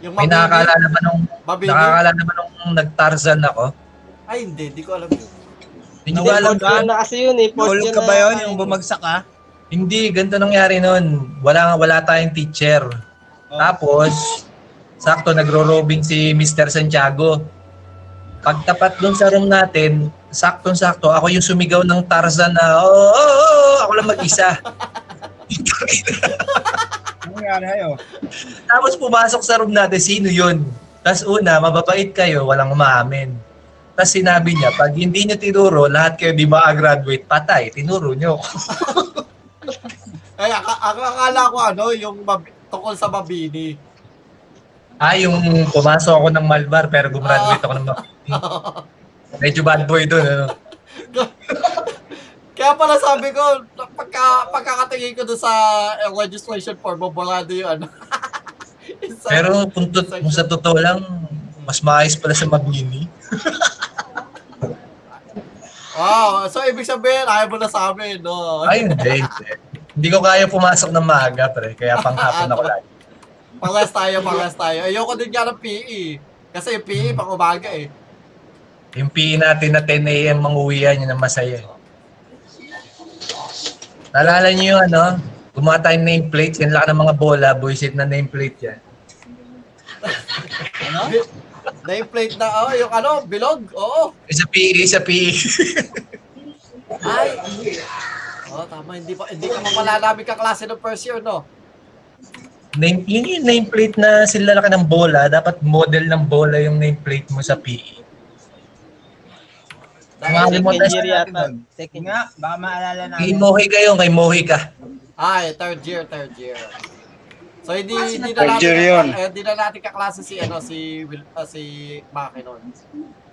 [SPEAKER 1] Yung
[SPEAKER 9] May nakakaalala ba nung,
[SPEAKER 1] Mabini?
[SPEAKER 9] nakakaalala ba nung nag-Tarzan ako?
[SPEAKER 1] Ay, hindi. Hindi ko alam yun.
[SPEAKER 9] Hindi ko alam
[SPEAKER 2] Nawala
[SPEAKER 9] yun.
[SPEAKER 6] Yun na kasi yun eh. Fourth
[SPEAKER 2] Nahulog
[SPEAKER 6] year
[SPEAKER 2] ka
[SPEAKER 6] na
[SPEAKER 2] ba yun,
[SPEAKER 6] yata
[SPEAKER 2] yung
[SPEAKER 6] eh.
[SPEAKER 2] bumagsak ka?
[SPEAKER 9] Hindi, ganito nangyari noon. Wala, wala tayong teacher. Tapos, sakto nagro-robing si Mr. Santiago. Pagtapat doon sa room natin, saktong-sakto, ako yung sumigaw ng Tarzan na, oo, oh, ako lang mag-isa.
[SPEAKER 2] Ano nangyari sa'yo?
[SPEAKER 9] Tapos pumasok sa room natin, sino yun? Tapos una, mababait kayo, walang umaamin. Tapos sinabi niya, pag hindi niyo tinuro, lahat kayo di makagraduate, patay, tinuro niyo ako.
[SPEAKER 1] Ay, ak- ak- akala ko ano, yung mab- tungkol sa Mabini.
[SPEAKER 9] Ah, yung pumasok ako ng Malbar pero gumraduate ako ng Makati. Medyo bad boy doon, ano?
[SPEAKER 1] [LAUGHS] Kaya pala sabi ko, pagka, pagkakatingin ko doon sa eh, registration form, mabalado yung ano. [LAUGHS] Isa-
[SPEAKER 9] Pero kung, to- kung sa totoo lang, mas maayos pala sa Mabini.
[SPEAKER 1] Wow, Ah, so ibig sabihin, ayaw mo na sa amin, no?
[SPEAKER 9] Ay, hindi. hindi. Hindi ko kaya pumasok ng maaga, pre. Kaya panghapon ako lagi.
[SPEAKER 1] Palas tayo, palas tayo. Ayoko din nga ng PE. Kasi yung PE, pang umaga eh.
[SPEAKER 9] Yung PE natin na 10 a.m. manguwian, yun ang masaya. eh. Naalala niyo yung ano? Gumawa tayong nameplates, yan lang ng mga bola, buisit na nameplate yan.
[SPEAKER 1] Na yung plate na, oh, yung ano, bilog, oo.
[SPEAKER 9] Eh, Sa PE, sa E. PE. [LAUGHS]
[SPEAKER 1] Ay. Oh, tama, hindi pa, hindi ka mapala namin kaklase ng first year, no?
[SPEAKER 9] Name, yun yung nameplate na sila laki ng bola, dapat model ng bola yung nameplate mo sa PE. Mga
[SPEAKER 6] Second
[SPEAKER 9] limutan
[SPEAKER 6] year yata. Second year.
[SPEAKER 2] Nga, baka maalala
[SPEAKER 9] Kay
[SPEAKER 2] namin.
[SPEAKER 9] Mohi kayo, kay Mohi ka.
[SPEAKER 1] Ay, third year, third year. So hindi hindi na
[SPEAKER 5] Third
[SPEAKER 1] natin
[SPEAKER 5] year yun.
[SPEAKER 1] eh, hindi na natin kaklase si ano si Will, ah, si Maki noon.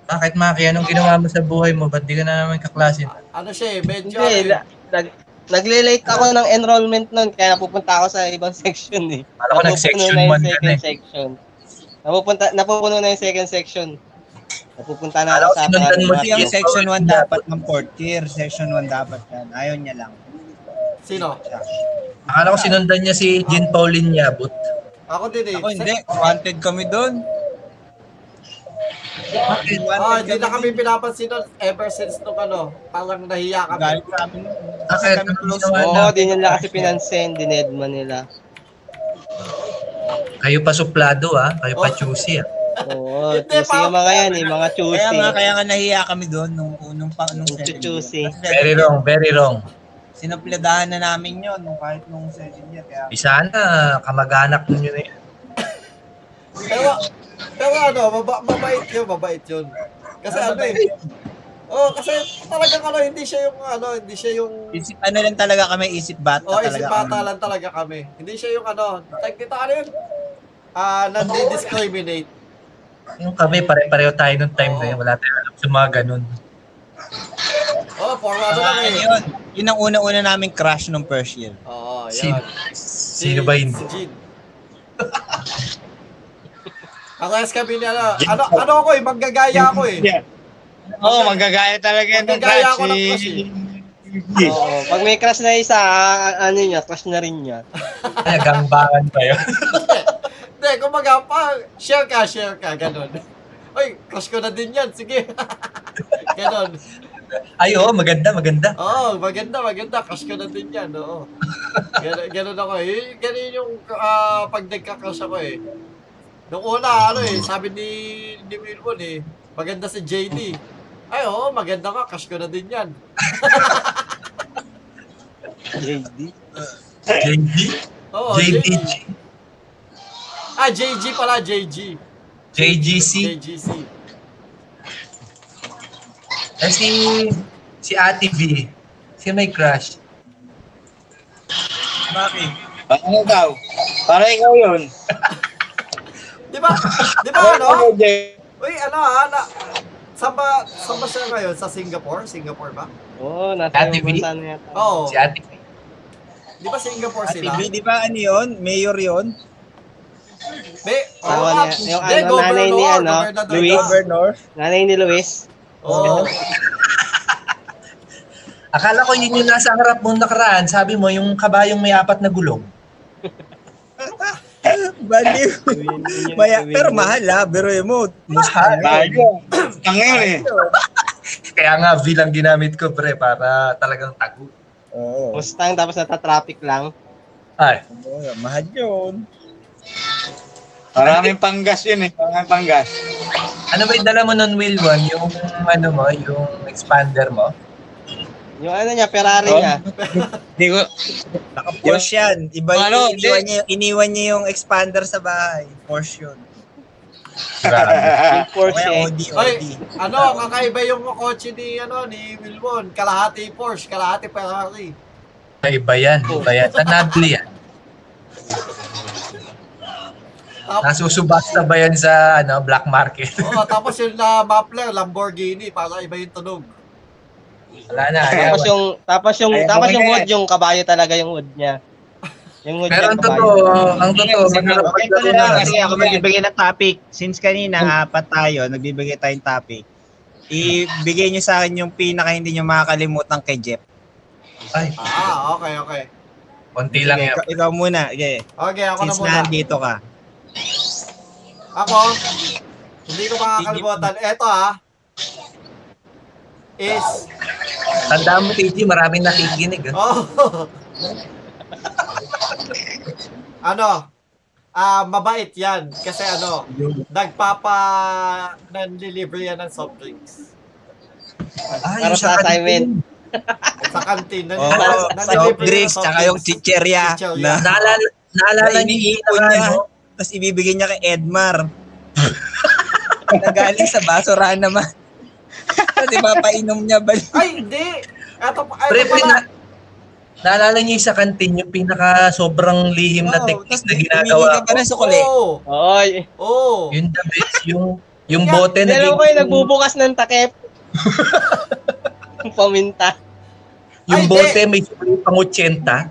[SPEAKER 9] Bakit Ah, Maki, anong ginawa mo sa buhay mo? Ba't di ka na naman kaklase?
[SPEAKER 1] Ano siya eh, medyo
[SPEAKER 6] Hindi,
[SPEAKER 1] ano, eh,
[SPEAKER 6] la- nag, nagle-late ako ng enrollment nun, kaya napupunta ako sa ibang [LAUGHS] section eh.
[SPEAKER 9] Akala ko nag-section
[SPEAKER 6] na yung
[SPEAKER 9] one ka
[SPEAKER 6] second
[SPEAKER 9] na eh.
[SPEAKER 6] section. Napupunta, napupuno na yung second section. Napupunta na
[SPEAKER 9] Akala
[SPEAKER 6] ako
[SPEAKER 9] ko
[SPEAKER 6] sa
[SPEAKER 9] sinundan mo
[SPEAKER 2] Kasi
[SPEAKER 9] siya.
[SPEAKER 6] Mario.
[SPEAKER 2] yung section 1 dapat ng fourth year, section 1 dapat yan. Ayaw niya lang.
[SPEAKER 1] eh, sino?
[SPEAKER 2] Siya.
[SPEAKER 9] Akala ko sinundan niya si Jean Pauline Yabut.
[SPEAKER 1] Ako din eh.
[SPEAKER 2] Ako hindi, wanted kami doon. Wanted,
[SPEAKER 1] Ah, hindi na
[SPEAKER 2] kami
[SPEAKER 1] kami pinapansin nun ever since nung ano, parang nahiya
[SPEAKER 2] doon.
[SPEAKER 1] kami.
[SPEAKER 2] Galit sa amin.
[SPEAKER 9] Bakit?
[SPEAKER 2] Kami close
[SPEAKER 6] Oo,
[SPEAKER 9] Ano naman?
[SPEAKER 6] oh, din yun lang kasi pinansin, dinedma nila.
[SPEAKER 9] Kayo pa suplado ah, kayo pa
[SPEAKER 1] Oh.
[SPEAKER 9] choosy ah.
[SPEAKER 6] Oo,
[SPEAKER 1] Hindi,
[SPEAKER 6] kasi
[SPEAKER 1] pa-
[SPEAKER 6] yung mga yan, yung mga
[SPEAKER 2] Kaya
[SPEAKER 6] choosy.
[SPEAKER 2] nga, kaya nga nahiya kami doon nung unong pang nung
[SPEAKER 6] Nung
[SPEAKER 2] second
[SPEAKER 6] chuchusi.
[SPEAKER 2] year. Kasi
[SPEAKER 9] Very wrong, very wrong.
[SPEAKER 2] Sinapladahan na namin yun nung kahit nung second year. Kaya
[SPEAKER 9] Di sana, kamag-anak ninyo na yun.
[SPEAKER 1] Pero pero ano, maba, mabait 'yun, mabait 'yun. Kasi ano eh, Oh, kasi talagang ano, hindi siya yung ano, hindi siya yung
[SPEAKER 2] Isip, ano lang talaga kami, isip bata
[SPEAKER 1] oh,
[SPEAKER 2] talaga.
[SPEAKER 1] isip bata
[SPEAKER 2] kami.
[SPEAKER 1] lang talaga kami. Hindi siya yung ano, like kita ano yun? Ah, nandi-discriminate.
[SPEAKER 9] Yung kami, pare-pareho tayo nung time na yun. Wala tayong alam sa mga ganun.
[SPEAKER 1] Oh, formado lang
[SPEAKER 2] Ah,
[SPEAKER 1] eh.
[SPEAKER 2] yun. Yun ang una-una naming crush nung first year.
[SPEAKER 1] Oo,
[SPEAKER 9] Sino,
[SPEAKER 1] yan.
[SPEAKER 9] sino ba hindi?
[SPEAKER 1] Si Jin. [LAUGHS] Ako yes kami ni ano, ano, ano ako eh, manggagaya ako eh.
[SPEAKER 5] Yeah. Oo, oh, manggagaya talaga yun.
[SPEAKER 1] Manggagaya
[SPEAKER 5] Manggagaya
[SPEAKER 1] ako ng crush eh.
[SPEAKER 6] Oo, pag may crush na isa, a- ano niya, crush na rin niya.
[SPEAKER 9] Kaya gangbangan pa yun.
[SPEAKER 1] Hindi, kumbaga pa, share ka, share ka, ganun. [LAUGHS] Uy, crush ko na din yan, sige. [LAUGHS] ganun.
[SPEAKER 9] Ay, oo, maganda, maganda.
[SPEAKER 1] Oo, maganda, maganda, crush ko na din yan, oo. Ganun, ganun ako eh. Ganun yung ah, pag nagka-crush ako eh. Nung una, ano eh, sabi ni, ni Wilbon eh, maganda si JD. Ay, oo, maganda ka, crush ko na din yan.
[SPEAKER 6] JD.
[SPEAKER 9] JD?
[SPEAKER 1] Oo,
[SPEAKER 9] JD?
[SPEAKER 1] JD. Ah, JG pala, JG.
[SPEAKER 9] JGC?
[SPEAKER 1] JGC.
[SPEAKER 9] Eh, si, si Ate B. Si may crush.
[SPEAKER 2] Bakit?
[SPEAKER 5] Ano daw? Para ikaw yun.
[SPEAKER 1] Di ba? Di ba ano?
[SPEAKER 5] Ano, Jay?
[SPEAKER 1] Uy, ano ha? Na, saan ba, saan ba siya ngayon? Sa Singapore? Singapore ba?
[SPEAKER 6] Oo, nasa
[SPEAKER 9] Ate
[SPEAKER 6] yung
[SPEAKER 9] Vic?
[SPEAKER 6] punta na yata.
[SPEAKER 1] Oo.
[SPEAKER 9] Si Ate B.
[SPEAKER 1] Di ba Singapore
[SPEAKER 2] Ate
[SPEAKER 1] sila?
[SPEAKER 2] B, di ba ano yun? Mayor yun?
[SPEAKER 1] May, ah,
[SPEAKER 6] Tawa niya. Yung
[SPEAKER 1] hindi,
[SPEAKER 6] ano, nanay ni
[SPEAKER 1] governor,
[SPEAKER 6] ano,
[SPEAKER 1] governor
[SPEAKER 6] Luis.
[SPEAKER 1] daw.
[SPEAKER 2] Governor?
[SPEAKER 6] Nanay ni Luis.
[SPEAKER 1] Oo.
[SPEAKER 9] Akala ko yun yung nasa harap mong nakaraan. Sabi mo, yung kabayong may apat na gulong.
[SPEAKER 2] Baliw.
[SPEAKER 6] Yun- yun yung
[SPEAKER 2] Maya,
[SPEAKER 6] gawin
[SPEAKER 2] pero
[SPEAKER 6] mo.
[SPEAKER 2] mahal ah, biro mo.
[SPEAKER 9] Mahal.
[SPEAKER 5] Bago. Ang yun eh.
[SPEAKER 9] Kaya nga, V lang ginamit ko, pre, para talagang tago.
[SPEAKER 2] Oo,
[SPEAKER 6] Mustang, tapos natatraffic lang.
[SPEAKER 9] Ay,
[SPEAKER 2] oo, mahal yun.
[SPEAKER 5] Maraming panggas yun eh. Maraming panggas.
[SPEAKER 9] ano ba yung dala mo nun, Wilwon? Yung ano mo, yung expander mo?
[SPEAKER 6] Yung ano niya, Ferrari
[SPEAKER 5] Oh.
[SPEAKER 6] niya.
[SPEAKER 5] Hindi ko,
[SPEAKER 2] Naka-Porsche yan. Iba
[SPEAKER 5] Ano,
[SPEAKER 2] yung iniwan
[SPEAKER 5] hindi.
[SPEAKER 2] niya, iniwan niya yung expander sa bahay. Porsche yun.
[SPEAKER 9] [LAUGHS] Grabe.
[SPEAKER 1] Ah.
[SPEAKER 6] Yung
[SPEAKER 2] O
[SPEAKER 6] Porsche.
[SPEAKER 2] Kaya OD,
[SPEAKER 1] Ay,
[SPEAKER 2] OD.
[SPEAKER 1] ano, kakaiba yung kotse ni, ano, ni Wilbon. Kalahati Porsche, kalahati Ferrari.
[SPEAKER 9] Iba yan, iba yan. Tanabli yan.
[SPEAKER 1] Tapos,
[SPEAKER 9] Nasusubasta ba yan sa ano, black market?
[SPEAKER 1] oo, tapos yung na muffler, Lamborghini, para iba yung tunog.
[SPEAKER 9] Wala na.
[SPEAKER 6] Tapos
[SPEAKER 9] ayaw.
[SPEAKER 6] yung, tapos yung,
[SPEAKER 5] Ayaw
[SPEAKER 6] tapos
[SPEAKER 5] mo
[SPEAKER 6] yung
[SPEAKER 5] na eh.
[SPEAKER 6] wood, yung kabayo talaga yung wood niya. Yung wood niya,
[SPEAKER 9] Pero ang
[SPEAKER 6] kabayo.
[SPEAKER 9] totoo, ang totoo, magharap
[SPEAKER 2] Okay,
[SPEAKER 9] ka
[SPEAKER 2] tuloy na.
[SPEAKER 9] na.
[SPEAKER 2] Kasi ako magbibigay ng topic. Since kanina, apat tayo, nagbibigay tayong topic. Ibigay niyo sa akin yung pinaka hindi niyo makakalimutan kay Jeff.
[SPEAKER 9] Ay,
[SPEAKER 1] Ah, okay, okay.
[SPEAKER 9] konti lang yan.
[SPEAKER 2] Ikaw, ikaw muna. Okay.
[SPEAKER 1] Okay, ako na
[SPEAKER 2] Since
[SPEAKER 1] muna.
[SPEAKER 2] nandito ka.
[SPEAKER 1] Ako, hindi ko makakalimutan. Eto ha, is
[SPEAKER 9] Tandaan mo, TG, maraming nakikinig. ah.
[SPEAKER 1] Oh. [LAUGHS] ano? Ah, mabait 'yan kasi ano, nagpapa nanlilibre yan ng soft drinks.
[SPEAKER 9] Ay,
[SPEAKER 6] Para
[SPEAKER 9] yung
[SPEAKER 6] sa assignment.
[SPEAKER 9] kantin.
[SPEAKER 1] Sa canteen
[SPEAKER 2] Oo,
[SPEAKER 1] nanlilibre- nanlilibre
[SPEAKER 2] soft
[SPEAKER 1] yan ng
[SPEAKER 2] drinks, tsaka yung chicheria.
[SPEAKER 1] Chicheria.
[SPEAKER 2] Na,
[SPEAKER 9] Naalala, naalala
[SPEAKER 2] na
[SPEAKER 9] niyo
[SPEAKER 2] iniipon
[SPEAKER 9] yung
[SPEAKER 2] niya.
[SPEAKER 9] ano?
[SPEAKER 2] Tapos ibibigay niya kay Edmar. [LAUGHS] Nagaling sa basurahan naman. [LAUGHS] Tapos ipapainom niya. Bal-
[SPEAKER 1] Ay, hindi. Ito pa, ay,
[SPEAKER 9] Pre,
[SPEAKER 1] ito pala.
[SPEAKER 9] pina, naalala niyo yung sa kantin yung pinaka sobrang lihim
[SPEAKER 2] Oo,
[SPEAKER 9] na technique
[SPEAKER 2] tapos
[SPEAKER 9] na
[SPEAKER 2] humingi
[SPEAKER 9] ginagawa
[SPEAKER 2] ka pa
[SPEAKER 9] ko.
[SPEAKER 2] ng sukli.
[SPEAKER 1] Oo.
[SPEAKER 6] Oo. y-
[SPEAKER 1] Oo.
[SPEAKER 9] Yung the best, yung yung
[SPEAKER 1] Yeah,
[SPEAKER 9] bote na
[SPEAKER 6] Dalawa kayo,
[SPEAKER 9] gin-
[SPEAKER 6] nagbubukas ng
[SPEAKER 1] [LAUGHS]
[SPEAKER 6] takip. Yung Paminta.
[SPEAKER 1] Ay,
[SPEAKER 9] yung bote may sukli pang 80.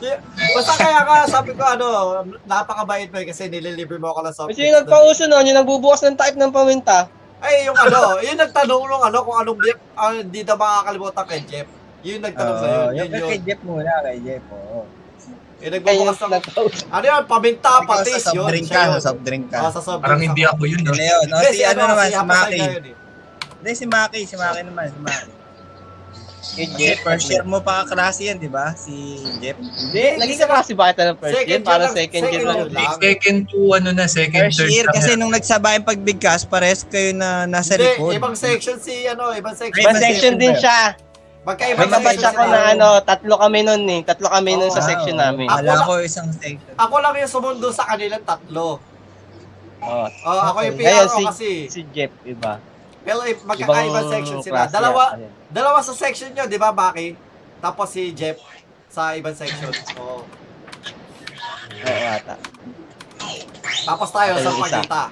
[SPEAKER 1] Di- Basta kaya ka, sabi ko ano, napakabait mo eh, kasi nililibre mo ako ng soft
[SPEAKER 6] Kasi
[SPEAKER 1] drinks.
[SPEAKER 6] yung nagpauso nun, yung nagbubukas ng takip ng paminta.
[SPEAKER 1] Ay, yung ano, yung nagtanong nung ano, kung anong beer, ah, hindi na makakalimutan kay Jeff. Yung nagtanong na
[SPEAKER 2] Oo,
[SPEAKER 1] yun, yun
[SPEAKER 2] Ah, yung
[SPEAKER 1] yun.
[SPEAKER 2] kay Jeff muna, kay Jeff. oo.
[SPEAKER 1] Yung
[SPEAKER 6] Kaya yung
[SPEAKER 1] nagbubukas ng, [LAUGHS]
[SPEAKER 6] nagpauso.
[SPEAKER 1] ano yun, paminta,
[SPEAKER 2] Ikaw
[SPEAKER 1] patis,
[SPEAKER 2] sa
[SPEAKER 1] yun.
[SPEAKER 2] soft drink
[SPEAKER 1] siya
[SPEAKER 2] ka,
[SPEAKER 1] yun.
[SPEAKER 2] sa soft drink ka.
[SPEAKER 1] Ah, sa soft
[SPEAKER 9] Parang
[SPEAKER 1] drinks
[SPEAKER 9] hindi ako yun.
[SPEAKER 2] Yun
[SPEAKER 9] No?
[SPEAKER 2] na yun. no?
[SPEAKER 1] Hindi,
[SPEAKER 2] si ano naman, si
[SPEAKER 1] Apasay
[SPEAKER 2] Maki.
[SPEAKER 1] ngayon eh.
[SPEAKER 2] Hindi, si Maki, si Maki naman, si Maki. Si Jeff, first year mo pa kaklase yan, di ba? Si Jeff.
[SPEAKER 6] Hindi, naging kasi bakit na ng first year?
[SPEAKER 1] Second year
[SPEAKER 6] Para
[SPEAKER 1] lang-
[SPEAKER 6] second year
[SPEAKER 1] second
[SPEAKER 6] lang.
[SPEAKER 1] year lang.
[SPEAKER 9] Second to ano na, second,
[SPEAKER 2] First
[SPEAKER 9] third.
[SPEAKER 2] year,
[SPEAKER 9] lang
[SPEAKER 2] kasi
[SPEAKER 9] yan.
[SPEAKER 2] nung nagsabay ang pagbigkas, pares kayo na nasa
[SPEAKER 1] Hindi,
[SPEAKER 2] likod.
[SPEAKER 1] ibang section si, ano, ibang section.
[SPEAKER 6] Ibang section din siya.
[SPEAKER 1] Magkaibang
[SPEAKER 6] May kabatch
[SPEAKER 1] section
[SPEAKER 6] ako
[SPEAKER 1] sila.
[SPEAKER 6] na ano, tatlo kami nun eh. Tatlo kami nun sa
[SPEAKER 2] Ah,
[SPEAKER 6] section
[SPEAKER 2] oo.
[SPEAKER 6] namin.
[SPEAKER 1] Ah.
[SPEAKER 2] Akala ko isang section.
[SPEAKER 1] Ako lang yung sumundo sa kanilang tatlo.
[SPEAKER 6] Oo.
[SPEAKER 1] Oh, ako yung
[SPEAKER 6] Ngayon,
[SPEAKER 1] pinaro
[SPEAKER 6] si-
[SPEAKER 1] kasi.
[SPEAKER 6] Si Jeff, iba.
[SPEAKER 1] Pero eh, magkakaiba section sila.
[SPEAKER 6] klase
[SPEAKER 1] Dalawa,
[SPEAKER 6] yan.
[SPEAKER 1] dalawa sa section nyo, di ba, Maki? Tapos si Jeff sa ibang section. Oh, Oo.
[SPEAKER 6] Oo, ata.
[SPEAKER 1] Tapos tayo
[SPEAKER 6] Ito
[SPEAKER 1] sa
[SPEAKER 6] yung isa.
[SPEAKER 1] pagita.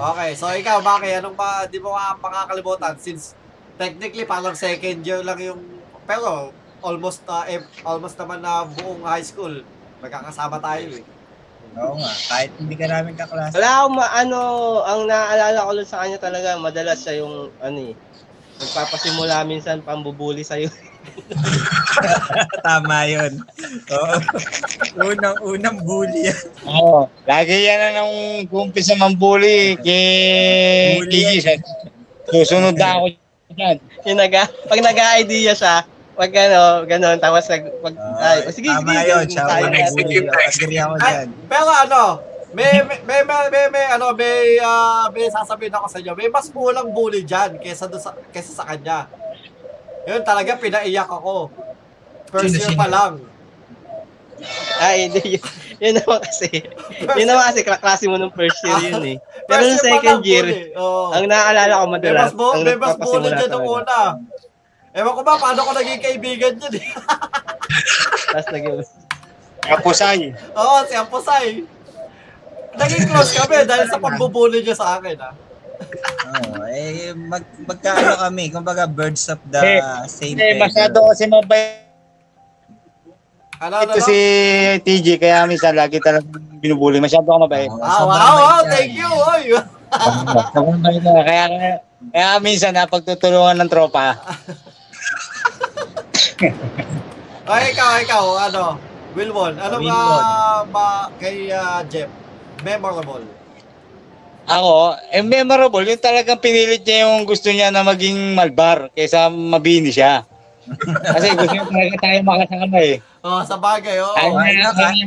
[SPEAKER 1] Okay, so ikaw, Maki, anong ba, di mo ka makakalimutan? Since technically parang second year lang yung, pero almost na, eh, almost naman na buong high school. Magkakasama tayo eh.
[SPEAKER 2] Oo nga, kahit hindi ka namin kaklase.
[SPEAKER 6] Wala akong maano, ang naaalala ko lang sa kanya talaga, madalas siya yung, ano eh, nagpapasimula minsan pambubuli sa'yo. [LAUGHS]
[SPEAKER 2] Tama yun. Oo. Unang-unang bully yan.
[SPEAKER 5] Oo. lagi yan na nung gumpis ng mambuli. Kay
[SPEAKER 2] Bully
[SPEAKER 5] Eh, Gigi. Susunod na ako dyan.
[SPEAKER 6] yung naga, pag nag-idea siya, pag ano, ganun, tapos nag, pag, ay, oh, sige,
[SPEAKER 2] Ah, tama
[SPEAKER 6] sige,
[SPEAKER 2] yun.
[SPEAKER 6] ganun
[SPEAKER 2] Siya
[SPEAKER 6] tayo
[SPEAKER 2] unang
[SPEAKER 6] natin.
[SPEAKER 2] bully. Oo, Agree ako
[SPEAKER 1] Ay,
[SPEAKER 2] dyan.
[SPEAKER 1] pero ano, may, may, may, may, may, ano, may, ah, may sasabihin ako sa inyo, may mas pulang bully dyan kesa, doon sa, kesa sa kanya. Yun talaga, pinaiyak ako. First
[SPEAKER 9] Sino,
[SPEAKER 1] year
[SPEAKER 9] sino?
[SPEAKER 1] pa lang.
[SPEAKER 6] Ay, ah, hindi, [LAUGHS] yun, yun naman kasi, yun naman kasi kaklase mo nung first year yun eh. Pero nung second year,
[SPEAKER 1] oh.
[SPEAKER 6] ang naaalala ko madalas,
[SPEAKER 1] Bebas mo,
[SPEAKER 6] ang
[SPEAKER 1] bebas mo
[SPEAKER 6] nagpapasimula
[SPEAKER 1] rin dyan nung
[SPEAKER 6] talaga.
[SPEAKER 1] una. Ewan ko ba, paano ko naging kaibigan dyan eh. [LAUGHS]
[SPEAKER 6] Tapos naging,
[SPEAKER 5] Kapusay.
[SPEAKER 1] Oo, si Ampusay. Naging close kami dahil sa pagbubuli niya sa akin ah.
[SPEAKER 2] Oo, eh, mag, magkaano kami, kumbaga birds of the
[SPEAKER 5] Eh,
[SPEAKER 2] same
[SPEAKER 5] Eh,
[SPEAKER 2] feather.
[SPEAKER 5] masyado kasi mabait
[SPEAKER 1] Ano, ano, ano?
[SPEAKER 5] ito si TJ. Kaya minsan lagi talaga binubuli. Masyado ka mabait.
[SPEAKER 2] Oo,
[SPEAKER 1] Ah,
[SPEAKER 2] sobrang
[SPEAKER 1] wow, wow,
[SPEAKER 2] bait
[SPEAKER 1] thank
[SPEAKER 2] yan.
[SPEAKER 1] you. Oy. [LAUGHS]
[SPEAKER 5] Sobrang bait na. Kaya, kaya minsan napagtutulungan ng tropa.
[SPEAKER 1] Ay, Ah, ikaw, ikaw, ano? Wilwon, ano ba,
[SPEAKER 2] Wilwon.
[SPEAKER 1] ba kay ah, Jeff? Memorable.
[SPEAKER 5] Ako, eh, memorable. Yung talagang pinilit niya yung gusto niya na maging malbar kaysa mabini siya. Kasi gusto niya talaga tayo makasama eh. Ano
[SPEAKER 1] Oh, sa bagay, oh.
[SPEAKER 5] Ayaw
[SPEAKER 2] ay,
[SPEAKER 5] niya,
[SPEAKER 2] naka-
[SPEAKER 5] ayaw niya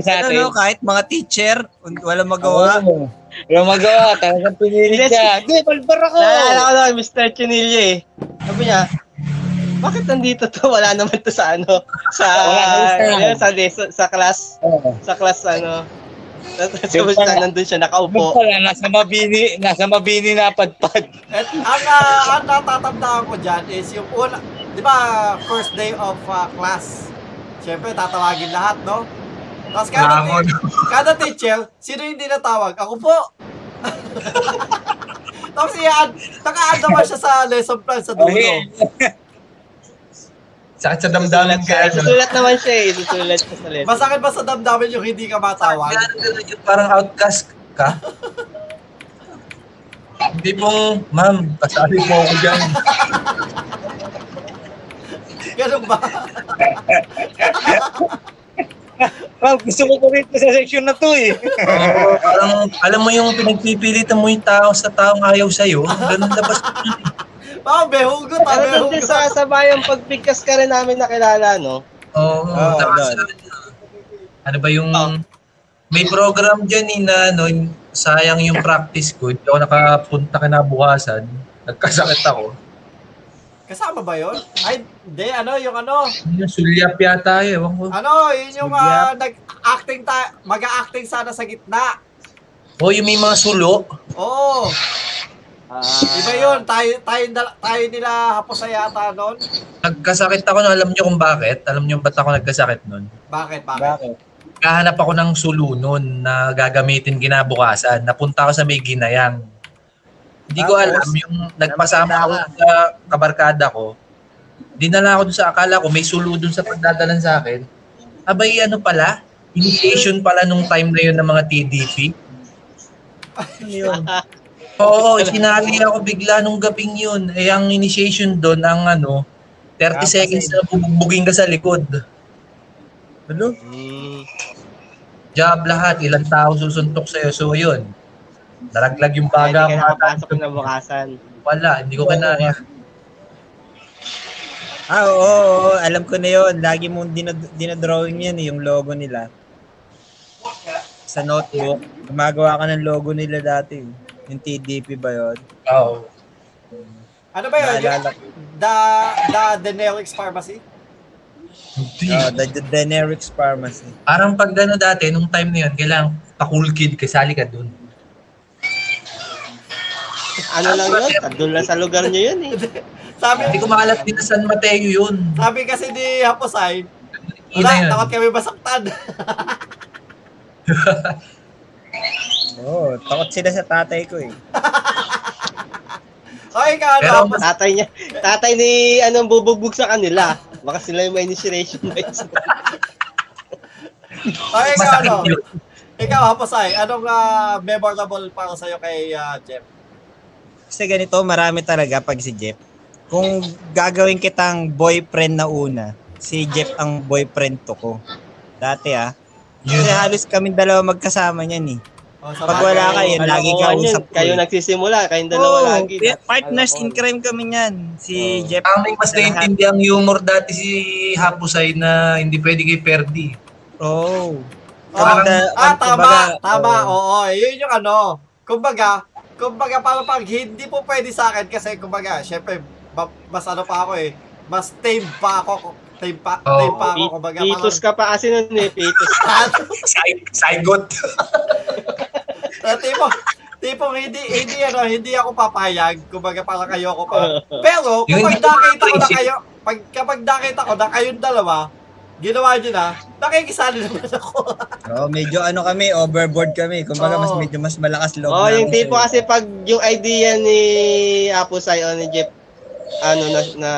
[SPEAKER 2] Kahit,
[SPEAKER 5] sa
[SPEAKER 2] ano,
[SPEAKER 5] atin.
[SPEAKER 2] no, kahit mga teacher, un- wala magawa.
[SPEAKER 5] Oo. Walang magawa, talagang pinilit siya. Hindi, malbar ako.
[SPEAKER 6] naalala ko lang, Mr. Chinilio eh. Sabi niya, bakit nandito to? Wala naman to sa ano, sa,
[SPEAKER 5] Wala, wala.
[SPEAKER 6] yun, sa, sa, sa class,
[SPEAKER 5] Oo.
[SPEAKER 6] sa class ano. Tapos na nandun siya
[SPEAKER 5] Nung
[SPEAKER 6] nakaupo.
[SPEAKER 5] pala, nasa mabini, nasa mabini na padpad.
[SPEAKER 1] At ang, ah, ang natatandaan ko dyan is yung una, di ba, first day of ah, class. Siyempre, tatawagin lahat, no? Tapos kada,
[SPEAKER 9] Langon.
[SPEAKER 1] ti- kada teacher, sino hindi natawag? Ako po! [LAUGHS] Tapos iyan, naka-add naman siya sa lesson plan sa dulo.
[SPEAKER 5] Okay.
[SPEAKER 9] Sakit sa damdamin ka. ano.
[SPEAKER 6] Susulat naman siya eh, susulat siya sa lesson.
[SPEAKER 1] Masakit ba sa damdamin yung hindi ka matawag?
[SPEAKER 9] Parang ganun yun, Parang outcast ka. Hindi pong, ma'am, pasali po ako dyan.
[SPEAKER 1] Ganun ba? [LAUGHS]
[SPEAKER 5] Ma'am, gusto ko tuloy ito sa section na to eh.
[SPEAKER 9] Oo, parang, alam mo yung pinagpipilitan mo yung tao sa taong ayaw sa'yo. Ganun labas
[SPEAKER 1] Parang behugot ah,
[SPEAKER 6] Pero doon din
[SPEAKER 1] behugot.
[SPEAKER 6] sa, sa bayang pagpigkas ka rin namin nakilala, no?
[SPEAKER 9] Oo,
[SPEAKER 2] Oo,
[SPEAKER 9] tapos,
[SPEAKER 2] doon.
[SPEAKER 9] ano ba yung, may program dyan eh na, ano, yung- sayang yung practice ko. Hindi ako nakapunta kinabukasan. Nagkasakit ako.
[SPEAKER 1] Kasama ba yun? Ay, hindi, ano, yung ano,
[SPEAKER 9] Yung sulyap yata eh. Ewan ko.
[SPEAKER 1] ano, yun yung ah, nag-acting, ta- mag-acting sana sa gitna.
[SPEAKER 9] Oh, yung may mga sulo.
[SPEAKER 1] Oo. Iba yun. Tayo, tayo, tayo nila hapos na yata noon.
[SPEAKER 9] Nagkasakit ako na alam nyo kung bakit. Alam nyo ba't ako nagkasakit nun?
[SPEAKER 1] Bakit? Bakit?
[SPEAKER 2] Bakit?
[SPEAKER 9] Kahanap ako ng sulo nun na gagamitin kinabukasan. Napunta ako sa may ginayang. Hindi ko
[SPEAKER 2] Tapos,
[SPEAKER 9] alam yung nagpasama ako sa kabarkada ko. Dinala ako dun sa akala ko may sulo dun sa pagdadalan sa akin. Abay ano pala? Initiation pala nung time na yun ng mga TDP. Oo, sinali ako bigla nung gabing yun. Eh, ang initiation doon, ang ano, 30
[SPEAKER 2] Tapos
[SPEAKER 9] seconds
[SPEAKER 2] eh.
[SPEAKER 9] na bubugbugin ka sa likod.
[SPEAKER 2] Ano?
[SPEAKER 9] Job lahat, ilang tao susuntok sa'yo. So, yun. Nalaglag yung
[SPEAKER 6] Kaya
[SPEAKER 9] baga
[SPEAKER 6] hindi ka
[SPEAKER 9] ko.
[SPEAKER 6] nakapasok na bukasan.
[SPEAKER 9] Wala, hindi ko kanaya.
[SPEAKER 2] Ah, oo, oo, oo, alam ko na yun. Lagi mong dinad- dinadrawing yan eh, yung logo nila. Sa notebook. Gumagawa ka ng logo nila dati. eh. Yung TDP ba yun?
[SPEAKER 9] Oo.
[SPEAKER 1] Ano ba yun? Yung,
[SPEAKER 2] Naalala ko.
[SPEAKER 1] the, the Denelix Pharmacy?
[SPEAKER 9] Hindi.
[SPEAKER 2] Oh, the, the Denerics Pharmacy.
[SPEAKER 9] Parang pag ano dati, nung time na yun, kailangan pa cool kid, kasali ka dun.
[SPEAKER 6] ano lang yun? Doon lang sa lugar nyo yun eh.
[SPEAKER 1] Sabi,
[SPEAKER 9] Hindi ko makalat din na San Mateo yun.
[SPEAKER 1] sabi kasi ni Haposay,
[SPEAKER 9] Ina
[SPEAKER 1] wala,
[SPEAKER 9] yan.
[SPEAKER 1] takot kami masaktan. [LAUGHS]
[SPEAKER 2] Oo, takot sila sa tatay ko eh.
[SPEAKER 1] okay ka,
[SPEAKER 9] Pero
[SPEAKER 1] ano,
[SPEAKER 9] mas-
[SPEAKER 6] Tatay niya, tatay ni anong bubugbog sa kanila. Baka sila yung may initiation by
[SPEAKER 1] okay ka,
[SPEAKER 9] Masakit
[SPEAKER 1] ano.
[SPEAKER 9] yun.
[SPEAKER 1] Ikaw, Haposay, anong ah, memorable para sa'yo kay ah, Jeff?
[SPEAKER 2] Kasi ganito, marami talaga pag si Jeff. Kung gagawin kitang boyfriend na una, si Jeff ang boyfriend to ko. Dati ah. Kasi halos kami dalawa magkasama niyan eh.
[SPEAKER 1] O, Oh, sa
[SPEAKER 2] Pag
[SPEAKER 1] bagay,
[SPEAKER 2] wala ka, yan,
[SPEAKER 6] Alam
[SPEAKER 2] lagi
[SPEAKER 6] ko
[SPEAKER 2] ka
[SPEAKER 6] ano yun,
[SPEAKER 2] usap ko
[SPEAKER 6] Kayo
[SPEAKER 2] eh.
[SPEAKER 6] nagsisimula, kayong dalawa
[SPEAKER 2] Oo,
[SPEAKER 6] lagi.
[SPEAKER 2] kaya Oh, partners
[SPEAKER 6] Alam
[SPEAKER 2] in
[SPEAKER 6] ko.
[SPEAKER 2] crime kami niyan. Si
[SPEAKER 6] Oo.
[SPEAKER 2] Jeff.
[SPEAKER 9] Ang may mas
[SPEAKER 2] sa lahat.
[SPEAKER 9] naiintindihan ang humor dati si Hapusay na hindi pwede kay Perdi.
[SPEAKER 2] Oo.
[SPEAKER 1] Oh,
[SPEAKER 2] Kumbaga- oh.
[SPEAKER 1] ah, tama,
[SPEAKER 2] kumbaga,
[SPEAKER 1] tama,
[SPEAKER 2] oo.
[SPEAKER 1] oo, yun yung ano. Kumbaga, kumbaga parang pag hindi po pwede sa akin kasi kumbaga, syempre, ma- mas ano pa ako eh, mas tame pa ako, tame pa,
[SPEAKER 9] Oo.
[SPEAKER 1] tame pa ako,
[SPEAKER 6] Pi-
[SPEAKER 1] kumbaga.
[SPEAKER 6] Pitos ka pa kasi nun eh, pitos.
[SPEAKER 1] parang, [LAUGHS]
[SPEAKER 9] Side, sidegot.
[SPEAKER 1] Ah, tipo, tipong hindi, hindi ano, hindi ako papayag, kumbaga parang ayoko pa. Pero, kapag
[SPEAKER 9] Yun, hindi ko
[SPEAKER 1] nakita ko na
[SPEAKER 9] makaisip.
[SPEAKER 1] kayo, pag, kapag nakita ko na kayong dalawa, ginawa nyo na, nakikisali naman ako.
[SPEAKER 2] Oo, medyo ano kami, overboard kami. Kumbaga mas
[SPEAKER 1] Oo.
[SPEAKER 2] medyo mas malakas loob.
[SPEAKER 6] Oh, yung
[SPEAKER 2] namin
[SPEAKER 6] tipo
[SPEAKER 2] sa'yo.
[SPEAKER 6] kasi pag yung idea ni Apo Sai o ni Jeff ano na, na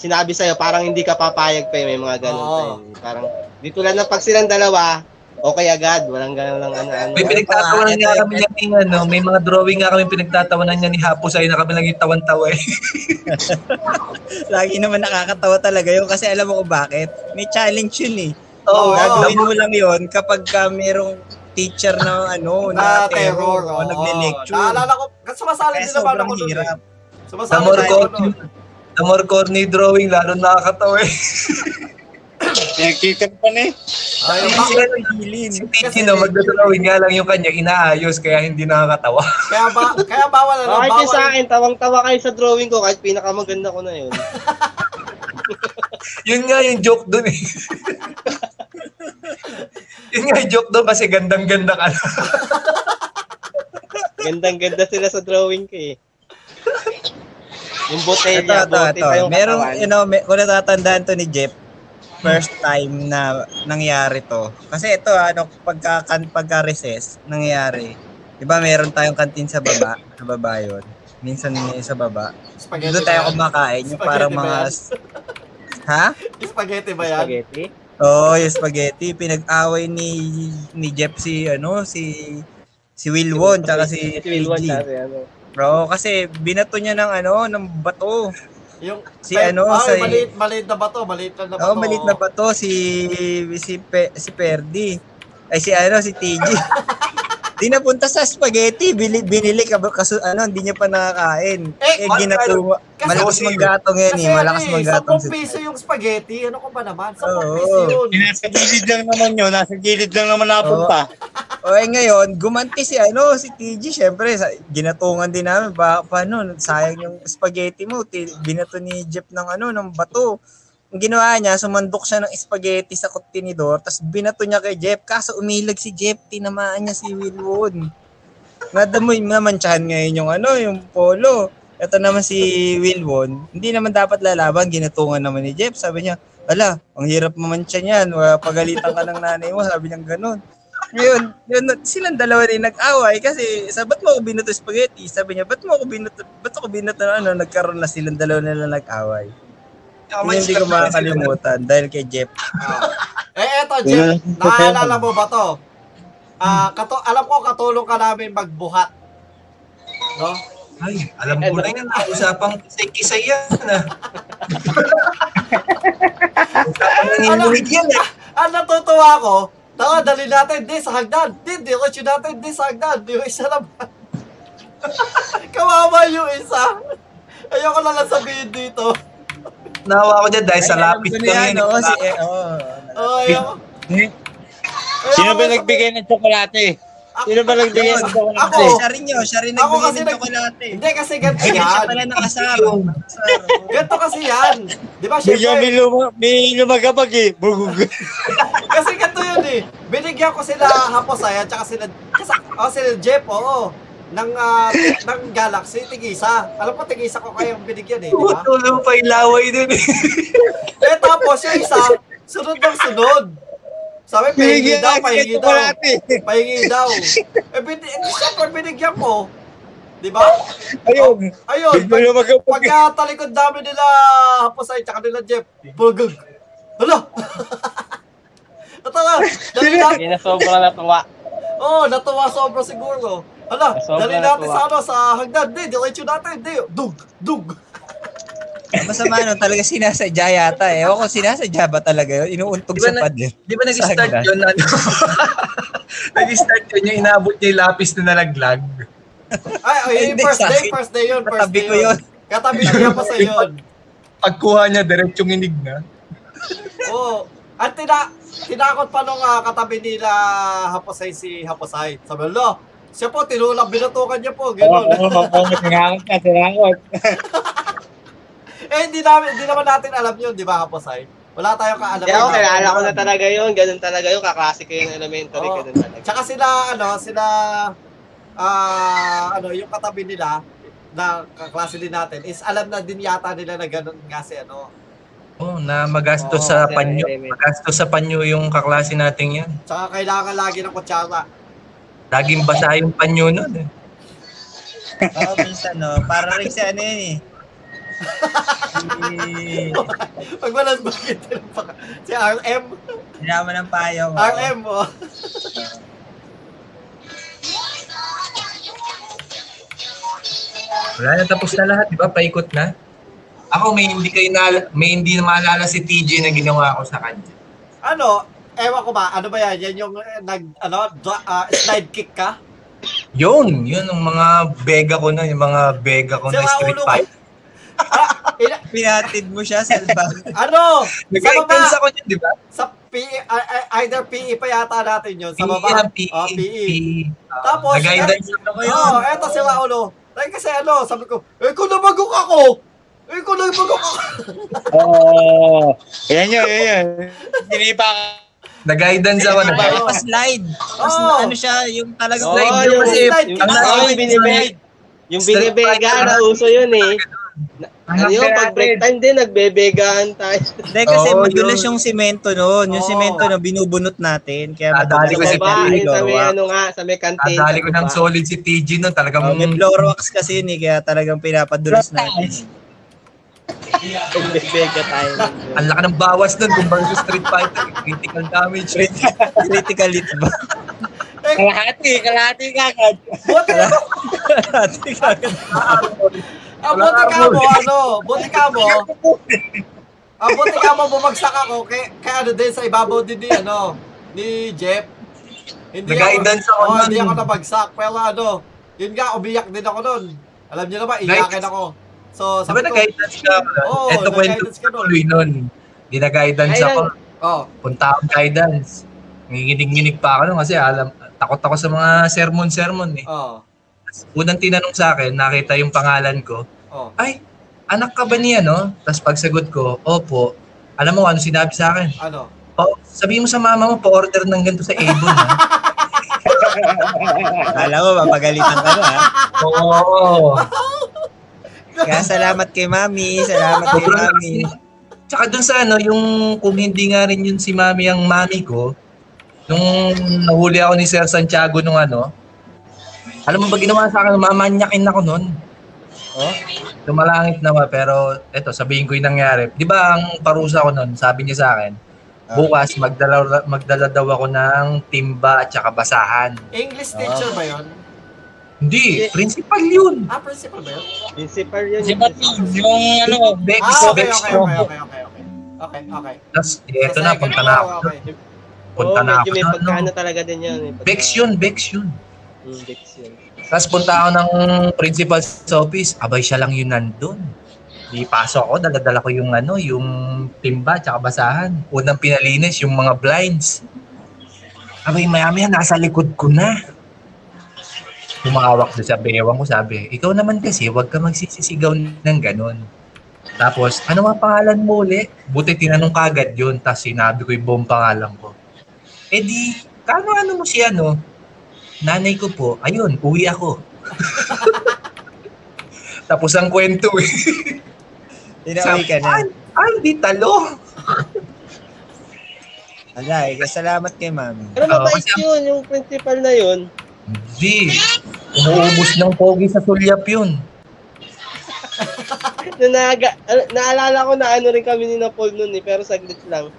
[SPEAKER 6] sinabi sa'yo, parang hindi ka papayag pa eh, may mga ganun
[SPEAKER 1] Oo.
[SPEAKER 6] tayo. Parang di tulad na pag silang dalawa, okay agad, walang ganun lang ano ano.
[SPEAKER 9] May pinagtatawanan nga kami niya ni ano, may mga drawing nga kami pinagtatawanan niya ni Hapusay na kami lang yung tawan-tawa eh.
[SPEAKER 2] Lagi naman nakakatawa talaga yun kasi alam mo kung bakit. May challenge yun eh.
[SPEAKER 1] Oo.
[SPEAKER 2] Gagawin mo lang yun kapag ka merong teacher na ano,
[SPEAKER 1] Na
[SPEAKER 2] na,
[SPEAKER 1] Ah, terror.
[SPEAKER 2] o
[SPEAKER 1] oo.
[SPEAKER 2] nagle-lecture.
[SPEAKER 1] Naalala ko, kasi sumasali
[SPEAKER 2] Kaya
[SPEAKER 1] din naman ako
[SPEAKER 2] sobrang
[SPEAKER 1] doon.
[SPEAKER 2] hirap.
[SPEAKER 9] The
[SPEAKER 1] Sumasali
[SPEAKER 9] more
[SPEAKER 1] din ako
[SPEAKER 9] corny,
[SPEAKER 1] doon.
[SPEAKER 9] the more corny drawing, lalo nakakatawa [LAUGHS] eh.
[SPEAKER 5] Nagkikita pa ni.
[SPEAKER 1] Ay,
[SPEAKER 9] Hindi
[SPEAKER 1] ba-
[SPEAKER 9] sila Si Titi na magdadrawing nga lang yung kanya, inaayos, kaya hindi nakakatawa. [LAUGHS]
[SPEAKER 1] kaya, ba, kaya bawal na
[SPEAKER 6] Bakit
[SPEAKER 1] bawal.
[SPEAKER 6] yung sa akin, tawang-tawa kayo sa drawing ko kahit pinakamaganda ko na yun.
[SPEAKER 9] Yun nga yung joke dun eh. Yun nga yung joke dun kasi gandang-ganda ka na.
[SPEAKER 6] Gandang-ganda sila sa drawing ko
[SPEAKER 2] [LAUGHS]
[SPEAKER 6] eh. Yung
[SPEAKER 2] Ito,
[SPEAKER 6] botelya,
[SPEAKER 2] ito,
[SPEAKER 6] bote
[SPEAKER 2] ito.
[SPEAKER 6] pa yung
[SPEAKER 2] Merong,
[SPEAKER 6] katawan.
[SPEAKER 2] you know, may, kung natatandaan to ni Jeff, first time na nangyari to. Kasi ito, ano, pagka, kan, pagka recess, nangyari. Di ba, meron tayong kantin sa baba, sa baba yun. Minsan yun sa baba.
[SPEAKER 1] Spaghetti
[SPEAKER 2] Doon
[SPEAKER 1] ba
[SPEAKER 2] tayo
[SPEAKER 1] yan?
[SPEAKER 2] kumakain, yung
[SPEAKER 1] Spaghetti
[SPEAKER 2] parang
[SPEAKER 1] ba
[SPEAKER 2] mga...
[SPEAKER 1] yan?
[SPEAKER 2] Ha?
[SPEAKER 1] Spaghetti ba yan?
[SPEAKER 6] Spaghetti?
[SPEAKER 2] Oo, Oh, yung spaghetti. Pinag-away ni ni Jeff si, ano, si si Wilwon, tsaka si,
[SPEAKER 6] Si Wilwon,
[SPEAKER 2] PG.
[SPEAKER 6] sabi ano.
[SPEAKER 2] Bro, kasi binato niya ng ano, ng bato.
[SPEAKER 1] Yung,
[SPEAKER 2] Si ano,
[SPEAKER 1] ay,
[SPEAKER 2] si-
[SPEAKER 1] maliit, maliit na bato, maliit lang na bato.
[SPEAKER 2] Oo, Oh, maliit na bato si si Pe, si Perdi. Ay si ano, si
[SPEAKER 1] [LAUGHS]
[SPEAKER 2] TG. Di napunta sa spaghetti, bili, binili ka kaso ano, hindi niya pa nakakain.
[SPEAKER 1] Eh,
[SPEAKER 2] Eh, ginatuwa.
[SPEAKER 1] kasi-
[SPEAKER 2] Malakas manggatong yan eh, malakas
[SPEAKER 1] ano eh, 10
[SPEAKER 2] manggatong si
[SPEAKER 1] piso yung spaghetti, ano ko ba naman? 10
[SPEAKER 2] Oo.
[SPEAKER 1] piso yun.
[SPEAKER 5] Nasa gilid lang naman yun. Nasa gilid lang naman napunta.
[SPEAKER 2] O eh, ngayon, gumanti si ano, si TG, syempre, sa, ginatungan din namin, pa, paano, sayang yung spaghetti mo, Ti- binato ni Jeff ng ano, ng bato. Ang ginawa niya, sumandok siya ng spaghetti sa kontinidor, tapos binato niya kay Jeff, kaso umilag si Jeff, tinamaan niya si Wilwon. Nadamoy naman siya ngayon yung ano, yung polo. Ito naman si Wilwon, hindi naman dapat lalaban, ginatungan naman ni Jeff, sabi niya, ala, ang hirap naman siya niyan, Wa- pagalitan ka ng nanay mo, sabi niya ganun. Ngayon, yun, silang dalawa rin nag-away kasi sa ba't mo ako binato spaghetti? Sabi niya, ba't mo ako binato, ba't ako binato na ano, nagkaroon na silang dalawa nila nag-away. Yun yung hindi ko makakalimutan dahil kay Jeff.
[SPEAKER 1] Ah. Eh, eto, Jeff, naalala mo ba to? Ah, kato, alam ko katulong ka namin magbuhat. No?
[SPEAKER 9] Ay, alam ko na yan. Usapang kisay-kisay yan [LAUGHS] ah. Usapang nangiluhid yan ah.
[SPEAKER 1] Ang natutuwa ko, Taka, dali natin din sa hagdan. Di, diretsyo natin din sa hagdan. Di, yung isa naman. [LAUGHS] Kawawa yung isa. Ayoko na lang sabihin dito.
[SPEAKER 9] Nawa ko dyan dahil sa
[SPEAKER 2] Ay, alam
[SPEAKER 9] lapit
[SPEAKER 2] ko
[SPEAKER 9] ko
[SPEAKER 2] na
[SPEAKER 9] yan. oh,
[SPEAKER 2] yan, oo, si, eh, oo.
[SPEAKER 1] Oh, ayoko. Ayoko
[SPEAKER 5] Eh, Sino ba
[SPEAKER 1] na
[SPEAKER 5] nagbigay ng tsokolate?
[SPEAKER 1] sabihin.
[SPEAKER 5] Sino ba nagbigay ng
[SPEAKER 1] Ako,
[SPEAKER 5] tsokolate?
[SPEAKER 1] ako.
[SPEAKER 2] Siya rin yun, siya rin
[SPEAKER 1] Ako
[SPEAKER 2] nagbigay
[SPEAKER 1] kasi
[SPEAKER 2] ng
[SPEAKER 1] nag-
[SPEAKER 2] chocolate.
[SPEAKER 1] Hindi kasi ganito
[SPEAKER 2] Kaya eh. siya pala
[SPEAKER 1] yan.
[SPEAKER 2] nakasar.
[SPEAKER 1] Ganito kasi yan. Di ba,
[SPEAKER 5] Bigyan may,
[SPEAKER 1] syempre,
[SPEAKER 5] luma, may lumagabag eh. Bugug.
[SPEAKER 1] kasi ganito yun eh. Binigyan ko sila Haposay at saka sila, kasi, oh, sila Jeff, oo. ng, ah, ng Galaxy, tigisa. Alam mo, tigisa ko kayong binigyan eh, di ba?
[SPEAKER 9] Tulong pa ilaway dun eh.
[SPEAKER 1] [LAUGHS] Eh, tapos yung isa, sunod ng sunod. Sabi, pahingi
[SPEAKER 5] Binigyan
[SPEAKER 1] daw,
[SPEAKER 5] natin
[SPEAKER 1] pahingi
[SPEAKER 5] yung
[SPEAKER 1] daw.
[SPEAKER 5] chocolate.
[SPEAKER 1] Pahingi daw. Eh, bin- eh, siyempre, binigyan ko. Di ba? Oh,
[SPEAKER 5] Ayun.
[SPEAKER 1] Ayun,
[SPEAKER 5] Bigla
[SPEAKER 1] pag,
[SPEAKER 5] na magkapag...
[SPEAKER 1] pagkatalikod namin nila Hapasay, tsaka nila Jeff, bulgag. Hala! [LAUGHS] Ito na,
[SPEAKER 2] [LAUGHS]
[SPEAKER 1] dali na,
[SPEAKER 6] Hindi na sobrang natuwa.
[SPEAKER 1] oh, natuwa sobra siguro. Hala,
[SPEAKER 6] Sobra
[SPEAKER 1] dali natin
[SPEAKER 6] natuwa.
[SPEAKER 1] sa ano, sa hagdan, di, diretso natin, di, dug, dug.
[SPEAKER 2] Masama nun ano, talaga sinasadya yata eh. Ewan ko sinasadya ba talaga yun? Inuuntog
[SPEAKER 9] Di ba
[SPEAKER 2] sa
[SPEAKER 9] na-
[SPEAKER 2] pad eh.
[SPEAKER 9] Di ba nag-start
[SPEAKER 2] Saan ba?
[SPEAKER 9] yun? Ano? [LAUGHS] nag-start yun, yung inabot niya yung lapis na nalaglag.
[SPEAKER 1] Ay, ay, yun,
[SPEAKER 2] Hindi,
[SPEAKER 1] first
[SPEAKER 2] sa
[SPEAKER 1] day,
[SPEAKER 2] akin.
[SPEAKER 1] first day yun, first
[SPEAKER 2] Katabi
[SPEAKER 1] day
[SPEAKER 2] ko yun.
[SPEAKER 1] Katabi ko yun pa sa yun.
[SPEAKER 9] Pagkuha niya, diretsong inig na.
[SPEAKER 1] Oo. Oh, At tina, tinakot pa nung ah, katabi nila Hapasay si Hapasay. Sabi, lo, siya po, tinulak, binatukan niya po,
[SPEAKER 5] Oo,
[SPEAKER 1] gano'n.
[SPEAKER 5] oo, oo, tinangot na, tinangot.
[SPEAKER 1] eh, hindi, namin, hindi naman natin alam yun, di ba, Hapasay? Wala tayong kaalam.
[SPEAKER 6] Kaya ako, kilala ko na talaga yun. Ganun talaga yun. Kaklase ko yung elementary.
[SPEAKER 1] Oo.
[SPEAKER 6] Ganun talaga.
[SPEAKER 1] Tsaka sila, ano, sila, ah, ano, yung katabi nila, na kaklase din natin, is alam na din yata nila na gano'n nga si, ano.
[SPEAKER 9] Oo, na magastos
[SPEAKER 6] Oo,
[SPEAKER 9] sa
[SPEAKER 6] kasi
[SPEAKER 9] panyo.
[SPEAKER 6] element.
[SPEAKER 9] Magastos sa panyo yung kaklase natin yan.
[SPEAKER 1] Tsaka kailangan lagi ng kutsara. [LAUGHS]
[SPEAKER 9] Laging basa yung panyo nun eh.
[SPEAKER 2] [LAUGHS] Oo, minsan no. Para rin sa ano yun eh. Eh,
[SPEAKER 1] Pag walang bakit, si RM,
[SPEAKER 2] Hinaman ng payo. oo.
[SPEAKER 1] RM, oh.
[SPEAKER 9] Wala na, tapos na lahat, di ba? Paikot na. Ako, may hindi kayo na, may hindi na maalala si TJ na ginawa ko sa kanya.
[SPEAKER 1] ano, ewan ko ba, ano ba yan? Yan yung eh, nag, ano, dra- ah, slide kick ka?
[SPEAKER 9] Yun, yun ang mga bega ko na, yung mga bega ko na
[SPEAKER 1] Sira
[SPEAKER 9] street
[SPEAKER 1] ulo ka.
[SPEAKER 9] fight.
[SPEAKER 1] Ina-
[SPEAKER 2] Pinatid mo siya sa bag.
[SPEAKER 9] [LAUGHS]
[SPEAKER 1] ano, sa baba,
[SPEAKER 9] Nag-intense ako yun, di ba?
[SPEAKER 1] sa PE, ah, ah, either PE pa yata natin yun,
[SPEAKER 9] E
[SPEAKER 1] sa baba.
[SPEAKER 9] ang PE.
[SPEAKER 1] Oh, PE.
[SPEAKER 9] Ah,
[SPEAKER 1] Tapos,
[SPEAKER 9] nag-guidance ako
[SPEAKER 1] Oo,
[SPEAKER 9] yun.
[SPEAKER 1] oh, eto si Raulo. Ay, kasi ano, sabi ko, eh, kung nabagok ako, eh, kung nabagok ako. [LAUGHS]
[SPEAKER 5] Oo. Yan yun, yan yun. Ginipa ka.
[SPEAKER 9] Nag-guidance ako na.
[SPEAKER 1] Ay,
[SPEAKER 2] pa slide. Mas
[SPEAKER 1] Oo.
[SPEAKER 2] na ano siya, yung talaga
[SPEAKER 6] Oo,
[SPEAKER 2] slide.
[SPEAKER 6] yung-
[SPEAKER 9] kasi
[SPEAKER 1] slide kick.
[SPEAKER 6] yung-
[SPEAKER 9] ang
[SPEAKER 6] Oo,
[SPEAKER 9] nasa
[SPEAKER 6] yung binibeg. Yung binibega na uso yun eh. [LAUGHS] Ano yun, pag break
[SPEAKER 9] eh.
[SPEAKER 6] time din, nagbebegaan tayo.
[SPEAKER 2] Hindi kasi
[SPEAKER 9] Oo,
[SPEAKER 2] madulas
[SPEAKER 9] yun.
[SPEAKER 2] yung simento noon. Yung
[SPEAKER 1] Oo.
[SPEAKER 2] simento na binubunot natin. Kaya madulas
[SPEAKER 9] Nadali ko si
[SPEAKER 6] Sa
[SPEAKER 2] yung
[SPEAKER 6] baba, eh, sa may
[SPEAKER 2] pinagawa.
[SPEAKER 6] ano nga, sa may canteen. diba?
[SPEAKER 9] Nadali
[SPEAKER 6] sa
[SPEAKER 9] ko ng
[SPEAKER 6] baba.
[SPEAKER 9] solid si TJ nun. Talagang
[SPEAKER 2] Oh, may floor wax kasi yun eh, kaya talagang pinapadulas natin.
[SPEAKER 6] Nagbebega tayo.
[SPEAKER 9] ang laki ng bawas nun kung versus street fighter. Critical damage.
[SPEAKER 2] Critical it ba?
[SPEAKER 1] Eh,
[SPEAKER 5] Kalahati, kalahati ka agad.
[SPEAKER 1] Buti, ah, buti ka mo, ano, buti ka mo, ah, buti ka mo, bumagsak ako, kaya, kaya ano din, sa ibabaw din ni, ano, ni Jeff. Hindi
[SPEAKER 9] Nag-guidance ako
[SPEAKER 1] Oo,
[SPEAKER 9] nun.
[SPEAKER 1] hindi ako nabagsak, pero ano, yun nga, umiyak din ako nun. Alam niyo naman, iyakin
[SPEAKER 9] Guidance.
[SPEAKER 1] ako. So,
[SPEAKER 9] Sabi
[SPEAKER 1] sabi
[SPEAKER 9] na
[SPEAKER 1] ko,
[SPEAKER 9] guidance ka ako nun.
[SPEAKER 1] Oo,
[SPEAKER 9] Eto kwento
[SPEAKER 1] nag-guidance
[SPEAKER 9] ko
[SPEAKER 1] ka nun.
[SPEAKER 9] tuloy nun. Gina-guidance
[SPEAKER 6] Ayun.
[SPEAKER 9] ako.
[SPEAKER 1] oh,
[SPEAKER 9] Punta akong guidance. Nanginginig-nginig pa ako nun kasi alam, takot ako sa mga sermon-sermon eh.
[SPEAKER 1] oh,
[SPEAKER 9] Unang tinanong sa akin, nakita yung pangalan ko.
[SPEAKER 1] oh.
[SPEAKER 9] Ay, anak ka ba niya no? Tapos pagsagot ko, opo. Alam mo ano sinabi sa akin?
[SPEAKER 1] Ano?
[SPEAKER 9] Oh, sabihin mo sa mama mo, pa-order ng ganito sa Avon. ha?
[SPEAKER 2] Kala mo, mapagalitan ka na ha.
[SPEAKER 9] Oo.
[SPEAKER 2] Kaya salamat kay mami, salamat kay
[SPEAKER 9] Sobrang
[SPEAKER 2] mami.
[SPEAKER 9] lakas. Tsaka dun sa ano, yung kung hindi nga rin yun si mami ang mami ko, nung nahuli ako ni Sir Santiago nung ano, alam mo ba ginawa sa akin, mamanyakin ako nun. Oh, tumalangit naman, pero eto, sabihin ko yung nangyari. Di ba ang parusa ko nun, sabi niya sa akin,
[SPEAKER 1] Ah.
[SPEAKER 9] bukas magdala, magdala daw ako ng timba at saka basahan.
[SPEAKER 1] English teacher ba yun?
[SPEAKER 9] Hindi, principal yun.
[SPEAKER 1] Ah, principal ba yun?
[SPEAKER 6] Principal yun. eh.
[SPEAKER 5] Si Batman, yung ano,
[SPEAKER 9] Bex,
[SPEAKER 1] Ah, okay,
[SPEAKER 9] Bex
[SPEAKER 1] okay,
[SPEAKER 9] ko.
[SPEAKER 1] okay, okay, okay, okay. Okay, okay.
[SPEAKER 9] Tapos, eto
[SPEAKER 1] Sa
[SPEAKER 9] na,
[SPEAKER 1] second
[SPEAKER 9] punta na
[SPEAKER 1] floor,
[SPEAKER 9] ako.
[SPEAKER 1] Oh, okay.
[SPEAKER 9] Punta
[SPEAKER 6] Oo,
[SPEAKER 9] na
[SPEAKER 6] Oh, medyo
[SPEAKER 9] ako.
[SPEAKER 6] may
[SPEAKER 9] doon, no?
[SPEAKER 6] pagkano talaga din yun. may pagka-
[SPEAKER 9] Bex yun, Bex yun.
[SPEAKER 6] Mm, Bex yun.
[SPEAKER 9] Tapos punta ako ng principal's office, abay siya lang yun nandun. Di pasok ako, daladala ko yung ano, yung timba tsaka basahan. Unang pinalinis yung mga blinds. Abay maya-maya nasa likod ko na. Humawak doon sa bewang ko, sabi, ikaw naman kasi, huwag ka magsisisigaw ng ganun. Tapos, ano nga pangalan mo uli? Buti tinanong kagad yun, tapos sinabi ko yung buong pangalan ko. "Eh E di, kano ano mo siya, no? Nanay ko po, ayun, uwi ako. [LAUGHS] Tapos ang kwento eh.
[SPEAKER 2] Inauwi ka na.
[SPEAKER 9] Ay, ay, di talo.
[SPEAKER 2] Alay, eh, salamat kay mami.
[SPEAKER 6] Pero
[SPEAKER 9] Oo,
[SPEAKER 6] mabait
[SPEAKER 9] kasi-
[SPEAKER 6] yun, yung principal na yun.
[SPEAKER 9] Di. Umuubos ng pogi sa sulyap yun.
[SPEAKER 6] Na naga, al- naalala ko na ano rin kami ni na Paul noon eh, pero saglit lang.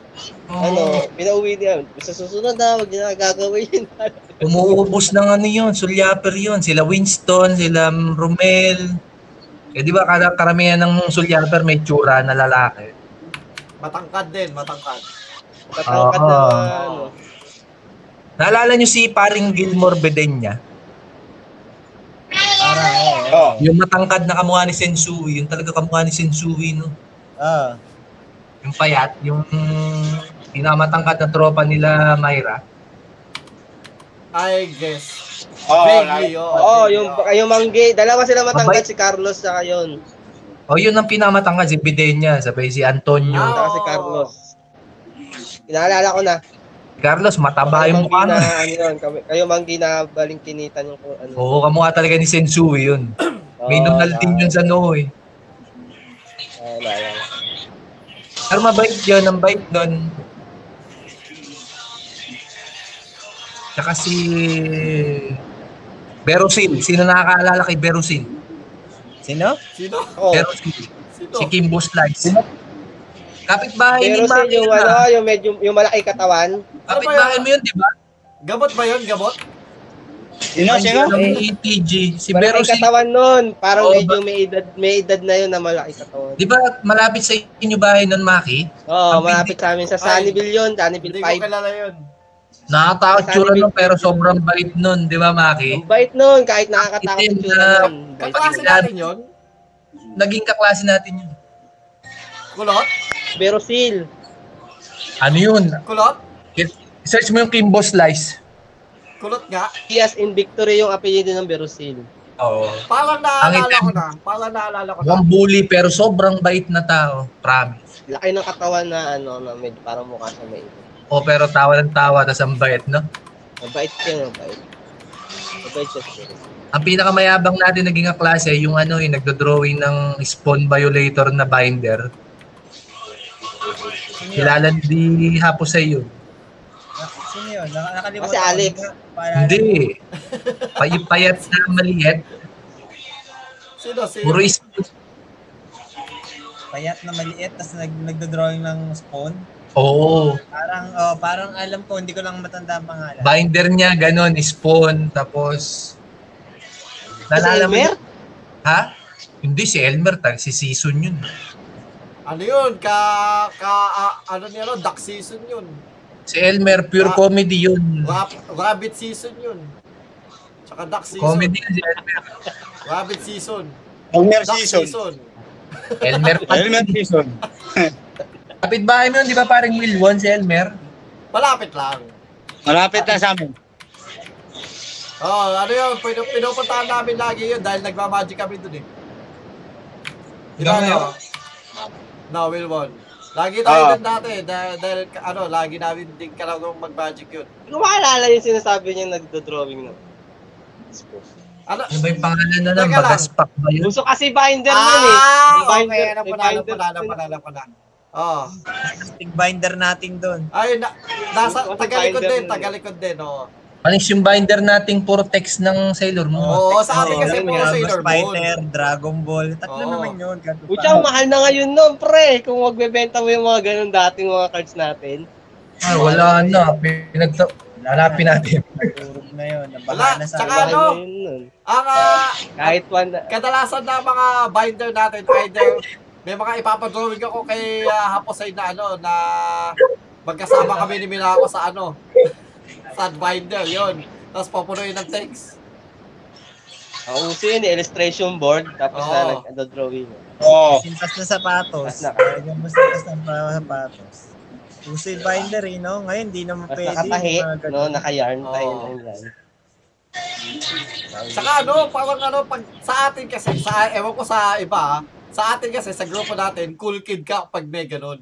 [SPEAKER 9] Ah.
[SPEAKER 6] Ano, pinauwi niya. Sa susunod na, huwag niya na gagawin yun. [LAUGHS]
[SPEAKER 9] Umuubos ng ano yun, sulyaper yun. Sila Winston, sila mm, Romel. Eh di ba kar- karamihan ng sulyaper may tsura na lalaki.
[SPEAKER 1] Matangkad din, matangkad.
[SPEAKER 6] Katangkat na
[SPEAKER 9] Oo.
[SPEAKER 6] ano.
[SPEAKER 9] Naalala nyo si paring Gilmore Bedenya?
[SPEAKER 5] Oh,
[SPEAKER 9] Yung matangkad na kamukha ni Sensui, yung talaga kamukha ni Sensui, no?
[SPEAKER 2] Ah,
[SPEAKER 9] Yung payat, yung pinamatangkad na tropa nila Myra.
[SPEAKER 1] I guess.
[SPEAKER 5] oh,
[SPEAKER 1] Vaguely,
[SPEAKER 5] like-
[SPEAKER 1] oo.
[SPEAKER 6] Oo, oh,
[SPEAKER 1] vaguely,
[SPEAKER 6] yung,
[SPEAKER 1] oo.
[SPEAKER 6] yung mangge. Dalawa sila matangkat,
[SPEAKER 9] Mabait.
[SPEAKER 6] si Carlos saka yun.
[SPEAKER 9] O Oh, yun ang pinamatangkad, si Bedenya, sabay si Antonio.
[SPEAKER 1] Ah,
[SPEAKER 6] Saka si Carlos. Inaalala ko na.
[SPEAKER 9] Carlos, mataba yung mukha
[SPEAKER 6] na,
[SPEAKER 9] nun.
[SPEAKER 6] ano yun, kami, kayo manggi na balingkinitan yung kung ano.
[SPEAKER 9] Oo, kamukha talaga ni Sensui [COUGHS] yun. May
[SPEAKER 6] Oo,
[SPEAKER 9] nunal din
[SPEAKER 6] na-
[SPEAKER 9] yun sa noo eh.
[SPEAKER 6] oo, naalala ko.
[SPEAKER 9] Pero mabait yun, ang bait nun. Tsaka si... Berosil. Sino nakakaalala kay Berosil?
[SPEAKER 2] sino?
[SPEAKER 1] Sino?
[SPEAKER 9] Oh.
[SPEAKER 6] Oo.
[SPEAKER 9] Berosil.
[SPEAKER 1] Sino?
[SPEAKER 9] Si Kimbo Slice. Kapitbahay ni
[SPEAKER 6] Pero sa
[SPEAKER 9] Maki
[SPEAKER 6] yung
[SPEAKER 9] na.
[SPEAKER 6] ano, yung medyo yung malaki katawan,
[SPEAKER 9] Kapitbahay mo yun, di ba?
[SPEAKER 1] Gamot ba yun, gamot?
[SPEAKER 5] Sino,
[SPEAKER 9] Ang
[SPEAKER 5] sino?
[SPEAKER 9] ng ETG. E Si Oh,
[SPEAKER 6] malaki
[SPEAKER 9] Berosil.
[SPEAKER 6] katawan noon. Parang
[SPEAKER 9] Oo,
[SPEAKER 6] medyo may edad, may edad na yun na malaki katawan.
[SPEAKER 9] Di ba malapit sa inyo bahay nun, Maki?
[SPEAKER 6] Oo, malapit sa amin sa Sunnyville yun, Sunnyville
[SPEAKER 1] Hindi ko
[SPEAKER 6] 5.
[SPEAKER 1] kilala yun.
[SPEAKER 9] Nakataot
[SPEAKER 6] Sa
[SPEAKER 9] tsura
[SPEAKER 6] anime.
[SPEAKER 9] nun pero sobrang bait nun, di ba Maki?
[SPEAKER 6] Ang bait nun, kahit nakakatakot
[SPEAKER 9] Itim
[SPEAKER 6] yung tsura
[SPEAKER 9] na-
[SPEAKER 6] nun. Bait
[SPEAKER 1] Kaklase
[SPEAKER 6] yun.
[SPEAKER 1] natin yun?
[SPEAKER 9] Naging kaklase natin yun.
[SPEAKER 1] Kulot?
[SPEAKER 6] Pero seal,
[SPEAKER 9] Ano yun?
[SPEAKER 1] Kulot?
[SPEAKER 9] Search mo yung Kimbo Slice.
[SPEAKER 1] Kulot nga.
[SPEAKER 6] Kias in Victory yung apelyido ng Berosil.
[SPEAKER 9] Oo.
[SPEAKER 1] Parang
[SPEAKER 9] Ang
[SPEAKER 1] naalala
[SPEAKER 9] itim.
[SPEAKER 1] ko na. Parang naalala ko na.
[SPEAKER 9] Ang bully pero sobrang bait na tao. Promise.
[SPEAKER 6] Laki ng katawan na ano, na medyo parang mukha siya may edad.
[SPEAKER 9] O pero tawa ng tawa, tas ang bait, no?
[SPEAKER 6] Mabait siya, mabait. Mabait siya si Berosil.
[SPEAKER 9] Ang pinakamayabang natin naging kaklase, yung ano, yung nagdodrawing ng spawn violator na binder. Kilala ni Hapo sa iyo.
[SPEAKER 2] Na- Sino yun? Nak- nakalimutan
[SPEAKER 6] Ah, si
[SPEAKER 2] ko.
[SPEAKER 6] Alex.
[SPEAKER 2] Paalala ko.
[SPEAKER 9] Hindi. Payat na maliit.
[SPEAKER 1] Sino? Sino?
[SPEAKER 9] Puro spawn.
[SPEAKER 2] Payat na maliit, tapos nag, nagdodrawing ng spawn.
[SPEAKER 9] Oo.
[SPEAKER 2] Parang, oh, parang alam ko, hindi ko lang matanda ang pangalan.
[SPEAKER 9] Binder niya, ganun, spawn. Tapos, naalala mo
[SPEAKER 6] Elmer?
[SPEAKER 9] yun? Ha? Hindi, si Elmer. Tag, si Season yun.
[SPEAKER 1] Ano yun? Ka, ka, ah, ano niya no? Duck season yun.
[SPEAKER 9] Si Elmer, pure
[SPEAKER 1] Ra-
[SPEAKER 9] comedy yun.
[SPEAKER 1] Rab, rabbit season yun. Tsaka duck season.
[SPEAKER 9] Comedy yun si Elmer.
[SPEAKER 1] Rabbit season.
[SPEAKER 5] Elmer
[SPEAKER 1] Duck
[SPEAKER 5] season.
[SPEAKER 1] season.
[SPEAKER 9] Elmer pa.
[SPEAKER 5] Elmer season.
[SPEAKER 9] Kapitbahay mo yun, di ba parang Wilwon si Elmer?
[SPEAKER 1] Malapit lang.
[SPEAKER 5] Malapit na sa amin.
[SPEAKER 1] Oo, oh, ano yun? Pinu- pinupuntahan namin lagi yun dahil nagmamagic kami dun eh. Di ba
[SPEAKER 9] Ikaw
[SPEAKER 1] ano?
[SPEAKER 9] ngayon?
[SPEAKER 1] No, Wilbon. Lagi tayo
[SPEAKER 5] Ah.
[SPEAKER 1] dun dati dahil, dahil ano, lagi namin din kalagong mag-magic yun.
[SPEAKER 6] Hindi ko maalala yung sinasabi niya nagdo-drawing na.
[SPEAKER 1] Ano?
[SPEAKER 9] Ano ba yung pangalan na lang?
[SPEAKER 1] Teka lang.
[SPEAKER 9] Bagaspak ba yun?
[SPEAKER 6] Gusto kasi binder nun eh.
[SPEAKER 1] Ah,
[SPEAKER 6] May
[SPEAKER 1] okay.
[SPEAKER 6] binder- may
[SPEAKER 1] Napala,
[SPEAKER 6] binder-
[SPEAKER 1] napala, napala, napala. Oo.
[SPEAKER 2] Big binder natin doon.
[SPEAKER 1] Ay, oh, na, nasa,
[SPEAKER 6] Kasi
[SPEAKER 1] tagalikod
[SPEAKER 6] binder
[SPEAKER 1] din,
[SPEAKER 6] nun eh.
[SPEAKER 1] tagalikod din, oh. oo.
[SPEAKER 9] Ano yung binder nating puro text ng Sailor Moon?
[SPEAKER 1] Oo, sa amin
[SPEAKER 2] Oo,
[SPEAKER 1] kasi
[SPEAKER 6] yun
[SPEAKER 1] puro
[SPEAKER 6] nga,
[SPEAKER 1] Sailor
[SPEAKER 2] Fighter,
[SPEAKER 1] Moon.
[SPEAKER 2] Dragon Ball, tatlo
[SPEAKER 1] Oo.
[SPEAKER 2] naman yun. ganun pa.
[SPEAKER 6] Pucha, mahal na ngayon nun, pre. Kung magbebenta mo yung mga ganun dating mga cards natin.
[SPEAKER 9] Ah, wala na. Pinagta... Hanapin natin.
[SPEAKER 2] Naturog na yun.
[SPEAKER 1] Wala,
[SPEAKER 2] Nabahala sa
[SPEAKER 1] tsaka
[SPEAKER 6] Mahal
[SPEAKER 1] ano?
[SPEAKER 6] na yun nun.
[SPEAKER 1] Ang, ah,
[SPEAKER 6] Kahit one,
[SPEAKER 1] kadalasan na mga binder natin, either may mga ipapadrawing ako kay ah, Haposay na ano, na magkasama kami ni Milako sa ano, [LAUGHS] sa binder, yon Tapos papunuin ng text.
[SPEAKER 6] ang uso yun, eh, illustration board, tapos
[SPEAKER 1] Oo.
[SPEAKER 6] na ano, nag-drawing.
[SPEAKER 5] Oo.
[SPEAKER 2] Sintas na sapatos.
[SPEAKER 6] Mas na-
[SPEAKER 2] Talagang mas sintas na pa- sapatos. Uso yung binder eh, no? Ngayon, di naman
[SPEAKER 6] Mas
[SPEAKER 2] pwede.
[SPEAKER 6] nakatahi,
[SPEAKER 2] yung mga ganun.
[SPEAKER 6] no, naka-yarn tayo
[SPEAKER 1] Oo.
[SPEAKER 6] lang yan.
[SPEAKER 1] Saka ano, parang ano, pag, sa atin kasi, sa, ewan ko sa iba, ah, sa atin kasi, sa grupo natin, cool kid ka pag may ganun.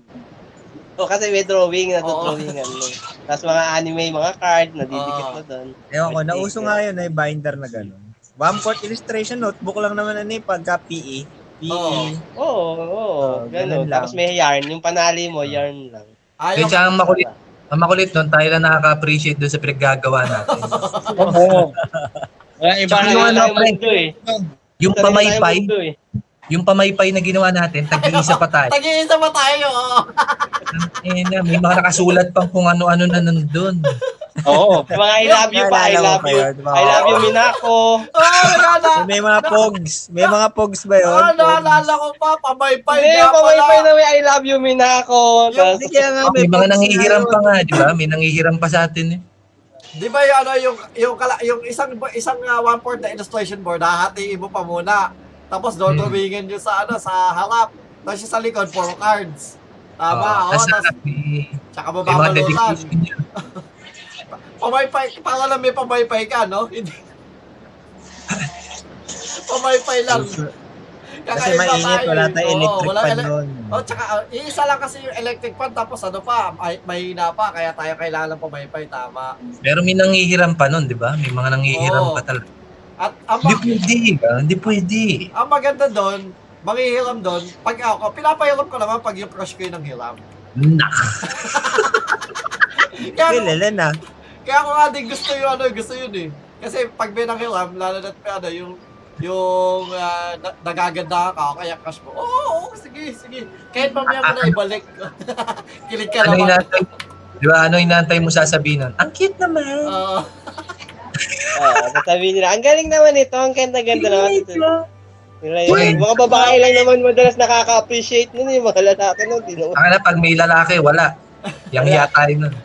[SPEAKER 6] O, Oh, kasi may drawing, nag-drawing ano. Tapos mga anime, mga card, nadidikit
[SPEAKER 1] Oo.
[SPEAKER 6] mo doon.
[SPEAKER 2] Ewan ko, nauso nga yun, na yung binder na gano'n. One-fourth illustration notebook lang naman ano eh, pagka PE. PE.
[SPEAKER 1] Oo.
[SPEAKER 6] Oo, oh, oo.
[SPEAKER 2] Oh, ganun
[SPEAKER 6] ganun.
[SPEAKER 2] lang.
[SPEAKER 6] Tapos may yarn. Yung panali mo, yarn lang.
[SPEAKER 9] Kaya
[SPEAKER 1] Ayaw,
[SPEAKER 9] siya ang makulit. Ang makulit nun, tayo lang nakaka-appreciate doon sa pinaggagawa natin.
[SPEAKER 5] Oo. Wala iba
[SPEAKER 9] Tsaka
[SPEAKER 5] na
[SPEAKER 9] yung
[SPEAKER 5] yun.
[SPEAKER 9] ano,
[SPEAKER 6] Tayo mundo eh.
[SPEAKER 9] yung
[SPEAKER 6] Sarili tayo
[SPEAKER 9] pamaypay,
[SPEAKER 6] mundo eh.
[SPEAKER 9] yung pamaypay na ginawa natin, tag-iisa pa tayo.
[SPEAKER 1] tag-iisa pa tayo. [LAUGHS] oo.
[SPEAKER 9] Eh, na, may mga nakasulat pang kung ano-ano na nandun.
[SPEAKER 5] Oo.
[SPEAKER 6] Yung Mga I love you pa, I
[SPEAKER 2] Naalala
[SPEAKER 6] love
[SPEAKER 2] ko
[SPEAKER 6] you.
[SPEAKER 2] yun, mga-
[SPEAKER 6] I love you,
[SPEAKER 2] [LAUGHS]
[SPEAKER 6] Minako.
[SPEAKER 1] Oh, nalala.
[SPEAKER 2] May- May mga pogs. May mga pogs ba Ano yun?
[SPEAKER 1] Oh,
[SPEAKER 2] Pogs.
[SPEAKER 1] naalala ko pa. Pamaypay
[SPEAKER 6] Hindi,
[SPEAKER 1] nga pala.
[SPEAKER 6] pamaypay na may I love you, Minako. Tapos,
[SPEAKER 2] Hindi, kaya nga
[SPEAKER 1] Ah,
[SPEAKER 9] May mga
[SPEAKER 2] pogs na
[SPEAKER 9] nangihiram
[SPEAKER 2] yun.
[SPEAKER 9] pa nga, di ba? May nangihiram pa sa atin eh.
[SPEAKER 1] Di ba yung, ano, yung, yung, kala, yung isang, isang uh, one port na illustration board, hahatiin mo pa muna. Tapos doon
[SPEAKER 9] Hmm.
[SPEAKER 1] tumingin yung sa, ano, sa harap. Tapos yung sa likod, four cards.
[SPEAKER 2] Ah,
[SPEAKER 1] Tama, oo.
[SPEAKER 9] Tapos
[SPEAKER 1] Tapos,
[SPEAKER 9] Ah, may,
[SPEAKER 1] tsaka
[SPEAKER 9] may mga
[SPEAKER 1] mababalutan.
[SPEAKER 9] dedication niya.
[SPEAKER 1] Pamaypay, para lang may pamaypay ka, no? [LAUGHS] Hindi. pamaypay lang.
[SPEAKER 2] Kasi
[SPEAKER 1] Kakaiba eh.
[SPEAKER 2] mainit, wala tayong
[SPEAKER 1] Oo,
[SPEAKER 2] electric
[SPEAKER 1] walang
[SPEAKER 2] pan
[SPEAKER 1] ele-
[SPEAKER 2] noon.
[SPEAKER 1] Oh, tsaka uh, isa lang kasi yung electric fan tapos ano pa, ay, mahina pa kaya tayo kailangan ng pamaypay tama.
[SPEAKER 9] Pero may nangihiram pa nun, di ba? May mga nangihiram
[SPEAKER 1] Oo.
[SPEAKER 9] pa talaga.
[SPEAKER 1] At ang,
[SPEAKER 9] Hindi
[SPEAKER 1] ma-
[SPEAKER 9] pwede, ah. hindi pwede.
[SPEAKER 1] ang maganda doon, manghihiram doon, pag ako, pinapahiram ko naman pag yung crush ko yun ang hiram.
[SPEAKER 9] Nak!
[SPEAKER 1] [LAUGHS] Kaya,
[SPEAKER 2] Kilala na.
[SPEAKER 1] kaya ako nga din gusto yung ano, gusto yun eh. Kasi pag may nanghiram, lalo na ano, yung yung ah, na- nagaganda ka, kaya crush mo, oo, oo, sige, sige. Kahit mamaya mo na ibalik. [LAUGHS] Kilig ka
[SPEAKER 9] Ano
[SPEAKER 1] naman.
[SPEAKER 9] inaantay? Di ba? Ano inaantay mo sasabihin nun? Ang cute naman!
[SPEAKER 1] Oo.
[SPEAKER 6] Oo, Ah, sasabihin nila, ang galing naman ito, ang ganda-ganda naman ito. Nila yun. Mga babae lang naman madalas nakaka-appreciate nun eh, yung mga lalaki nun. Di naman.
[SPEAKER 9] Akala pag may lalaki, wala. Yang-ya tayo nun.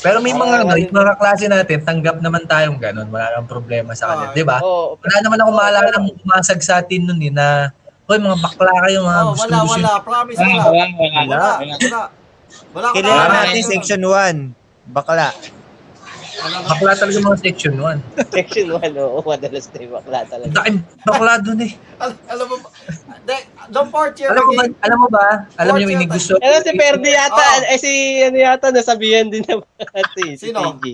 [SPEAKER 9] Pero may mga, ano, yung mga klase natin, tanggap naman tayong ganun. Wala kang problema sa kanila,
[SPEAKER 1] Ah,
[SPEAKER 9] di ba?
[SPEAKER 6] Oo,
[SPEAKER 9] Wala naman ako maalala mong pumasag sa atin nun eh, na, Hoy, mga bakla kayo,
[SPEAKER 1] Oh,
[SPEAKER 9] mga Ah, gusto Ah,
[SPEAKER 1] wala,
[SPEAKER 9] gusto
[SPEAKER 1] wala. Promise,
[SPEAKER 5] Wala,
[SPEAKER 1] wala.
[SPEAKER 5] wala, wala.
[SPEAKER 1] Wala,
[SPEAKER 5] Wala.
[SPEAKER 1] wala. Wala ko
[SPEAKER 2] Kilala
[SPEAKER 1] na-
[SPEAKER 2] natin section 1. Bakla.
[SPEAKER 1] Wala ko-
[SPEAKER 9] Bakla talaga mga section 1.
[SPEAKER 6] section 1, oo, ano, [LAUGHS] madalas na yung bakla
[SPEAKER 9] Ang
[SPEAKER 6] talaga.
[SPEAKER 9] daking bakla dun eh.
[SPEAKER 1] Al- alam mo, ba- the, the fourth year
[SPEAKER 9] Alam mo ba,
[SPEAKER 1] naging-
[SPEAKER 9] alam mo ba, alam niyo yung gusto.
[SPEAKER 6] Ano si Perdi yata,
[SPEAKER 1] Oo.
[SPEAKER 6] eh si ano yata, nasabihan din naman [LAUGHS] natin, si
[SPEAKER 1] Sino?
[SPEAKER 6] TG.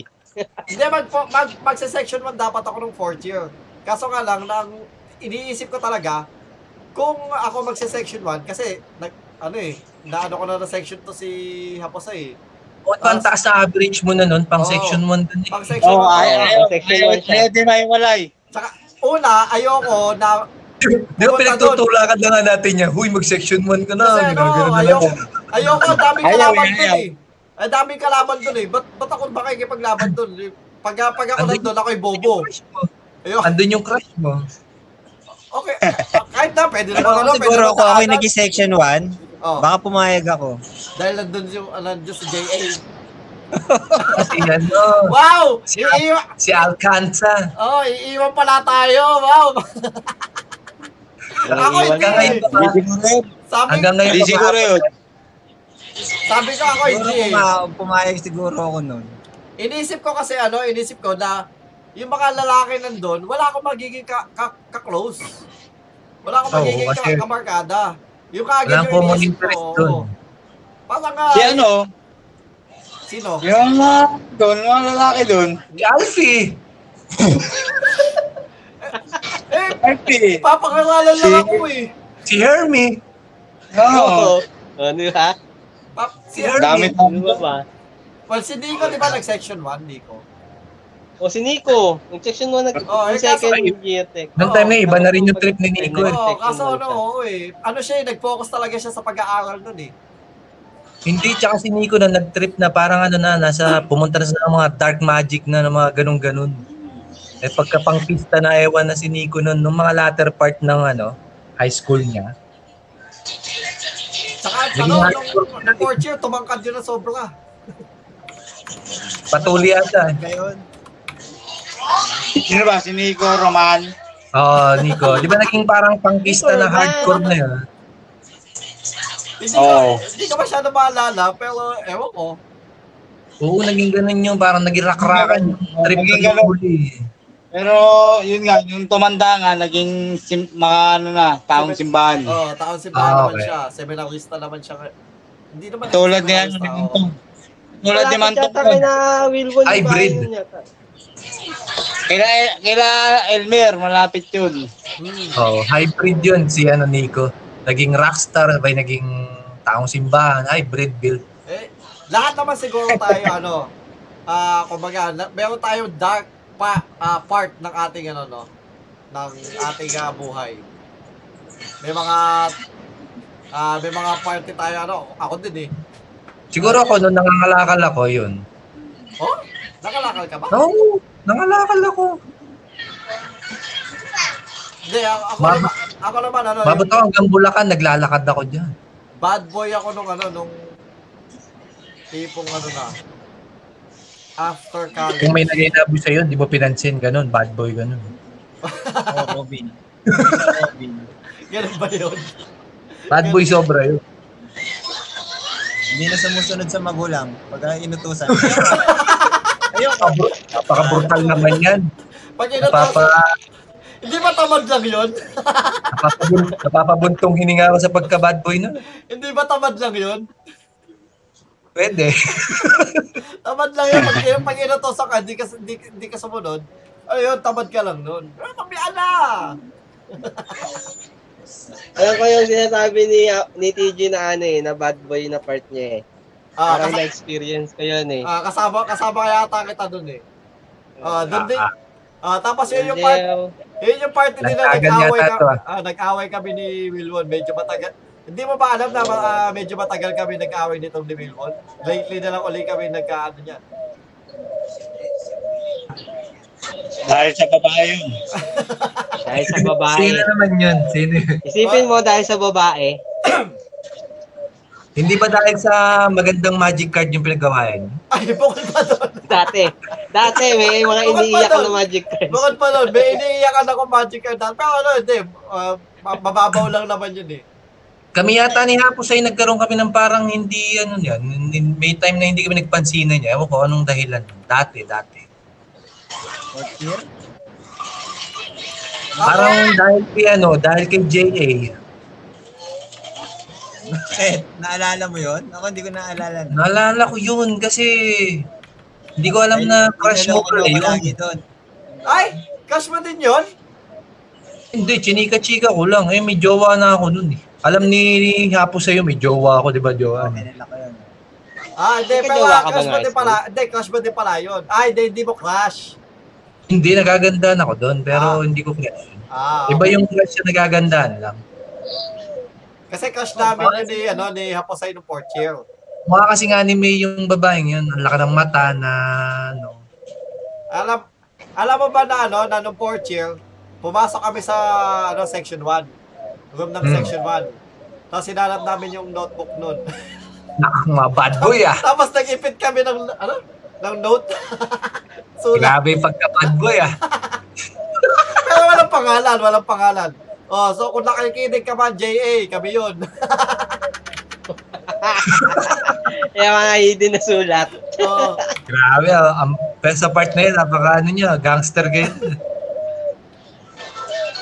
[SPEAKER 1] Hindi, mag, mag, magsa-section 1 dapat ako ng fourth year. Kaso nga lang, nang iniisip ko talaga, kung ako magsa-section 1, kasi, nag, ano eh, naano ko na na section to si Haposa eh.
[SPEAKER 9] O, ang taas na average mo na nun, pang
[SPEAKER 1] Oo.
[SPEAKER 9] section 1 dun eh.
[SPEAKER 1] Pag section
[SPEAKER 5] Oo,
[SPEAKER 1] 1,
[SPEAKER 5] ay- ayaw,
[SPEAKER 6] Section
[SPEAKER 5] ayaw,
[SPEAKER 6] one ah, siya.
[SPEAKER 5] ayaw din maiwalay.
[SPEAKER 1] una, ayoko na,
[SPEAKER 9] Di ba pinagtutulakan na nga natin yan, Huy, mag-section 1 ka na.
[SPEAKER 1] kasi
[SPEAKER 9] ginagano
[SPEAKER 1] ano,
[SPEAKER 9] na lang
[SPEAKER 1] ayoko,
[SPEAKER 9] ako.
[SPEAKER 1] ayoko, ang daming
[SPEAKER 5] Ayaw,
[SPEAKER 1] kalaban
[SPEAKER 5] ayaw.
[SPEAKER 1] dun eh. Ang daming kalaban dun eh. Ba't, ba't ako makikipaglaban dun? Pag, pag ako
[SPEAKER 9] Ano yun?
[SPEAKER 1] nandun, ako'y bobo. Ayoko.
[SPEAKER 9] Andun yung crush mo.
[SPEAKER 1] Okay. ah, Kahit na, pwede
[SPEAKER 5] Ano,
[SPEAKER 1] na
[SPEAKER 2] Pero siguro ako ako yung naging section 1,
[SPEAKER 1] Oh,
[SPEAKER 2] baka pumayag ako.
[SPEAKER 1] dahil nandun yung, ah, nandun si JA.
[SPEAKER 9] Kasi ano,
[SPEAKER 1] Wow!
[SPEAKER 9] Si-
[SPEAKER 1] Iiwan,
[SPEAKER 9] si Alcanza.
[SPEAKER 1] oh, iiwan pala tayo. Wow! ako hindi.
[SPEAKER 9] Hanggang ngayon pa ba?
[SPEAKER 1] Sabi,
[SPEAKER 9] Hanggang ngayon
[SPEAKER 5] Hindi
[SPEAKER 9] pa ba?
[SPEAKER 5] siguro yun.
[SPEAKER 1] sabi ko ako
[SPEAKER 2] Siguro
[SPEAKER 1] hindi.
[SPEAKER 9] ah,
[SPEAKER 1] eh.
[SPEAKER 2] puma- pumayag siguro ako
[SPEAKER 1] [LAUGHS]
[SPEAKER 2] nun.
[SPEAKER 1] Inisip ko kasi ano, inisip ko na yung mga lalaki nandun, wala akong magiging ka, ka, ka-close. Wala akong
[SPEAKER 9] Oo,
[SPEAKER 1] magiging ka,
[SPEAKER 9] kasi-
[SPEAKER 1] kamarkada. Yung kaagad
[SPEAKER 9] Wala
[SPEAKER 1] yung
[SPEAKER 9] common
[SPEAKER 1] inisip
[SPEAKER 9] interest
[SPEAKER 1] ko.
[SPEAKER 9] dun.
[SPEAKER 1] oo. Parang nga,
[SPEAKER 5] Si ano,
[SPEAKER 1] sino?
[SPEAKER 5] yung mga doon, mga lalaki doon,
[SPEAKER 9] Si Alfie!
[SPEAKER 1] Eh,
[SPEAKER 5] happy.
[SPEAKER 1] papakilala lang
[SPEAKER 5] Si-
[SPEAKER 1] ako eh.
[SPEAKER 9] Si Hermie!
[SPEAKER 5] Oo. Um,
[SPEAKER 6] Ano ha?
[SPEAKER 1] Pap, si
[SPEAKER 5] Dami na.
[SPEAKER 6] Ano ba ba?
[SPEAKER 1] Well, si Nico, di ba nag-section 1, Nico?
[SPEAKER 6] O si Nico, yung section 1, nag-
[SPEAKER 1] Oh, eh, kaso-
[SPEAKER 6] second year tech.
[SPEAKER 9] Nung
[SPEAKER 1] Oo,
[SPEAKER 9] time na iba na rin yung trip ni Nico.
[SPEAKER 1] Oo,
[SPEAKER 9] eh.
[SPEAKER 6] Section
[SPEAKER 1] kaso
[SPEAKER 6] one
[SPEAKER 1] ano,
[SPEAKER 6] siya.
[SPEAKER 1] oo eh. Ano siya, eh, nag-focus talaga siya sa pag-aaral nun eh.
[SPEAKER 9] Hindi, tsaka si Nico na nag-trip na parang ano na, nasa, pumunta na sa mga dark magic na, ng mga ganun-ganun. Eh pagka pang pista na ewan na si Nico nun, nung mga latter part ng ano, high school niya.
[SPEAKER 1] Tsaka
[SPEAKER 9] Naging
[SPEAKER 1] ano,
[SPEAKER 9] high school.
[SPEAKER 1] nung, nung fourth year, tumangkad yun na sobra.
[SPEAKER 9] Patuloy ata. eh.
[SPEAKER 2] Ngayon,
[SPEAKER 5] Sino ba? Si Nico, Roman.
[SPEAKER 9] Oo, oh, Nico. Di ba naging parang pangkista
[SPEAKER 6] Nico,
[SPEAKER 9] na
[SPEAKER 6] ba?
[SPEAKER 5] diba?
[SPEAKER 9] hardcore na yun?
[SPEAKER 1] Hindi
[SPEAKER 5] Oo.
[SPEAKER 1] ko, hindi ko masyado maalala, pero ewan ko.
[SPEAKER 9] Oo, naging ganun yung parang naging rakrakan yung trip
[SPEAKER 5] Naging
[SPEAKER 9] na
[SPEAKER 5] ganun.
[SPEAKER 9] huli.
[SPEAKER 5] Pero yun nga, yung tumanda nga, naging sim- mga ano na, taong simbahan.
[SPEAKER 1] Oh, taon si
[SPEAKER 9] Ah,
[SPEAKER 1] naman
[SPEAKER 9] okay.
[SPEAKER 1] siya. Seminarista naman siya. ngay- Hindi naman.
[SPEAKER 5] Tulad ni ano,
[SPEAKER 1] seminarista,
[SPEAKER 5] ni
[SPEAKER 1] oo.
[SPEAKER 5] Mantong. Tulad ni
[SPEAKER 6] Malapit
[SPEAKER 5] Mantong.
[SPEAKER 6] yata kay na Wilbon. yung
[SPEAKER 9] Hybrid.
[SPEAKER 6] bahay nun yata.
[SPEAKER 5] Kila, kila Elmer, malapit yun.
[SPEAKER 1] Hmm.
[SPEAKER 9] Oh, hybrid yun si ano Nico. Naging rockstar, bay naging taong simbahan, hybrid build.
[SPEAKER 1] Eh, lahat naman siguro tayo, ano, ah, kumbaga, na, meron tayong dark pa, ah, part ng ating, ano, no, ng ating ah, buhay. May mga, ah, may mga party tayo, ano, ako din eh.
[SPEAKER 9] Siguro ako, nung nangangalakal ako, yun.
[SPEAKER 1] Oh, nakalakal ka ba?
[SPEAKER 9] No, nangangalakal ako.
[SPEAKER 1] Hindi, ako, ako,
[SPEAKER 9] Baba-
[SPEAKER 1] naman, ako naman, ano, yung
[SPEAKER 9] Babot ako hanggang Bulacan, naglalakad ako dyan.
[SPEAKER 1] bad boy ako nung, ano, nung, tipong, ano na, after
[SPEAKER 9] [LAUGHS] Kung
[SPEAKER 1] college.
[SPEAKER 9] may nag-inabo sa'yo, di mo pinansin, ganun, bad boy, ganun.
[SPEAKER 2] Oo, Robin. Robin.
[SPEAKER 1] Ganun ba yun?
[SPEAKER 9] Bad boy sobra yun.
[SPEAKER 2] Hindi na sumusunod sa magulang. Pag inutusan. [LAUGHS]
[SPEAKER 9] Ayoko. Napaka-brutal naman yan.
[SPEAKER 1] Pag
[SPEAKER 9] Napapa,
[SPEAKER 1] inutusan, hindi ba tamad lang yun?
[SPEAKER 9] napapabun, napapabuntong hininga ko sa pagka-bad boy nun.
[SPEAKER 1] hindi ba tamad lang yun?
[SPEAKER 9] Pwede.
[SPEAKER 1] [LAUGHS] Tamad lang yun. Pag, yung pag inutosan ka, hindi ka, hindi, hindi ka sumunod. Ayun, tamad ka lang nun. Pero kambihan na!
[SPEAKER 6] Alam ko yung sinasabi ni, ni TG na ano eh, na bad boy na part niya eh.
[SPEAKER 1] Ah,
[SPEAKER 6] Parang
[SPEAKER 1] kas-
[SPEAKER 6] na-experience ko yun eh.
[SPEAKER 1] ah, kasama, kasama kaya ata kita dun eh. Ah, dun din. Ah, tapos yun yung part,
[SPEAKER 6] Hindi,
[SPEAKER 1] yun yung party din na
[SPEAKER 9] Nagtagan
[SPEAKER 1] nag-away,
[SPEAKER 9] yata
[SPEAKER 1] ka,
[SPEAKER 9] to, ah.
[SPEAKER 1] ah, nag-away kami ni Wilwon. Medyo matagal. Hindi mo ba alam na ah, medyo matagal kami nag-away nitong ni Wilwon? Lately na lang ulit kami nagkaano niyan.
[SPEAKER 5] Dahil sa babae yun.
[SPEAKER 6] Dahil sa babae.
[SPEAKER 9] Sino naman yun? Sino yun?
[SPEAKER 6] Isipin mo dahil sa babae.
[SPEAKER 9] Hindi ba dahil sa magandang magic card yung pinagawain?
[SPEAKER 1] Ay, bukod pa doon.
[SPEAKER 6] Dati. Dati may mga
[SPEAKER 1] Bakit ba
[SPEAKER 6] iniiyak
[SPEAKER 1] to?
[SPEAKER 6] na magic [LAUGHS] card.
[SPEAKER 1] Bukod pa doon. May iniiyakan ako magic card. dahil- Pero ano, hindi. ah, ma- mababaw lang naman yun eh.
[SPEAKER 9] Kami yata ni Hapos ay nagkaroon kami ng parang hindi ano yan, hindi- may time na hindi kami nagpansinan niya. Ewan ko anong dahilan. Dati, dati. Parang dahil kay ano, dahil kay JA.
[SPEAKER 2] Bakit? Naalala mo yon? Ako hindi ko naalala. na.
[SPEAKER 9] Naalala ko yun kasi hindi ano ko alam na crush mo eh, pala
[SPEAKER 2] Niloloko
[SPEAKER 9] yun.
[SPEAKER 2] lagi doon.
[SPEAKER 1] Ay, cash mo din yun?
[SPEAKER 9] Hindi, chinika-chika ko lang. Eh, may jowa na ako nun eh. Alam ni Hapos sa'yo, may jowa ako, di ba jowa? niya?
[SPEAKER 2] Niloloko yun.
[SPEAKER 1] Ah, hindi,
[SPEAKER 6] Hindi ka
[SPEAKER 1] pero
[SPEAKER 6] jowa ka ba
[SPEAKER 1] crush
[SPEAKER 6] ng
[SPEAKER 1] mo
[SPEAKER 6] high
[SPEAKER 1] din pala. Hindi, crush mo din pala yun. Ay, hindi, hindi mo crush.
[SPEAKER 9] Hindi, nagagandaan ako doon,
[SPEAKER 1] Ah.
[SPEAKER 9] pero hindi ko crush.
[SPEAKER 1] Ah,
[SPEAKER 9] Iba yung crush na nagagandaan lang.
[SPEAKER 1] Kasi crush namin yun ni, ano, ni Haposay ng fourth year.
[SPEAKER 9] Mukha kasing anime yung babaeng yun. Ang laki ng mata na, ano.
[SPEAKER 1] Alam, alam mo ba na, ano, na nung fourth year, pumasok kami sa, ano, section 1. Room ng
[SPEAKER 9] Hmm.
[SPEAKER 1] section 1. Tapos sinanap namin yung notebook nun.
[SPEAKER 9] Nakakama, bad boy ah.
[SPEAKER 1] [LAUGHS] Tapos nag-ipit kami ng, ano, ng note. [LAUGHS] Sulat.
[SPEAKER 9] Grabe pagka bad boy ah.
[SPEAKER 1] Pero walang pangalan, walang pangalan. Oh, so kung nakikinig ka man, JA, kami yun. [LAUGHS]
[SPEAKER 6] Yung mga hidden na sulat.
[SPEAKER 1] Oh,
[SPEAKER 9] Grabe ah. Ang best sa part na yun, napaka ano niya, gangster kayo.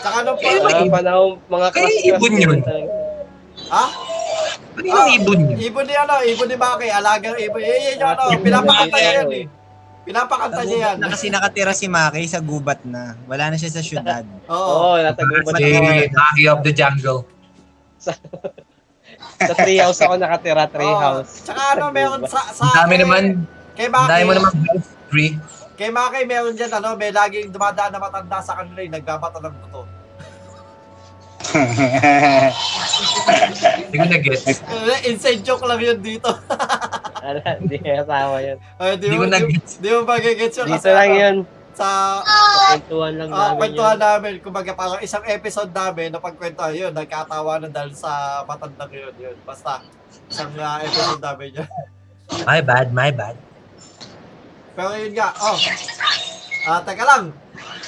[SPEAKER 1] tsaka nung
[SPEAKER 9] Eh,
[SPEAKER 1] pa,
[SPEAKER 6] Mga panahon, mga
[SPEAKER 9] Kaya
[SPEAKER 6] crush
[SPEAKER 9] ibon yun.
[SPEAKER 1] ha?
[SPEAKER 9] Ano yung ibon niya?
[SPEAKER 1] Ibon ni ano, ibon ni Maki, alagang ibon. Eh, yun yung ano, pinapakanta niya yan eh. Pinapakanta niya yan.
[SPEAKER 2] Na kasi nakatira si Maki sa gubat na. Wala na siya sa
[SPEAKER 1] [LAUGHS]
[SPEAKER 2] syudad.
[SPEAKER 1] Oo.
[SPEAKER 9] Oh,
[SPEAKER 6] Oo, natagubat
[SPEAKER 9] Si
[SPEAKER 6] ako.
[SPEAKER 9] Maki of the Jungle.
[SPEAKER 6] Sa treehouse ako nakatira,
[SPEAKER 1] Oo.
[SPEAKER 6] treehouse.
[SPEAKER 1] Tsaka ano, meron sa... sa eh,
[SPEAKER 9] Ang dami naman,
[SPEAKER 1] Kay
[SPEAKER 9] ang
[SPEAKER 1] Maki,
[SPEAKER 9] dami mo naman best three.
[SPEAKER 1] Kay Maki, meron dyan ano, may laging dumadaan na matanda sa kanila yung nagbabata ng buto.
[SPEAKER 9] Hindi ko na-gets.
[SPEAKER 1] Eh, Inside joke lang yun dito.
[SPEAKER 6] Ano, hindi kaya tama yun.
[SPEAKER 1] Ay, di,
[SPEAKER 9] Hindi
[SPEAKER 1] mo,
[SPEAKER 9] ko
[SPEAKER 1] di,
[SPEAKER 9] nag-gets.
[SPEAKER 1] di mo magigets yun.
[SPEAKER 6] Dito
[SPEAKER 1] kasi
[SPEAKER 6] lang
[SPEAKER 1] ano,
[SPEAKER 6] yun.
[SPEAKER 1] Sa
[SPEAKER 6] Kwentuhan lang
[SPEAKER 1] ah,
[SPEAKER 6] namin yun.
[SPEAKER 1] kwentuhan namin, kumbaga parang isang episode namin na pagkwentuhan yun, nagkatawanan dahil sa matandang yun. yun. Basta, isang ah, episode namin yun.
[SPEAKER 9] My bad, my bad.
[SPEAKER 1] Pero yun nga, oh. Ah, teka lang.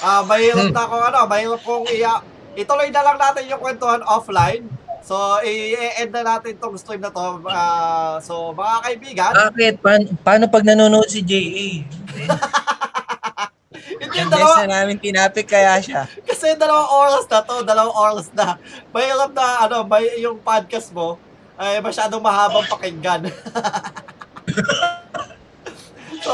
[SPEAKER 1] Ah, mahirap
[SPEAKER 9] Hmm.
[SPEAKER 1] na akong ano, mahirap kong iya... Ituloy na lang natin yung kwentuhan offline. So, i-end na natin tong stream na to. Ah, so, mga kaibigan,
[SPEAKER 9] Bakit? Pa- paano pag nanonood si JA?
[SPEAKER 1] hindi
[SPEAKER 2] Yung
[SPEAKER 1] dalawa,
[SPEAKER 2] guest na namin tinapik kaya siya.
[SPEAKER 1] kasi dalawang oras na to, dalawang oras na. Mahirap na, ano, may, yung podcast mo, ay masyadong mahabang pakinggan. [LAUGHS] so,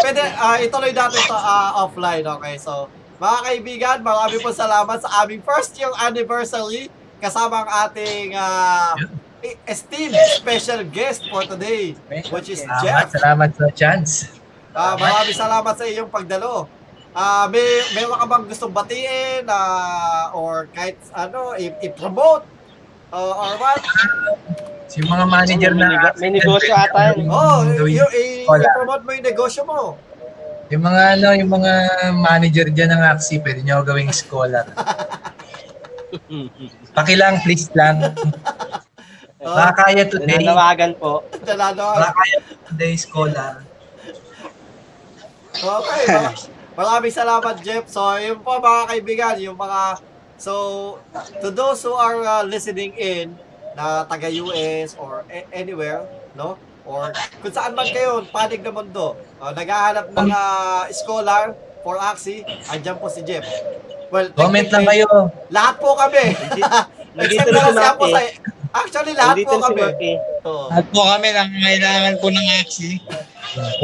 [SPEAKER 1] Pwede, ah, ituloy natin to ah, offline, okay? So, mga kaibigan, marami po salamat sa aming first year anniversary kasama ang ating ah, e- esteemed special guest for today, which is
[SPEAKER 9] Salamat,
[SPEAKER 1] Jeff.
[SPEAKER 9] salamat sa chance.
[SPEAKER 1] Ah, maraming salamat sa iyong pagdalo. Ah, may meron ka bang gustong batiin ah, or kahit ano i- i-promote Ah, or what?
[SPEAKER 9] Si mga manager
[SPEAKER 6] May
[SPEAKER 9] na...
[SPEAKER 6] nego- may negosyo ata yun.
[SPEAKER 1] Oh,
[SPEAKER 9] Gawin-
[SPEAKER 1] you, i-
[SPEAKER 9] Wala.
[SPEAKER 1] i-promote mo yung negosyo mo.
[SPEAKER 9] Yung mga ano, yung mga manager dyan ng Axie, pwede nyo ako gawing
[SPEAKER 6] [LAUGHS]
[SPEAKER 9] scholar. Pakilang, please lang.
[SPEAKER 1] Ah,
[SPEAKER 9] Baka kaya today,
[SPEAKER 6] Nananawagan po.
[SPEAKER 1] Nananawagan.
[SPEAKER 9] baka kaya today scholar.
[SPEAKER 1] Okay, ma- maraming salamat, Jeff. So, yun po mga kaibigan, yung mga... So, to those who are uh, listening in, na taga-US or a- anywhere, no? Or kung saan man kayo, panig na mundo, uh, naghahanap ng uh, scholar for Axie, andyan po si Jeff. Well,
[SPEAKER 9] Comment lang
[SPEAKER 1] technically,
[SPEAKER 9] kayo.
[SPEAKER 1] Lahat po kami. Except
[SPEAKER 6] Nandito
[SPEAKER 1] na
[SPEAKER 6] na si
[SPEAKER 1] lang siya po
[SPEAKER 6] Maki.
[SPEAKER 1] sa... Actually, lahat
[SPEAKER 6] Nandito
[SPEAKER 1] po
[SPEAKER 6] si
[SPEAKER 1] kami. Oh,
[SPEAKER 6] Maki.
[SPEAKER 1] Oo.
[SPEAKER 5] At po kami ng kailangan po ng aksi.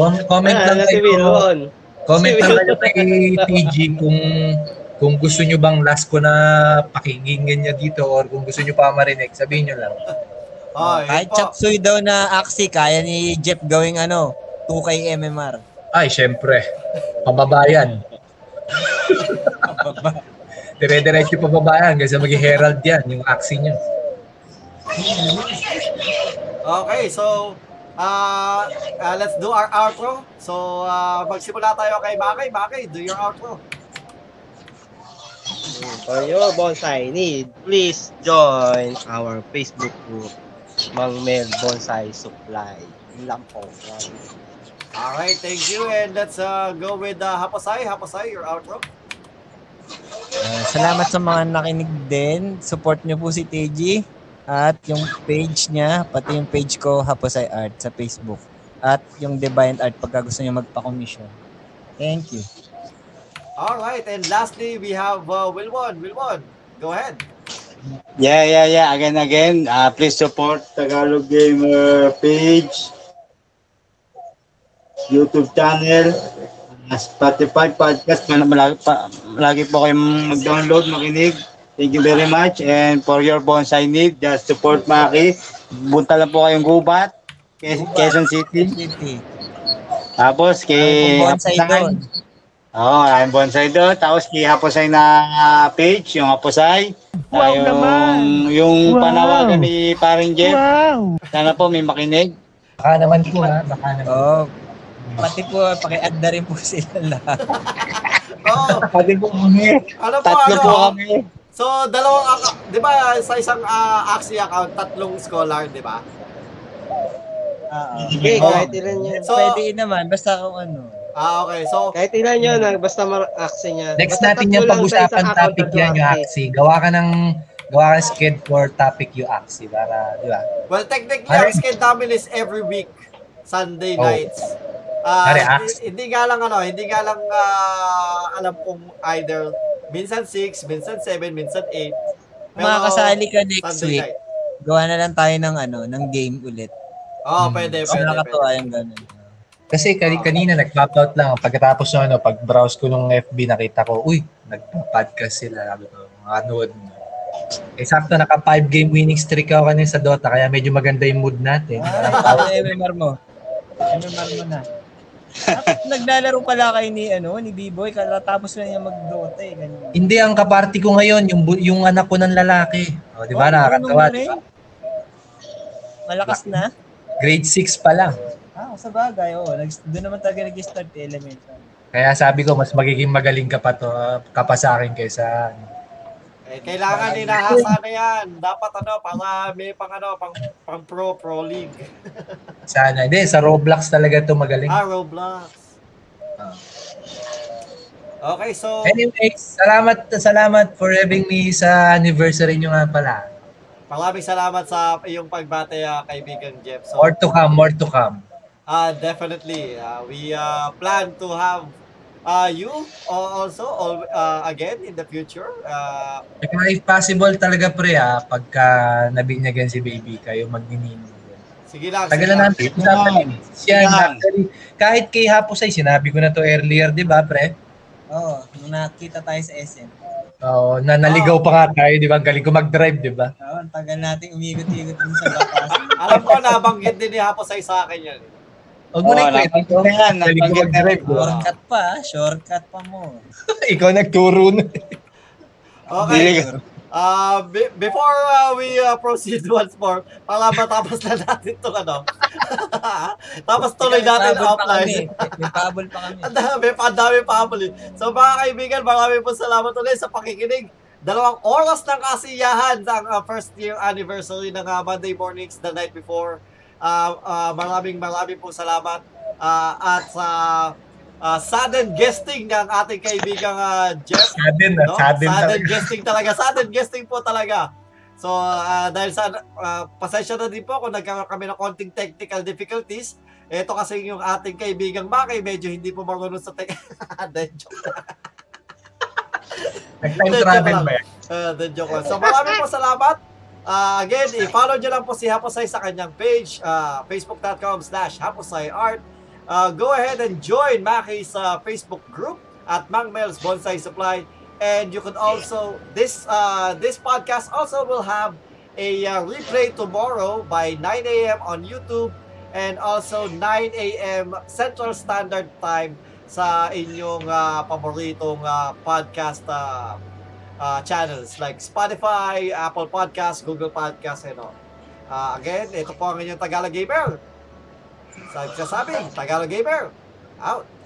[SPEAKER 9] Com- comment
[SPEAKER 6] Ah,
[SPEAKER 9] lang
[SPEAKER 6] ano si
[SPEAKER 9] kayo.
[SPEAKER 6] Wilwon?
[SPEAKER 9] Comment
[SPEAKER 6] Si
[SPEAKER 9] lang
[SPEAKER 6] Will.
[SPEAKER 9] kayo kay TG kung kung gusto nyo bang last ko na pakinggan niya dito or kung gusto nyo pa marinig, sabihin nyo lang.
[SPEAKER 1] Oh, yun
[SPEAKER 2] Kahit
[SPEAKER 1] po.
[SPEAKER 2] chapsuy daw na aksi, kaya ni Jeff gawing ano, 2K MMR.
[SPEAKER 9] Ay, syempre. Pababayan. Dire-diretso pababayan kasi mag-herald yan, yung aksi niya.
[SPEAKER 1] Okay, so uh, uh, let's do our outro. So uh, magsimula tayo kay Makay. Makay, do your outro.
[SPEAKER 6] For your bonsai need, please join our Facebook group, Mang Mel Bonsai Supply. Yun lang po.
[SPEAKER 1] All right, thank you and let's uh, go with uh, Haposay. Haposay, your outro.
[SPEAKER 2] Uh, salamat sa mga nakinig din. Support niyo po si TG at yung page niya, pati yung page ko, Haposay Art sa Facebook. At yung Deviant Art pagka gusto niyo magpa-commission. Thank you.
[SPEAKER 1] All right, and lastly, we have uh, Wilwon. Wilwon, go ahead.
[SPEAKER 5] Yeah, yeah, yeah. Again, again. ah, please support Tagalog Gamer page, YouTube channel, ah, Spotify podcast. Mal- Malagi, pa, malagi po kayong mag-download, makinig. Thank you very much. And for your bonsai need, just support Maki. Bunta lang po kayong gubat. Quez- Quezon City.
[SPEAKER 2] City.
[SPEAKER 5] Tapos kay
[SPEAKER 2] Ang bonsai doon.
[SPEAKER 5] Oo, oh, maraming bonsai doon. Tapos kay Haposay na ah, page, yung Haposay.
[SPEAKER 4] Wow
[SPEAKER 5] yung,
[SPEAKER 4] naman!
[SPEAKER 5] Yung
[SPEAKER 4] Wow!
[SPEAKER 5] panawagan ni Paring Jeff.
[SPEAKER 4] Wow!
[SPEAKER 5] Sana po may makinig.
[SPEAKER 9] Baka naman po ha, baka naman.
[SPEAKER 2] Oh, pati po, paki-add na rin po sila lahat.
[SPEAKER 1] Oh,
[SPEAKER 5] [LAUGHS] Pwede po kami.
[SPEAKER 1] ano po,
[SPEAKER 5] Tatlo
[SPEAKER 1] ano?
[SPEAKER 5] po kami.
[SPEAKER 1] So, dalawang, ac- di ba, sa isang uh, Axie account, tatlong scholar, di ba?
[SPEAKER 2] Oo.
[SPEAKER 6] Okay,
[SPEAKER 1] Oh.
[SPEAKER 6] kahit ilan yun.
[SPEAKER 1] So,
[SPEAKER 2] Pwede yun naman, basta kung ano.
[SPEAKER 1] ah, okay. So,
[SPEAKER 6] Kahit ilan yun, ah, basta ma-action niya.
[SPEAKER 9] Next
[SPEAKER 6] Basta
[SPEAKER 9] natin
[SPEAKER 6] tatlo
[SPEAKER 9] yung
[SPEAKER 6] lang sa
[SPEAKER 9] pag-usapan
[SPEAKER 6] isang account,
[SPEAKER 9] topic
[SPEAKER 6] tatlo
[SPEAKER 9] yan ah. yung
[SPEAKER 6] account.
[SPEAKER 9] aksi. Gawa ka ng gawa ka ng skid for topic yung aksi para, di ba?
[SPEAKER 1] Well, technically,
[SPEAKER 9] Pare-
[SPEAKER 1] ang skin namin is every week, Sunday
[SPEAKER 9] Oh.
[SPEAKER 1] nights. Ah,
[SPEAKER 9] Pare,
[SPEAKER 1] hindi,
[SPEAKER 9] ax.
[SPEAKER 1] hindi nga lang ano, hindi nga lang ah, alam kung either minsan 6, minsan 7, minsan 8.
[SPEAKER 2] Makakasali ka next
[SPEAKER 1] Sunday
[SPEAKER 2] week.
[SPEAKER 1] night.
[SPEAKER 2] Gawa na lang tayo ng ano, ng game ulit.
[SPEAKER 1] Oo, oh, pwede,
[SPEAKER 2] Mas
[SPEAKER 1] pwede, pwede.
[SPEAKER 2] nakakatuwa yung ganun.
[SPEAKER 9] Kasi kani- kanina nag-pop out lang. Pagkatapos ng ano, pag-browse ko ng FB, nakita ko, uy, nagpa-podcast sila. Sabi ko, mga nood. Eh, sakto, naka 5 game winning streak ako kanina sa Dota, kaya medyo maganda yung mood natin.
[SPEAKER 2] Ah, ano yung MMR mo? MMR mo na. Dapat naglalaro pala kayo ni ano ni B-boy katatapos lang niya mag-Dota eh ganyan.
[SPEAKER 9] Hindi, ang kaparty ko ngayon, yung, bu- yung anak ko ng lalaki. O, di ba?
[SPEAKER 2] Oh,
[SPEAKER 9] Nakakatawa,
[SPEAKER 2] marunong na
[SPEAKER 9] di ba?
[SPEAKER 2] rin. Malakas na.
[SPEAKER 9] Grade 6 pa lang.
[SPEAKER 2] Ah, sa bagay. Oo, nag, doon naman talaga nag-start yung elementary.
[SPEAKER 9] Kaya sabi ko, mas magiging magaling ka pa, to, ka pa sa akin kaysa...
[SPEAKER 1] Eh, kailangan inahasa na yan. Dapat ano, pang ah, may pang ano, pang, pang pro, pro league.
[SPEAKER 9] Sana. Hindi, sa Roblox talaga to magaling.
[SPEAKER 1] Ah, Roblox. Okay, so,
[SPEAKER 9] Anyways, salamat salamat for having me sa anniversary nyo nga pala.
[SPEAKER 1] maraming salamat sa iyong pagbate, ah, kaibigan Jeff. So,
[SPEAKER 9] More to come, more to come.
[SPEAKER 1] Uh, definitely. Uh, we uh, plan to have uh, you al- also al- uh, again in the future. Uh,
[SPEAKER 9] ah, Kaya if possible talaga pre ha, pagka nabinyagan si baby kayo magninino.
[SPEAKER 1] Sige lang.
[SPEAKER 9] Tagal
[SPEAKER 1] sige
[SPEAKER 9] na
[SPEAKER 1] lang.
[SPEAKER 9] namin usapan yan. Actually, kahit kay Hapos ay sinabi ko na to earlier, di ba, pre?
[SPEAKER 2] Oo, nung nakita tayo sa SM.
[SPEAKER 9] Oo, na naligaw pa nga tayo, di ba? Ang Galing ko mag-drive, di ba?
[SPEAKER 2] Oo, ang tagal nating umigot-igot dun sa bakas.
[SPEAKER 1] Alam ko, nabanggit din ni Hapos ay sa akin yan.
[SPEAKER 9] Huwag mo na ikwento.
[SPEAKER 5] Yan,
[SPEAKER 9] Galing ko mag-drive, di ba?
[SPEAKER 2] shortcut pa, ah. shortcut pa mo.
[SPEAKER 9] Ikaw nagturo nun.
[SPEAKER 1] Okay. Uh, be- before uh, we uh, proceed [LAUGHS] once more, para matapos na natin itong ano. [LAUGHS] Tapos tuloy
[SPEAKER 2] May
[SPEAKER 1] natin
[SPEAKER 2] pabol pa kami.
[SPEAKER 1] offline.
[SPEAKER 2] May pabol pa kami.
[SPEAKER 1] Ang dami pa, ang dami pa muli. So mga kaibigan, marami po salamat ulit sa pakikinig. Dalawang oras ng kasiyahan ang uh, first year anniversary ng uh, Monday Mornings the night before. Uh, uh, maraming maraming po salamat uh, at sa uh, sudden guesting ng ating kaibigang uh, Jeff.
[SPEAKER 9] Sadin na,
[SPEAKER 1] No?
[SPEAKER 9] sadin na.
[SPEAKER 1] Sudden guesting talaga. Sudden guesting po talaga. So, ah, dahil sa, ah, pasensya na din po kung nagkaroon kami ng konting technical difficulties. Ito kasi yung ating kaibigang Maki, medyo hindi po marunong sa tech. [LAUGHS] Dahil joke.
[SPEAKER 9] Nag-time travel ba yan?
[SPEAKER 1] Ah, dahil joke lang. So, maraming po salamat. Ah, again, i-follow nyo lang po si Haposay sa kanyang page, ah, facebook.com slash Haposay Art. Ah, go ahead and join Maki's ah, Facebook group at Mang Mel's Bonsai Supply. And you can also, this uh, this podcast also will have a uh, replay tomorrow by 9 a.m. on YouTube and also 9 a.m. Central Standard Time sa inyong uh, paboritong ah, podcast ah, ah, channels like Spotify, Apple Podcast, Google Podcast, and all. Ah, again, ito po ang inyong Tagalog Gamer. Sa kasabing, Tagalog Gamer, out.